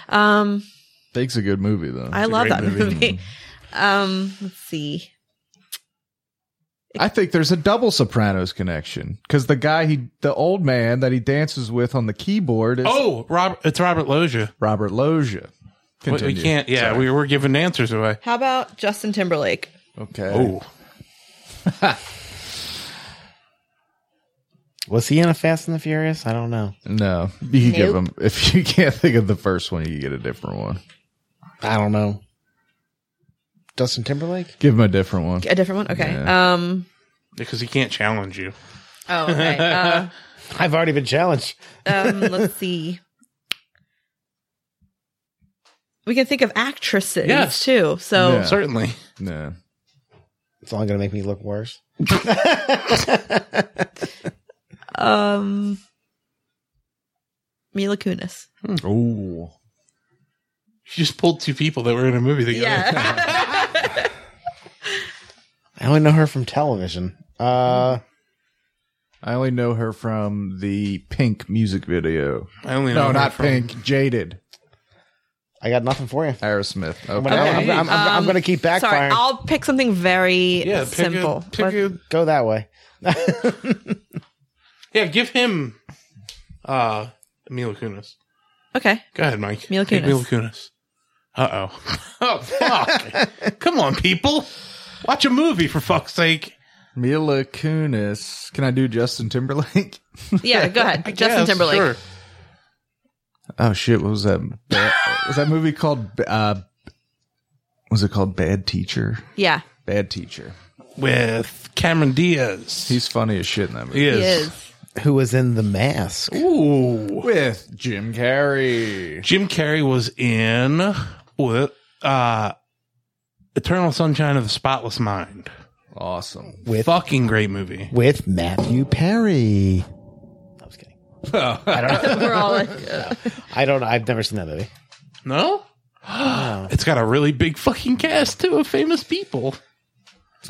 [SPEAKER 4] Um,
[SPEAKER 1] Big's a good movie though.
[SPEAKER 4] I love
[SPEAKER 2] great
[SPEAKER 4] that
[SPEAKER 2] movie.
[SPEAKER 4] movie. um, let's see.
[SPEAKER 1] I think there's a double Sopranos connection because the guy he, the old man that he dances with on the keyboard is
[SPEAKER 2] Oh, Rob, it's Robert Loggia.
[SPEAKER 1] Robert Loggia.
[SPEAKER 2] We, we
[SPEAKER 1] Continue.
[SPEAKER 2] can't. Yeah, we were giving answers away.
[SPEAKER 4] How about Justin Timberlake?
[SPEAKER 1] Okay.
[SPEAKER 2] Oh,
[SPEAKER 3] Was he in a Fast and the Furious? I don't know.
[SPEAKER 1] No, you can give
[SPEAKER 4] Nope.
[SPEAKER 1] him if you can't think of the first one, you can get a different one.
[SPEAKER 3] I don't know. Justin Timberlake?
[SPEAKER 1] Give him a different one.
[SPEAKER 4] A different one? Okay. Um,
[SPEAKER 2] because he can't challenge you.
[SPEAKER 4] oh, okay. Uh,
[SPEAKER 3] I've already been challenged.
[SPEAKER 4] um, let's see. We can think of actresses
[SPEAKER 2] Yes.
[SPEAKER 4] too. So
[SPEAKER 1] Yeah.
[SPEAKER 2] Certainly.
[SPEAKER 1] No.
[SPEAKER 3] It's only going to make me look worse.
[SPEAKER 4] Um, Mila Kunis.
[SPEAKER 1] Ooh.
[SPEAKER 2] You just pulled two people that were in a movie together.
[SPEAKER 3] I only know her from television. Uh,
[SPEAKER 1] I only know her from the Pink music video.
[SPEAKER 2] I only know
[SPEAKER 1] No,
[SPEAKER 2] her
[SPEAKER 1] not
[SPEAKER 2] from-
[SPEAKER 1] Pink. Jaded.
[SPEAKER 3] I got nothing for you.
[SPEAKER 1] Aerosmith. Okay.
[SPEAKER 3] Whatever. I'm, I'm, I'm, I'm
[SPEAKER 4] Um,
[SPEAKER 3] going to keep backfiring.
[SPEAKER 4] Sorry, I'll pick something very
[SPEAKER 2] Yeah, pick a-
[SPEAKER 4] simple.
[SPEAKER 2] pick
[SPEAKER 4] What-
[SPEAKER 2] a-
[SPEAKER 3] Go that way.
[SPEAKER 2] yeah, give him uh Mila Kunis.
[SPEAKER 4] okay,
[SPEAKER 2] Go ahead, Mike.
[SPEAKER 4] Mila
[SPEAKER 2] Take
[SPEAKER 4] Kunis.
[SPEAKER 2] Mila Kunis. Uh oh. oh fuck. Come on, people. Watch a movie for fuck's sake.
[SPEAKER 1] Mila Kunis. Can I do Justin Timberlake?
[SPEAKER 4] yeah, go ahead. Justin
[SPEAKER 2] Yes,
[SPEAKER 4] Timberlake.
[SPEAKER 2] sure.
[SPEAKER 1] Oh shit! What was that? Ba- was that movie called? Uh, was it called Bad Teacher?
[SPEAKER 4] Yeah,
[SPEAKER 1] Bad Teacher.
[SPEAKER 2] With Cameron Diaz.
[SPEAKER 1] He's funny as shit in that movie.
[SPEAKER 4] he is.
[SPEAKER 3] Who was in The Mask?
[SPEAKER 2] Ooh.
[SPEAKER 1] With Jim Carrey.
[SPEAKER 2] Jim Carrey was in what uh Eternal Sunshine of the Spotless Mind.
[SPEAKER 1] Awesome.
[SPEAKER 3] With-
[SPEAKER 2] Fucking great movie.
[SPEAKER 3] With Matthew Perry. I was kidding. I don't know.
[SPEAKER 4] We're all like, uh,
[SPEAKER 3] I don't. I've never seen that movie.
[SPEAKER 2] No? it's got a really big fucking cast, too, of famous people.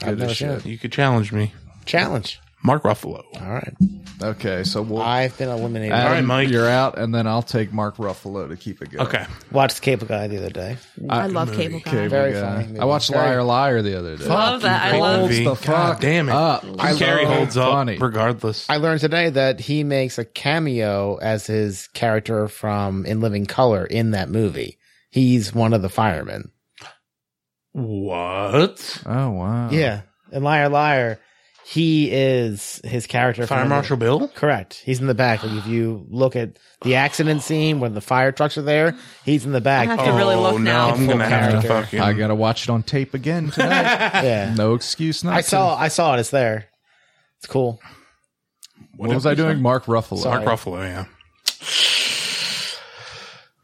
[SPEAKER 3] I've
[SPEAKER 1] Oh,
[SPEAKER 3] never seen it.
[SPEAKER 2] You could challenge me.
[SPEAKER 3] Challenge.
[SPEAKER 2] Mark Ruffalo.
[SPEAKER 3] All right.
[SPEAKER 1] Okay, so we'll.
[SPEAKER 3] I've been eliminated.
[SPEAKER 1] Adam,
[SPEAKER 2] All right, Mike.
[SPEAKER 1] You're out, and then I'll take Mark Ruffalo to keep it going.
[SPEAKER 2] Okay.
[SPEAKER 3] Watched Cable Guy the other day.
[SPEAKER 4] I love cable guy.
[SPEAKER 1] Okay,
[SPEAKER 3] Very
[SPEAKER 1] we got-
[SPEAKER 3] funny movie.
[SPEAKER 1] I watched
[SPEAKER 3] Very-
[SPEAKER 1] Liar Liar the other day.
[SPEAKER 4] love that. I
[SPEAKER 2] Great
[SPEAKER 4] love.
[SPEAKER 1] the
[SPEAKER 2] movie. God
[SPEAKER 1] fuck
[SPEAKER 2] damn it.
[SPEAKER 1] up. I
[SPEAKER 2] Jim Carrey
[SPEAKER 1] love
[SPEAKER 2] holds up
[SPEAKER 1] funny.
[SPEAKER 2] regardless.
[SPEAKER 3] I learned today that he makes a cameo as his character from In Living Color in that movie. He's one of the firemen.
[SPEAKER 2] What?
[SPEAKER 1] Oh wow.
[SPEAKER 3] Yeah. And Liar Liar, he is his character.
[SPEAKER 2] Fire
[SPEAKER 3] from-
[SPEAKER 2] Marshal Bill?
[SPEAKER 3] Correct. He's in the back. Like if you look at the accident scene when the fire trucks are there, he's in the
[SPEAKER 4] I have
[SPEAKER 2] Oh.
[SPEAKER 3] back.
[SPEAKER 4] to really look now.
[SPEAKER 2] I'm
[SPEAKER 3] Full
[SPEAKER 2] gonna have to
[SPEAKER 3] character.
[SPEAKER 2] fucking.
[SPEAKER 1] I gotta watch it on tape again tonight.
[SPEAKER 3] Yeah.
[SPEAKER 1] no excuse not.
[SPEAKER 3] I
[SPEAKER 1] to.
[SPEAKER 3] saw I saw it, it's there. It's cool.
[SPEAKER 1] What, was I doing? Mark Ruffalo
[SPEAKER 3] Sorry.
[SPEAKER 2] Mark Ruffalo, yeah.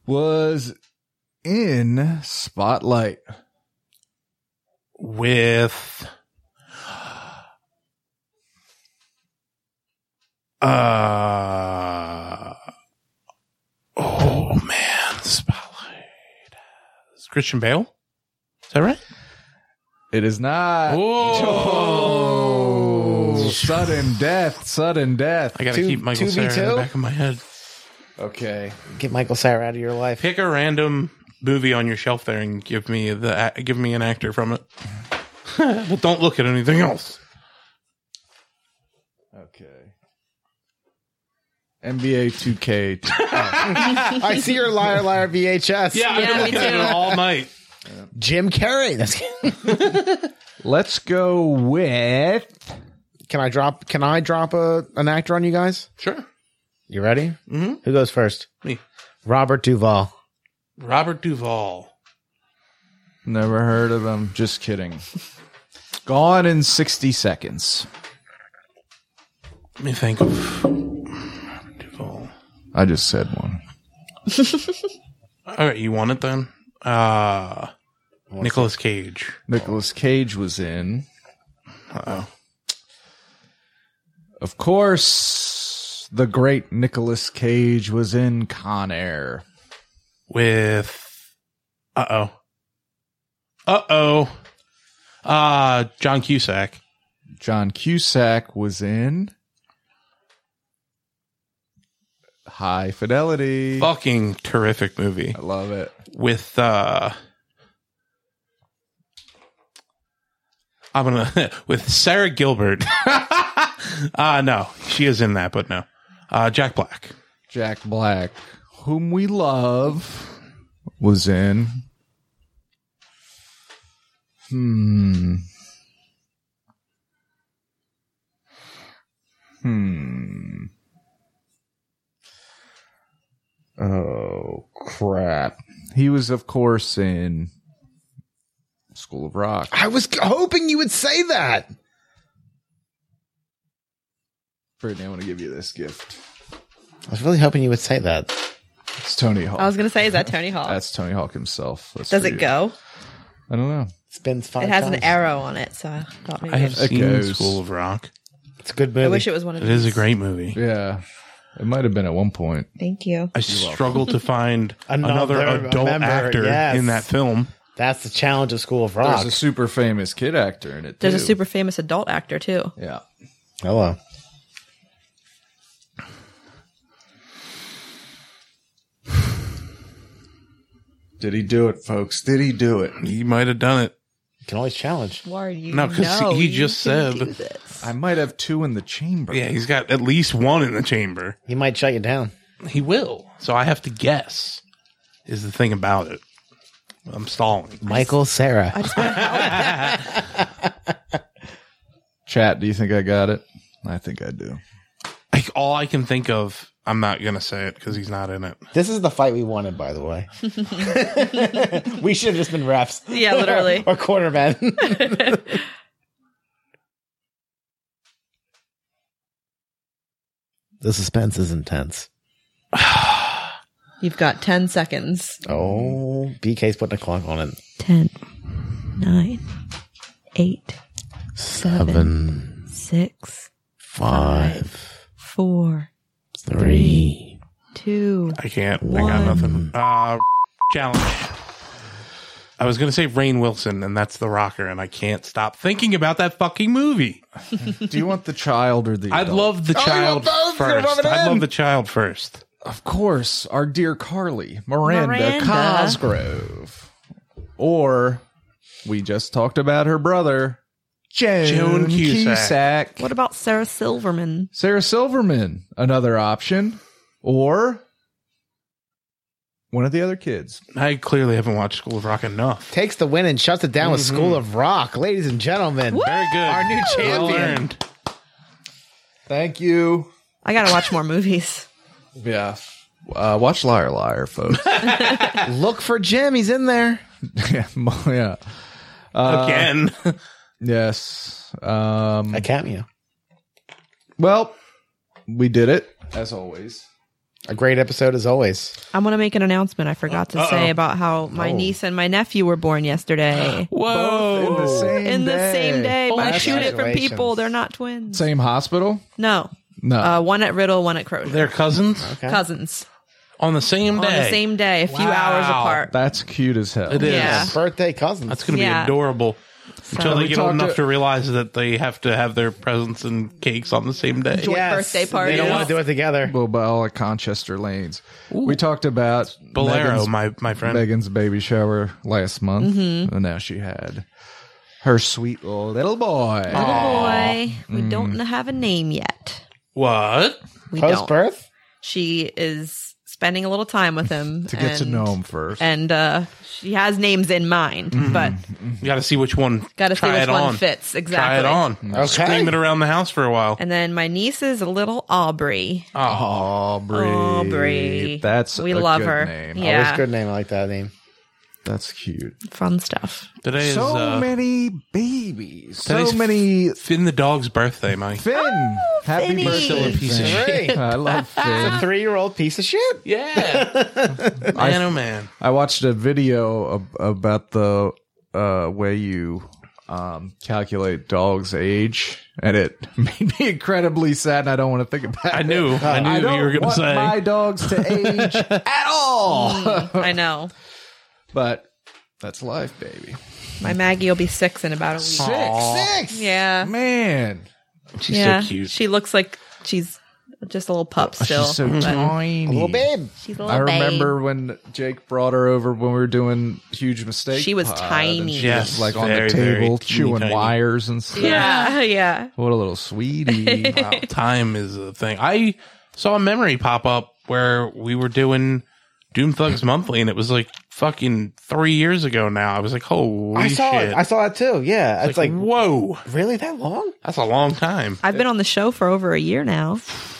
[SPEAKER 1] was in Spotlight.
[SPEAKER 2] With. Uh. Oh, man. Spotlight. It's Christian Bale? Is that right?
[SPEAKER 1] It is
[SPEAKER 3] Uh,
[SPEAKER 1] not. Oh, sudden death! Sudden death!
[SPEAKER 2] I gotta
[SPEAKER 3] Two-
[SPEAKER 2] keep Michael
[SPEAKER 3] two
[SPEAKER 2] Cera
[SPEAKER 3] v
[SPEAKER 2] in the
[SPEAKER 3] two?
[SPEAKER 2] back of my head.
[SPEAKER 1] Okay.
[SPEAKER 3] Get Michael Cera out of your life.
[SPEAKER 2] Pick a random movie on your shelf there and give me the give me an actor from it. but don't look at anything else.
[SPEAKER 1] Okay. NBA 2K.
[SPEAKER 3] I see your liar liar VHS.
[SPEAKER 4] Yeah,
[SPEAKER 2] I've
[SPEAKER 4] me
[SPEAKER 2] been looking at
[SPEAKER 4] too.
[SPEAKER 2] it all night.
[SPEAKER 3] Jim Carrey. That's,
[SPEAKER 1] Let's go with.
[SPEAKER 3] can I drop can I drop a, an actor on you guys?
[SPEAKER 2] Sure,
[SPEAKER 3] You ready? Mm-hmm. Who goes first?
[SPEAKER 2] me
[SPEAKER 3] Robert Duvall.
[SPEAKER 2] Robert Duvall.
[SPEAKER 1] Never heard of him. Just kidding. Gone in 60 seconds.
[SPEAKER 2] Let me think of Robert Duvall.
[SPEAKER 1] I just said one.
[SPEAKER 2] All right, you want it then? Uh Nicholas Cage.
[SPEAKER 1] Nicholas Cage was in. Of course, the great Nicholas Cage was in Con Air.
[SPEAKER 2] with uh oh uh oh uh John Cusack
[SPEAKER 1] John Cusack was in High Fidelity.
[SPEAKER 2] fucking terrific movie
[SPEAKER 1] I love it.
[SPEAKER 2] with uh I'm gonna with Sarah Gilbert uh no she is in that but no uh Jack Black
[SPEAKER 1] Jack Black, whom we love, was in. Hmm. Hmm. Oh, crap. He was, of course, in School of Rock.
[SPEAKER 3] I was hoping you would say that.
[SPEAKER 1] Brittany, I want to give you this gift.
[SPEAKER 3] I was really hoping you would say that.
[SPEAKER 1] It's Tony Hawk.
[SPEAKER 4] I was gonna say, is that Tony Hawk?
[SPEAKER 1] That's Tony Hawk himself. That's
[SPEAKER 4] Does
[SPEAKER 1] for
[SPEAKER 4] it
[SPEAKER 1] you.
[SPEAKER 4] go?
[SPEAKER 1] I don't know.
[SPEAKER 3] It's been five
[SPEAKER 4] It has
[SPEAKER 3] times.
[SPEAKER 4] an arrow on it, so I thought maybe.
[SPEAKER 2] I have
[SPEAKER 4] it-
[SPEAKER 2] seen
[SPEAKER 1] goes.
[SPEAKER 2] School of Rock
[SPEAKER 3] It's a good
[SPEAKER 4] I
[SPEAKER 3] movie.
[SPEAKER 4] wish it was one of
[SPEAKER 2] it is a
[SPEAKER 4] these.
[SPEAKER 2] great movie
[SPEAKER 1] Yeah. It might have been at one point.
[SPEAKER 4] Thank you.
[SPEAKER 2] I struggle to find
[SPEAKER 3] Another-
[SPEAKER 2] another, adult
[SPEAKER 3] remember,
[SPEAKER 2] actor
[SPEAKER 3] yes.
[SPEAKER 2] in that film
[SPEAKER 3] That's the challenge of School of
[SPEAKER 1] There's
[SPEAKER 3] Rock.
[SPEAKER 1] a super famous kid actor in it.
[SPEAKER 4] There's a
[SPEAKER 1] too.
[SPEAKER 4] super famous adult actor too.
[SPEAKER 1] Yeah.
[SPEAKER 3] Hello.
[SPEAKER 1] Did he do it, folks? Did he do it?
[SPEAKER 2] he might have done it
[SPEAKER 3] You can always challenge.
[SPEAKER 4] Ward, you
[SPEAKER 2] No, 'cause
[SPEAKER 4] know
[SPEAKER 2] he
[SPEAKER 4] you
[SPEAKER 2] just
[SPEAKER 4] can
[SPEAKER 2] said-
[SPEAKER 4] do this.
[SPEAKER 1] I might have two in the chamber.
[SPEAKER 2] Yeah, he's got at least one in the chamber.
[SPEAKER 3] He might shut you down.
[SPEAKER 2] He will. So I have to guess, is the thing about it. I'm stalling.
[SPEAKER 3] Michael Sarah.
[SPEAKER 1] Chat, do you think I got it? I think I do.
[SPEAKER 2] Like, all I can think of, I'm not going to say it because he's not in it.
[SPEAKER 3] This is the fight we wanted, by the way. we should have just been refs.
[SPEAKER 4] Yeah, literally.
[SPEAKER 3] or cornermen. the suspense is intense.
[SPEAKER 4] You've got ten seconds.
[SPEAKER 3] Oh, BK's putting a clock on it.
[SPEAKER 4] Ten, nine, eight,
[SPEAKER 3] Seven,
[SPEAKER 4] six,
[SPEAKER 3] five,
[SPEAKER 4] four,
[SPEAKER 5] three.
[SPEAKER 4] Two.
[SPEAKER 2] I can't. I got nothing. Uh, challenge. I was gonna say Rain Wilson, and that's the rocker, and I can't stop thinking about that fucking movie.
[SPEAKER 1] Do you want the child or the?
[SPEAKER 2] I
[SPEAKER 1] adult?
[SPEAKER 2] love the
[SPEAKER 1] Oh, you
[SPEAKER 2] child
[SPEAKER 1] want both? You're
[SPEAKER 2] first.
[SPEAKER 1] rubbing it
[SPEAKER 2] I
[SPEAKER 1] in.
[SPEAKER 2] love the child first.
[SPEAKER 1] of course, our dear Carly Miranda,
[SPEAKER 4] Miranda.
[SPEAKER 1] Cosgrove, or we just talked about her brother Joan,
[SPEAKER 2] Joan Cusack.
[SPEAKER 4] What about Sarah Silverman?
[SPEAKER 1] Sarah Silverman, another option, or one of the other kids.
[SPEAKER 2] I clearly haven't watched School of Rock enough.
[SPEAKER 3] Takes the win and shuts it down with School of Rock, ladies and gentlemen.
[SPEAKER 2] Very good.
[SPEAKER 3] Our new
[SPEAKER 2] Well
[SPEAKER 3] champion.
[SPEAKER 2] earned.
[SPEAKER 1] Thank you.
[SPEAKER 4] I gotta watch more movies.
[SPEAKER 1] Yeah. Uh, watch Liar Liar, folks.
[SPEAKER 3] Look for Jim. He's in there.
[SPEAKER 1] yeah, mo- yeah.
[SPEAKER 2] Again.
[SPEAKER 1] Yes. Um,
[SPEAKER 3] A cameo.
[SPEAKER 1] well, we did it as always.
[SPEAKER 3] A great episode as always.
[SPEAKER 4] I'm gonna make an announcement. I forgot to say about how my niece and my nephew were born yesterday.
[SPEAKER 1] In the same
[SPEAKER 4] Oh, In the
[SPEAKER 1] day.
[SPEAKER 4] same day, by
[SPEAKER 3] That's
[SPEAKER 4] two different
[SPEAKER 3] congratulations.
[SPEAKER 4] people. They're not twins.
[SPEAKER 1] Same hospital?
[SPEAKER 4] No,
[SPEAKER 1] No.
[SPEAKER 4] uh, one at Riddle, one at Crozier.
[SPEAKER 2] They're cousins
[SPEAKER 4] cousins
[SPEAKER 2] on the same day.
[SPEAKER 4] on the same day, a few hours
[SPEAKER 2] Wow.
[SPEAKER 4] apart.
[SPEAKER 1] That's cute as hell.
[SPEAKER 2] It is.
[SPEAKER 4] Yeah.
[SPEAKER 3] Birthday cousins.
[SPEAKER 2] That's going to
[SPEAKER 4] Yeah.
[SPEAKER 2] be adorable. Until
[SPEAKER 1] We
[SPEAKER 2] they get old
[SPEAKER 1] talked
[SPEAKER 2] enough
[SPEAKER 1] to-
[SPEAKER 2] to, realize that they have to have their presents and cakes on the same day.
[SPEAKER 4] Joy-
[SPEAKER 3] They
[SPEAKER 4] birthday
[SPEAKER 3] don't
[SPEAKER 4] parties.
[SPEAKER 3] want to do it together.
[SPEAKER 1] Well, by all at Conchester Lanes. We talked about
[SPEAKER 2] Bolero,
[SPEAKER 1] Megan's,
[SPEAKER 2] my, my friend.
[SPEAKER 1] Megan's baby shower last month,
[SPEAKER 4] Mm-hmm.
[SPEAKER 1] and now she had her sweet little boy.
[SPEAKER 4] Boy, we don't have a name yet.
[SPEAKER 2] What?
[SPEAKER 4] We
[SPEAKER 3] Post
[SPEAKER 4] don't.
[SPEAKER 3] birth?
[SPEAKER 4] She is spending a little time with him
[SPEAKER 1] To get to
[SPEAKER 4] and-
[SPEAKER 1] know him Mm-hmm. first.
[SPEAKER 4] and uh, she has names in mind, but
[SPEAKER 2] You got to see which one.
[SPEAKER 4] got to see
[SPEAKER 2] try
[SPEAKER 4] which
[SPEAKER 2] it
[SPEAKER 4] one
[SPEAKER 2] on.
[SPEAKER 4] fits
[SPEAKER 2] Try
[SPEAKER 4] exactly.
[SPEAKER 2] it on. Scream it around the house for a while.
[SPEAKER 4] And then my niece is a little Aubrey.
[SPEAKER 1] Aubrey.
[SPEAKER 4] Aubrey.
[SPEAKER 1] That's
[SPEAKER 4] we
[SPEAKER 1] a
[SPEAKER 4] love
[SPEAKER 1] good
[SPEAKER 4] her.
[SPEAKER 1] name.
[SPEAKER 3] Always
[SPEAKER 4] Yeah,
[SPEAKER 3] good name. I like that name.
[SPEAKER 1] That's cute.
[SPEAKER 4] fun stuff.
[SPEAKER 2] Today is
[SPEAKER 1] so
[SPEAKER 2] uh,
[SPEAKER 1] many babies. So
[SPEAKER 2] today's
[SPEAKER 1] many.
[SPEAKER 2] Finn the dog's birthday, Mike.
[SPEAKER 1] Finn. Happy
[SPEAKER 4] Finny.
[SPEAKER 2] Still a
[SPEAKER 1] birthday,
[SPEAKER 2] piece of
[SPEAKER 1] Finn.
[SPEAKER 3] Three.
[SPEAKER 1] I love Finn.
[SPEAKER 3] Three year old piece of shit.
[SPEAKER 2] Yeah. man, oh man.
[SPEAKER 1] I watched a video ab- about the uh, way you um, calculate dogs' age, and it made me incredibly sad. And I don't want to think about.
[SPEAKER 2] I
[SPEAKER 1] it.
[SPEAKER 2] knew. I knew
[SPEAKER 1] I
[SPEAKER 2] what
[SPEAKER 1] don't
[SPEAKER 2] you were going to
[SPEAKER 1] want
[SPEAKER 2] say.
[SPEAKER 1] my dogs to age at all.
[SPEAKER 4] I know.
[SPEAKER 1] but that's life, baby.
[SPEAKER 4] My Maggie will be six in about a week.
[SPEAKER 1] Six, six,
[SPEAKER 4] Yeah,
[SPEAKER 1] man.
[SPEAKER 2] She's
[SPEAKER 4] yeah.
[SPEAKER 2] so cute.
[SPEAKER 4] She looks like she's just a little pup still.
[SPEAKER 1] Oh, She's so tiny.
[SPEAKER 3] Little babe.
[SPEAKER 4] She's a little
[SPEAKER 1] I
[SPEAKER 4] babe.
[SPEAKER 1] remember when Jake brought her over when we were doing huge mistakes.
[SPEAKER 4] She was tiny.
[SPEAKER 2] Yes,
[SPEAKER 1] like on the
[SPEAKER 2] very, very
[SPEAKER 1] table,
[SPEAKER 2] teeny
[SPEAKER 1] chewing
[SPEAKER 2] tiny.
[SPEAKER 1] wires and stuff.
[SPEAKER 4] Yeah, yeah.
[SPEAKER 1] What a little sweetie.
[SPEAKER 2] wow, time is a thing. I saw a memory pop up where we were doing Doom Thugs Monthly, and it was like fucking three years ago now. I was like, holy
[SPEAKER 3] I saw
[SPEAKER 2] shit!
[SPEAKER 3] it. I saw that too. Yeah. It's like,
[SPEAKER 2] whoa,
[SPEAKER 3] really that long?
[SPEAKER 2] that's a long time.
[SPEAKER 4] I've been on the show for over a year now.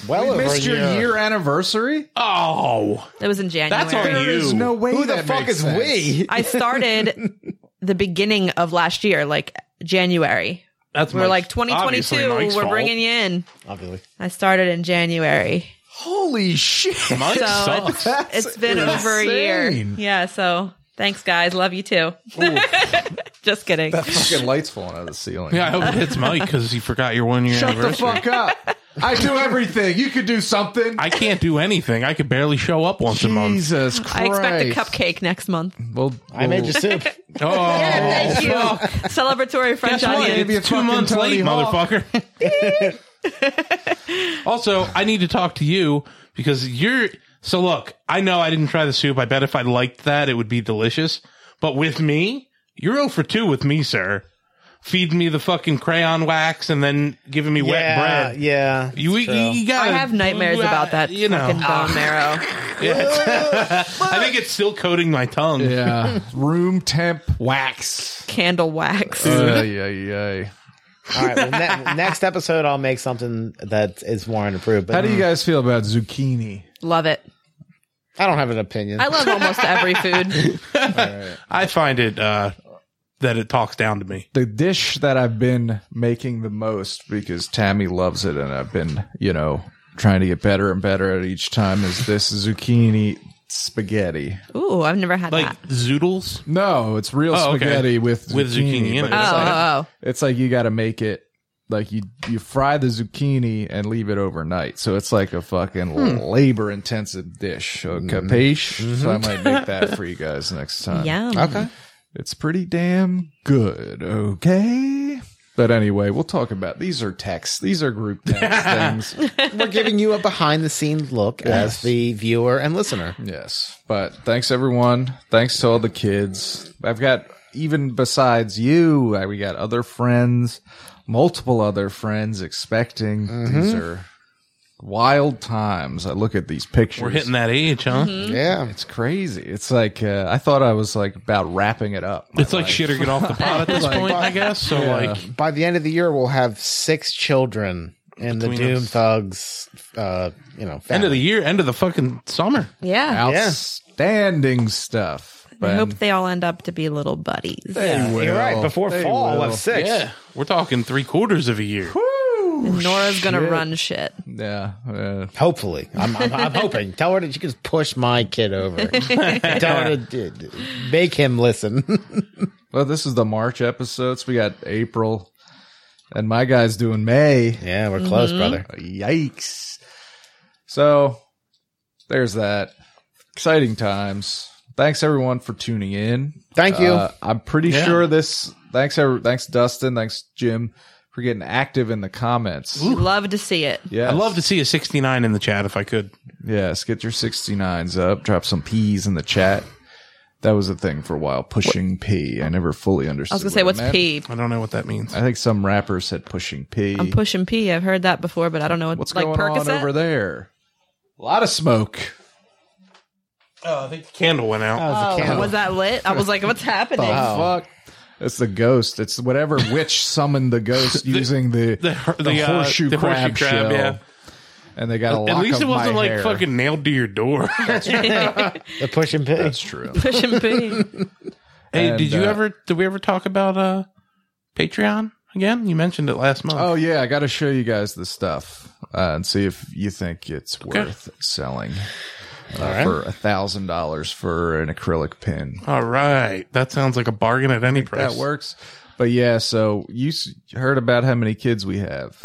[SPEAKER 3] Well over
[SPEAKER 1] missed
[SPEAKER 3] a
[SPEAKER 1] your
[SPEAKER 3] year.
[SPEAKER 1] year anniversary?
[SPEAKER 2] Oh,
[SPEAKER 4] It was in January.
[SPEAKER 2] on
[SPEAKER 1] There
[SPEAKER 2] you.
[SPEAKER 1] is no way.
[SPEAKER 3] Who the
[SPEAKER 1] that
[SPEAKER 3] fuck
[SPEAKER 1] makes
[SPEAKER 3] is
[SPEAKER 1] sense.
[SPEAKER 3] we?
[SPEAKER 4] I started the beginning of last year, like January.
[SPEAKER 2] that's
[SPEAKER 4] We're
[SPEAKER 2] Mike's-
[SPEAKER 4] like
[SPEAKER 2] obviously
[SPEAKER 4] 2022. We're
[SPEAKER 2] Mike's fault.
[SPEAKER 4] bringing you in.
[SPEAKER 3] Obviously.
[SPEAKER 4] I started in January.
[SPEAKER 1] Holy shit!
[SPEAKER 2] Mike
[SPEAKER 4] So
[SPEAKER 2] sucks.
[SPEAKER 1] That's
[SPEAKER 4] it's been over a year.
[SPEAKER 1] insane.
[SPEAKER 4] Yeah. So thanks, guys. Love you too. Just kidding.
[SPEAKER 1] Fucking lights falling out of the ceiling.
[SPEAKER 2] Yeah, I hope it hits Mike because you forgot your one year
[SPEAKER 1] Shut the
[SPEAKER 2] anniversary.
[SPEAKER 1] fuck up. I do everything. You could do something.
[SPEAKER 2] I can't do anything. I could barely show up once a month.
[SPEAKER 1] Jesus Christ.
[SPEAKER 4] I expect a cupcake next month.
[SPEAKER 1] Well,
[SPEAKER 3] I made your
[SPEAKER 1] well,
[SPEAKER 3] soup.
[SPEAKER 2] Oh,
[SPEAKER 4] Thank you. Celebratory French
[SPEAKER 2] Guess what?
[SPEAKER 4] onions.
[SPEAKER 1] Maybe a
[SPEAKER 2] It's two
[SPEAKER 1] fucking
[SPEAKER 2] months
[SPEAKER 1] Tony
[SPEAKER 2] late,
[SPEAKER 1] Hawk.
[SPEAKER 2] motherfucker. also, I need to talk to you because you're. So look, I know I didn't try the soup. I bet if I liked that, it would be delicious. But with me, you're 0 for 2 with me, sir. Feeding me the fucking crayon wax and then giving me wet
[SPEAKER 3] yeah,
[SPEAKER 2] bread.
[SPEAKER 3] Yeah.
[SPEAKER 2] You, you, you
[SPEAKER 4] I
[SPEAKER 2] gotta-
[SPEAKER 4] have nightmares
[SPEAKER 2] you
[SPEAKER 4] about that
[SPEAKER 2] gotta- You know,
[SPEAKER 4] fucking bone marrow.
[SPEAKER 2] Yeah. I think it's still coating my tongue.
[SPEAKER 1] yeah. Room temp wax.
[SPEAKER 4] Candle wax.
[SPEAKER 1] Yeah, yeah, yeah.
[SPEAKER 3] All right. Well, ne- next episode, I'll make something that is Warren approved. But
[SPEAKER 1] How do
[SPEAKER 2] Mm.
[SPEAKER 1] you guys feel about zucchini?
[SPEAKER 4] love it.
[SPEAKER 3] I don't have an opinion.
[SPEAKER 4] I love almost every food.
[SPEAKER 2] I find it uh, that it talks down to me.
[SPEAKER 1] the dish that I've been making the most because Tammy loves it and I've been, you know, trying to get better and better at each time is this zucchini spaghetti.
[SPEAKER 4] Ooh, I've never had
[SPEAKER 2] Like
[SPEAKER 4] that.
[SPEAKER 2] zoodles.
[SPEAKER 1] No, no, it's real
[SPEAKER 2] Oh, okay.
[SPEAKER 1] spaghetti with zucchini,
[SPEAKER 2] With zucchini in
[SPEAKER 1] but
[SPEAKER 2] it.
[SPEAKER 1] It's,
[SPEAKER 4] Oh,
[SPEAKER 1] like,
[SPEAKER 4] oh, oh.
[SPEAKER 1] it's like you got to make it like you you fry the zucchini and leave it overnight. So it's like a fucking labor intensive dish. So capiche? So I might make that for you guys next time.
[SPEAKER 4] Yum.
[SPEAKER 3] Okay.
[SPEAKER 1] It's pretty damn good. Okay. But anyway, we'll talk about these are texts. These are group text things.
[SPEAKER 3] We're giving you a behind the scenes look as the viewer and listener.
[SPEAKER 1] Yes. But thanks everyone. Thanks to all the kids. I've got even besides you, I- we got other friends, multiple other friends expecting. These are wild times. I look at these pictures.
[SPEAKER 2] We're hitting that age, huh?
[SPEAKER 1] Mm-hmm.
[SPEAKER 3] Yeah.
[SPEAKER 1] It's crazy. It's like uh, I thought I was like about wrapping it up.
[SPEAKER 2] It's like shit or get off the pot at this point, I guess. So like,
[SPEAKER 3] By the end of the year, we'll have six children in the
[SPEAKER 2] Between
[SPEAKER 3] Doom
[SPEAKER 2] us.
[SPEAKER 3] Thugs, uh, you
[SPEAKER 2] end
[SPEAKER 3] know,
[SPEAKER 2] of the
[SPEAKER 3] family.
[SPEAKER 2] year, end of the fucking summer.
[SPEAKER 4] Yeah.
[SPEAKER 1] outstanding stuff.
[SPEAKER 4] I
[SPEAKER 1] Ben.
[SPEAKER 4] hope they all end up to be little buddies.
[SPEAKER 1] They
[SPEAKER 3] You're right.
[SPEAKER 1] will.
[SPEAKER 3] Before
[SPEAKER 1] They
[SPEAKER 3] fall
[SPEAKER 1] will.
[SPEAKER 3] of six.
[SPEAKER 2] Yeah, we're talking three quarters of a year.
[SPEAKER 4] And Nora's gonna
[SPEAKER 1] shit.
[SPEAKER 4] run shit.
[SPEAKER 1] Yeah. uh,
[SPEAKER 3] Hopefully, I'm, I'm, I'm hoping. Tell her that she can push my kid over. Tell her to d- d- make him listen.
[SPEAKER 1] well, this is the March episodes. We got April, and my guy's doing May.
[SPEAKER 3] yeah, we're close, brother.
[SPEAKER 1] Yikes. So there's that. Exciting times. Thanks everyone for tuning in.
[SPEAKER 3] Thank you.
[SPEAKER 1] Uh, I'm pretty
[SPEAKER 2] Yeah.
[SPEAKER 1] sure this. Thanks, every, thanks Dustin. Thanks Jim for getting active in the comments.
[SPEAKER 4] We'd Love to see it.
[SPEAKER 1] Yeah,
[SPEAKER 2] I'd love to see a 69 in the chat if I could.
[SPEAKER 1] Yes, get your 69s up. Drop some P's in the chat. That was a thing for a while. Pushing P. I never fully
[SPEAKER 4] I
[SPEAKER 1] understood.
[SPEAKER 4] was gonna say,
[SPEAKER 1] what it meant.
[SPEAKER 4] what's P?
[SPEAKER 2] I don't know what that means.
[SPEAKER 1] I think some rappers said pushing P.
[SPEAKER 4] I'm pushing P. I've heard that before, but I don't know what,
[SPEAKER 1] What's
[SPEAKER 4] like
[SPEAKER 1] going
[SPEAKER 4] Percocet.
[SPEAKER 1] on over there? A lot of smoke.
[SPEAKER 2] Oh, I think the candle went out.
[SPEAKER 3] That was a
[SPEAKER 4] Oh,
[SPEAKER 3] candle.
[SPEAKER 4] was that lit? I was like, what's happening?
[SPEAKER 2] Oh.
[SPEAKER 1] Fuck. It's the ghost. It's whatever witch summoned the ghost using the the,
[SPEAKER 2] the- the, uh,
[SPEAKER 1] horseshoe
[SPEAKER 2] the horseshoe
[SPEAKER 1] crab,
[SPEAKER 2] crab,
[SPEAKER 1] shell.
[SPEAKER 2] yeah.
[SPEAKER 1] And they got a lock
[SPEAKER 2] At least
[SPEAKER 1] of
[SPEAKER 2] it wasn't
[SPEAKER 1] my
[SPEAKER 2] like
[SPEAKER 1] hair.
[SPEAKER 2] fucking nailed to your door.
[SPEAKER 3] The push and pull.
[SPEAKER 1] That's true.
[SPEAKER 4] Pushing P.
[SPEAKER 2] hey,
[SPEAKER 1] And,
[SPEAKER 2] did you
[SPEAKER 1] uh,
[SPEAKER 2] ever? Did we ever talk about uh Patreon again? You mentioned it last month.
[SPEAKER 1] Oh yeah, I got to show you guys the stuff uh, and see if you think it's worth selling uh,
[SPEAKER 3] right.
[SPEAKER 1] for a thousand dollars for an acrylic pin.
[SPEAKER 2] All right, that sounds like a bargain at any price.
[SPEAKER 1] That works. But yeah, so you s- heard about how many kids we have.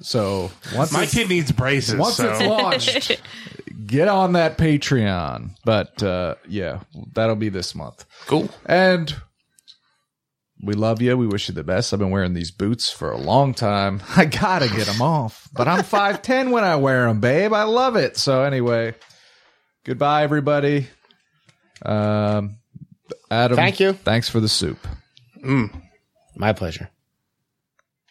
[SPEAKER 1] so once
[SPEAKER 2] My
[SPEAKER 1] it's,
[SPEAKER 2] kid needs braces.
[SPEAKER 1] once
[SPEAKER 2] so.
[SPEAKER 1] it's launched, get on that Patreon. But uh, yeah, that'll be this month.
[SPEAKER 2] cool.
[SPEAKER 1] And we love you. We wish you the best. I've been wearing these boots for a long time. I gotta get them off, but I'm 5'10 when I wear them, babe. I love it. So, anyway, goodbye, everybody. Um, Adam,
[SPEAKER 3] Thank you.
[SPEAKER 1] Thanks for the soup.
[SPEAKER 3] My pleasure.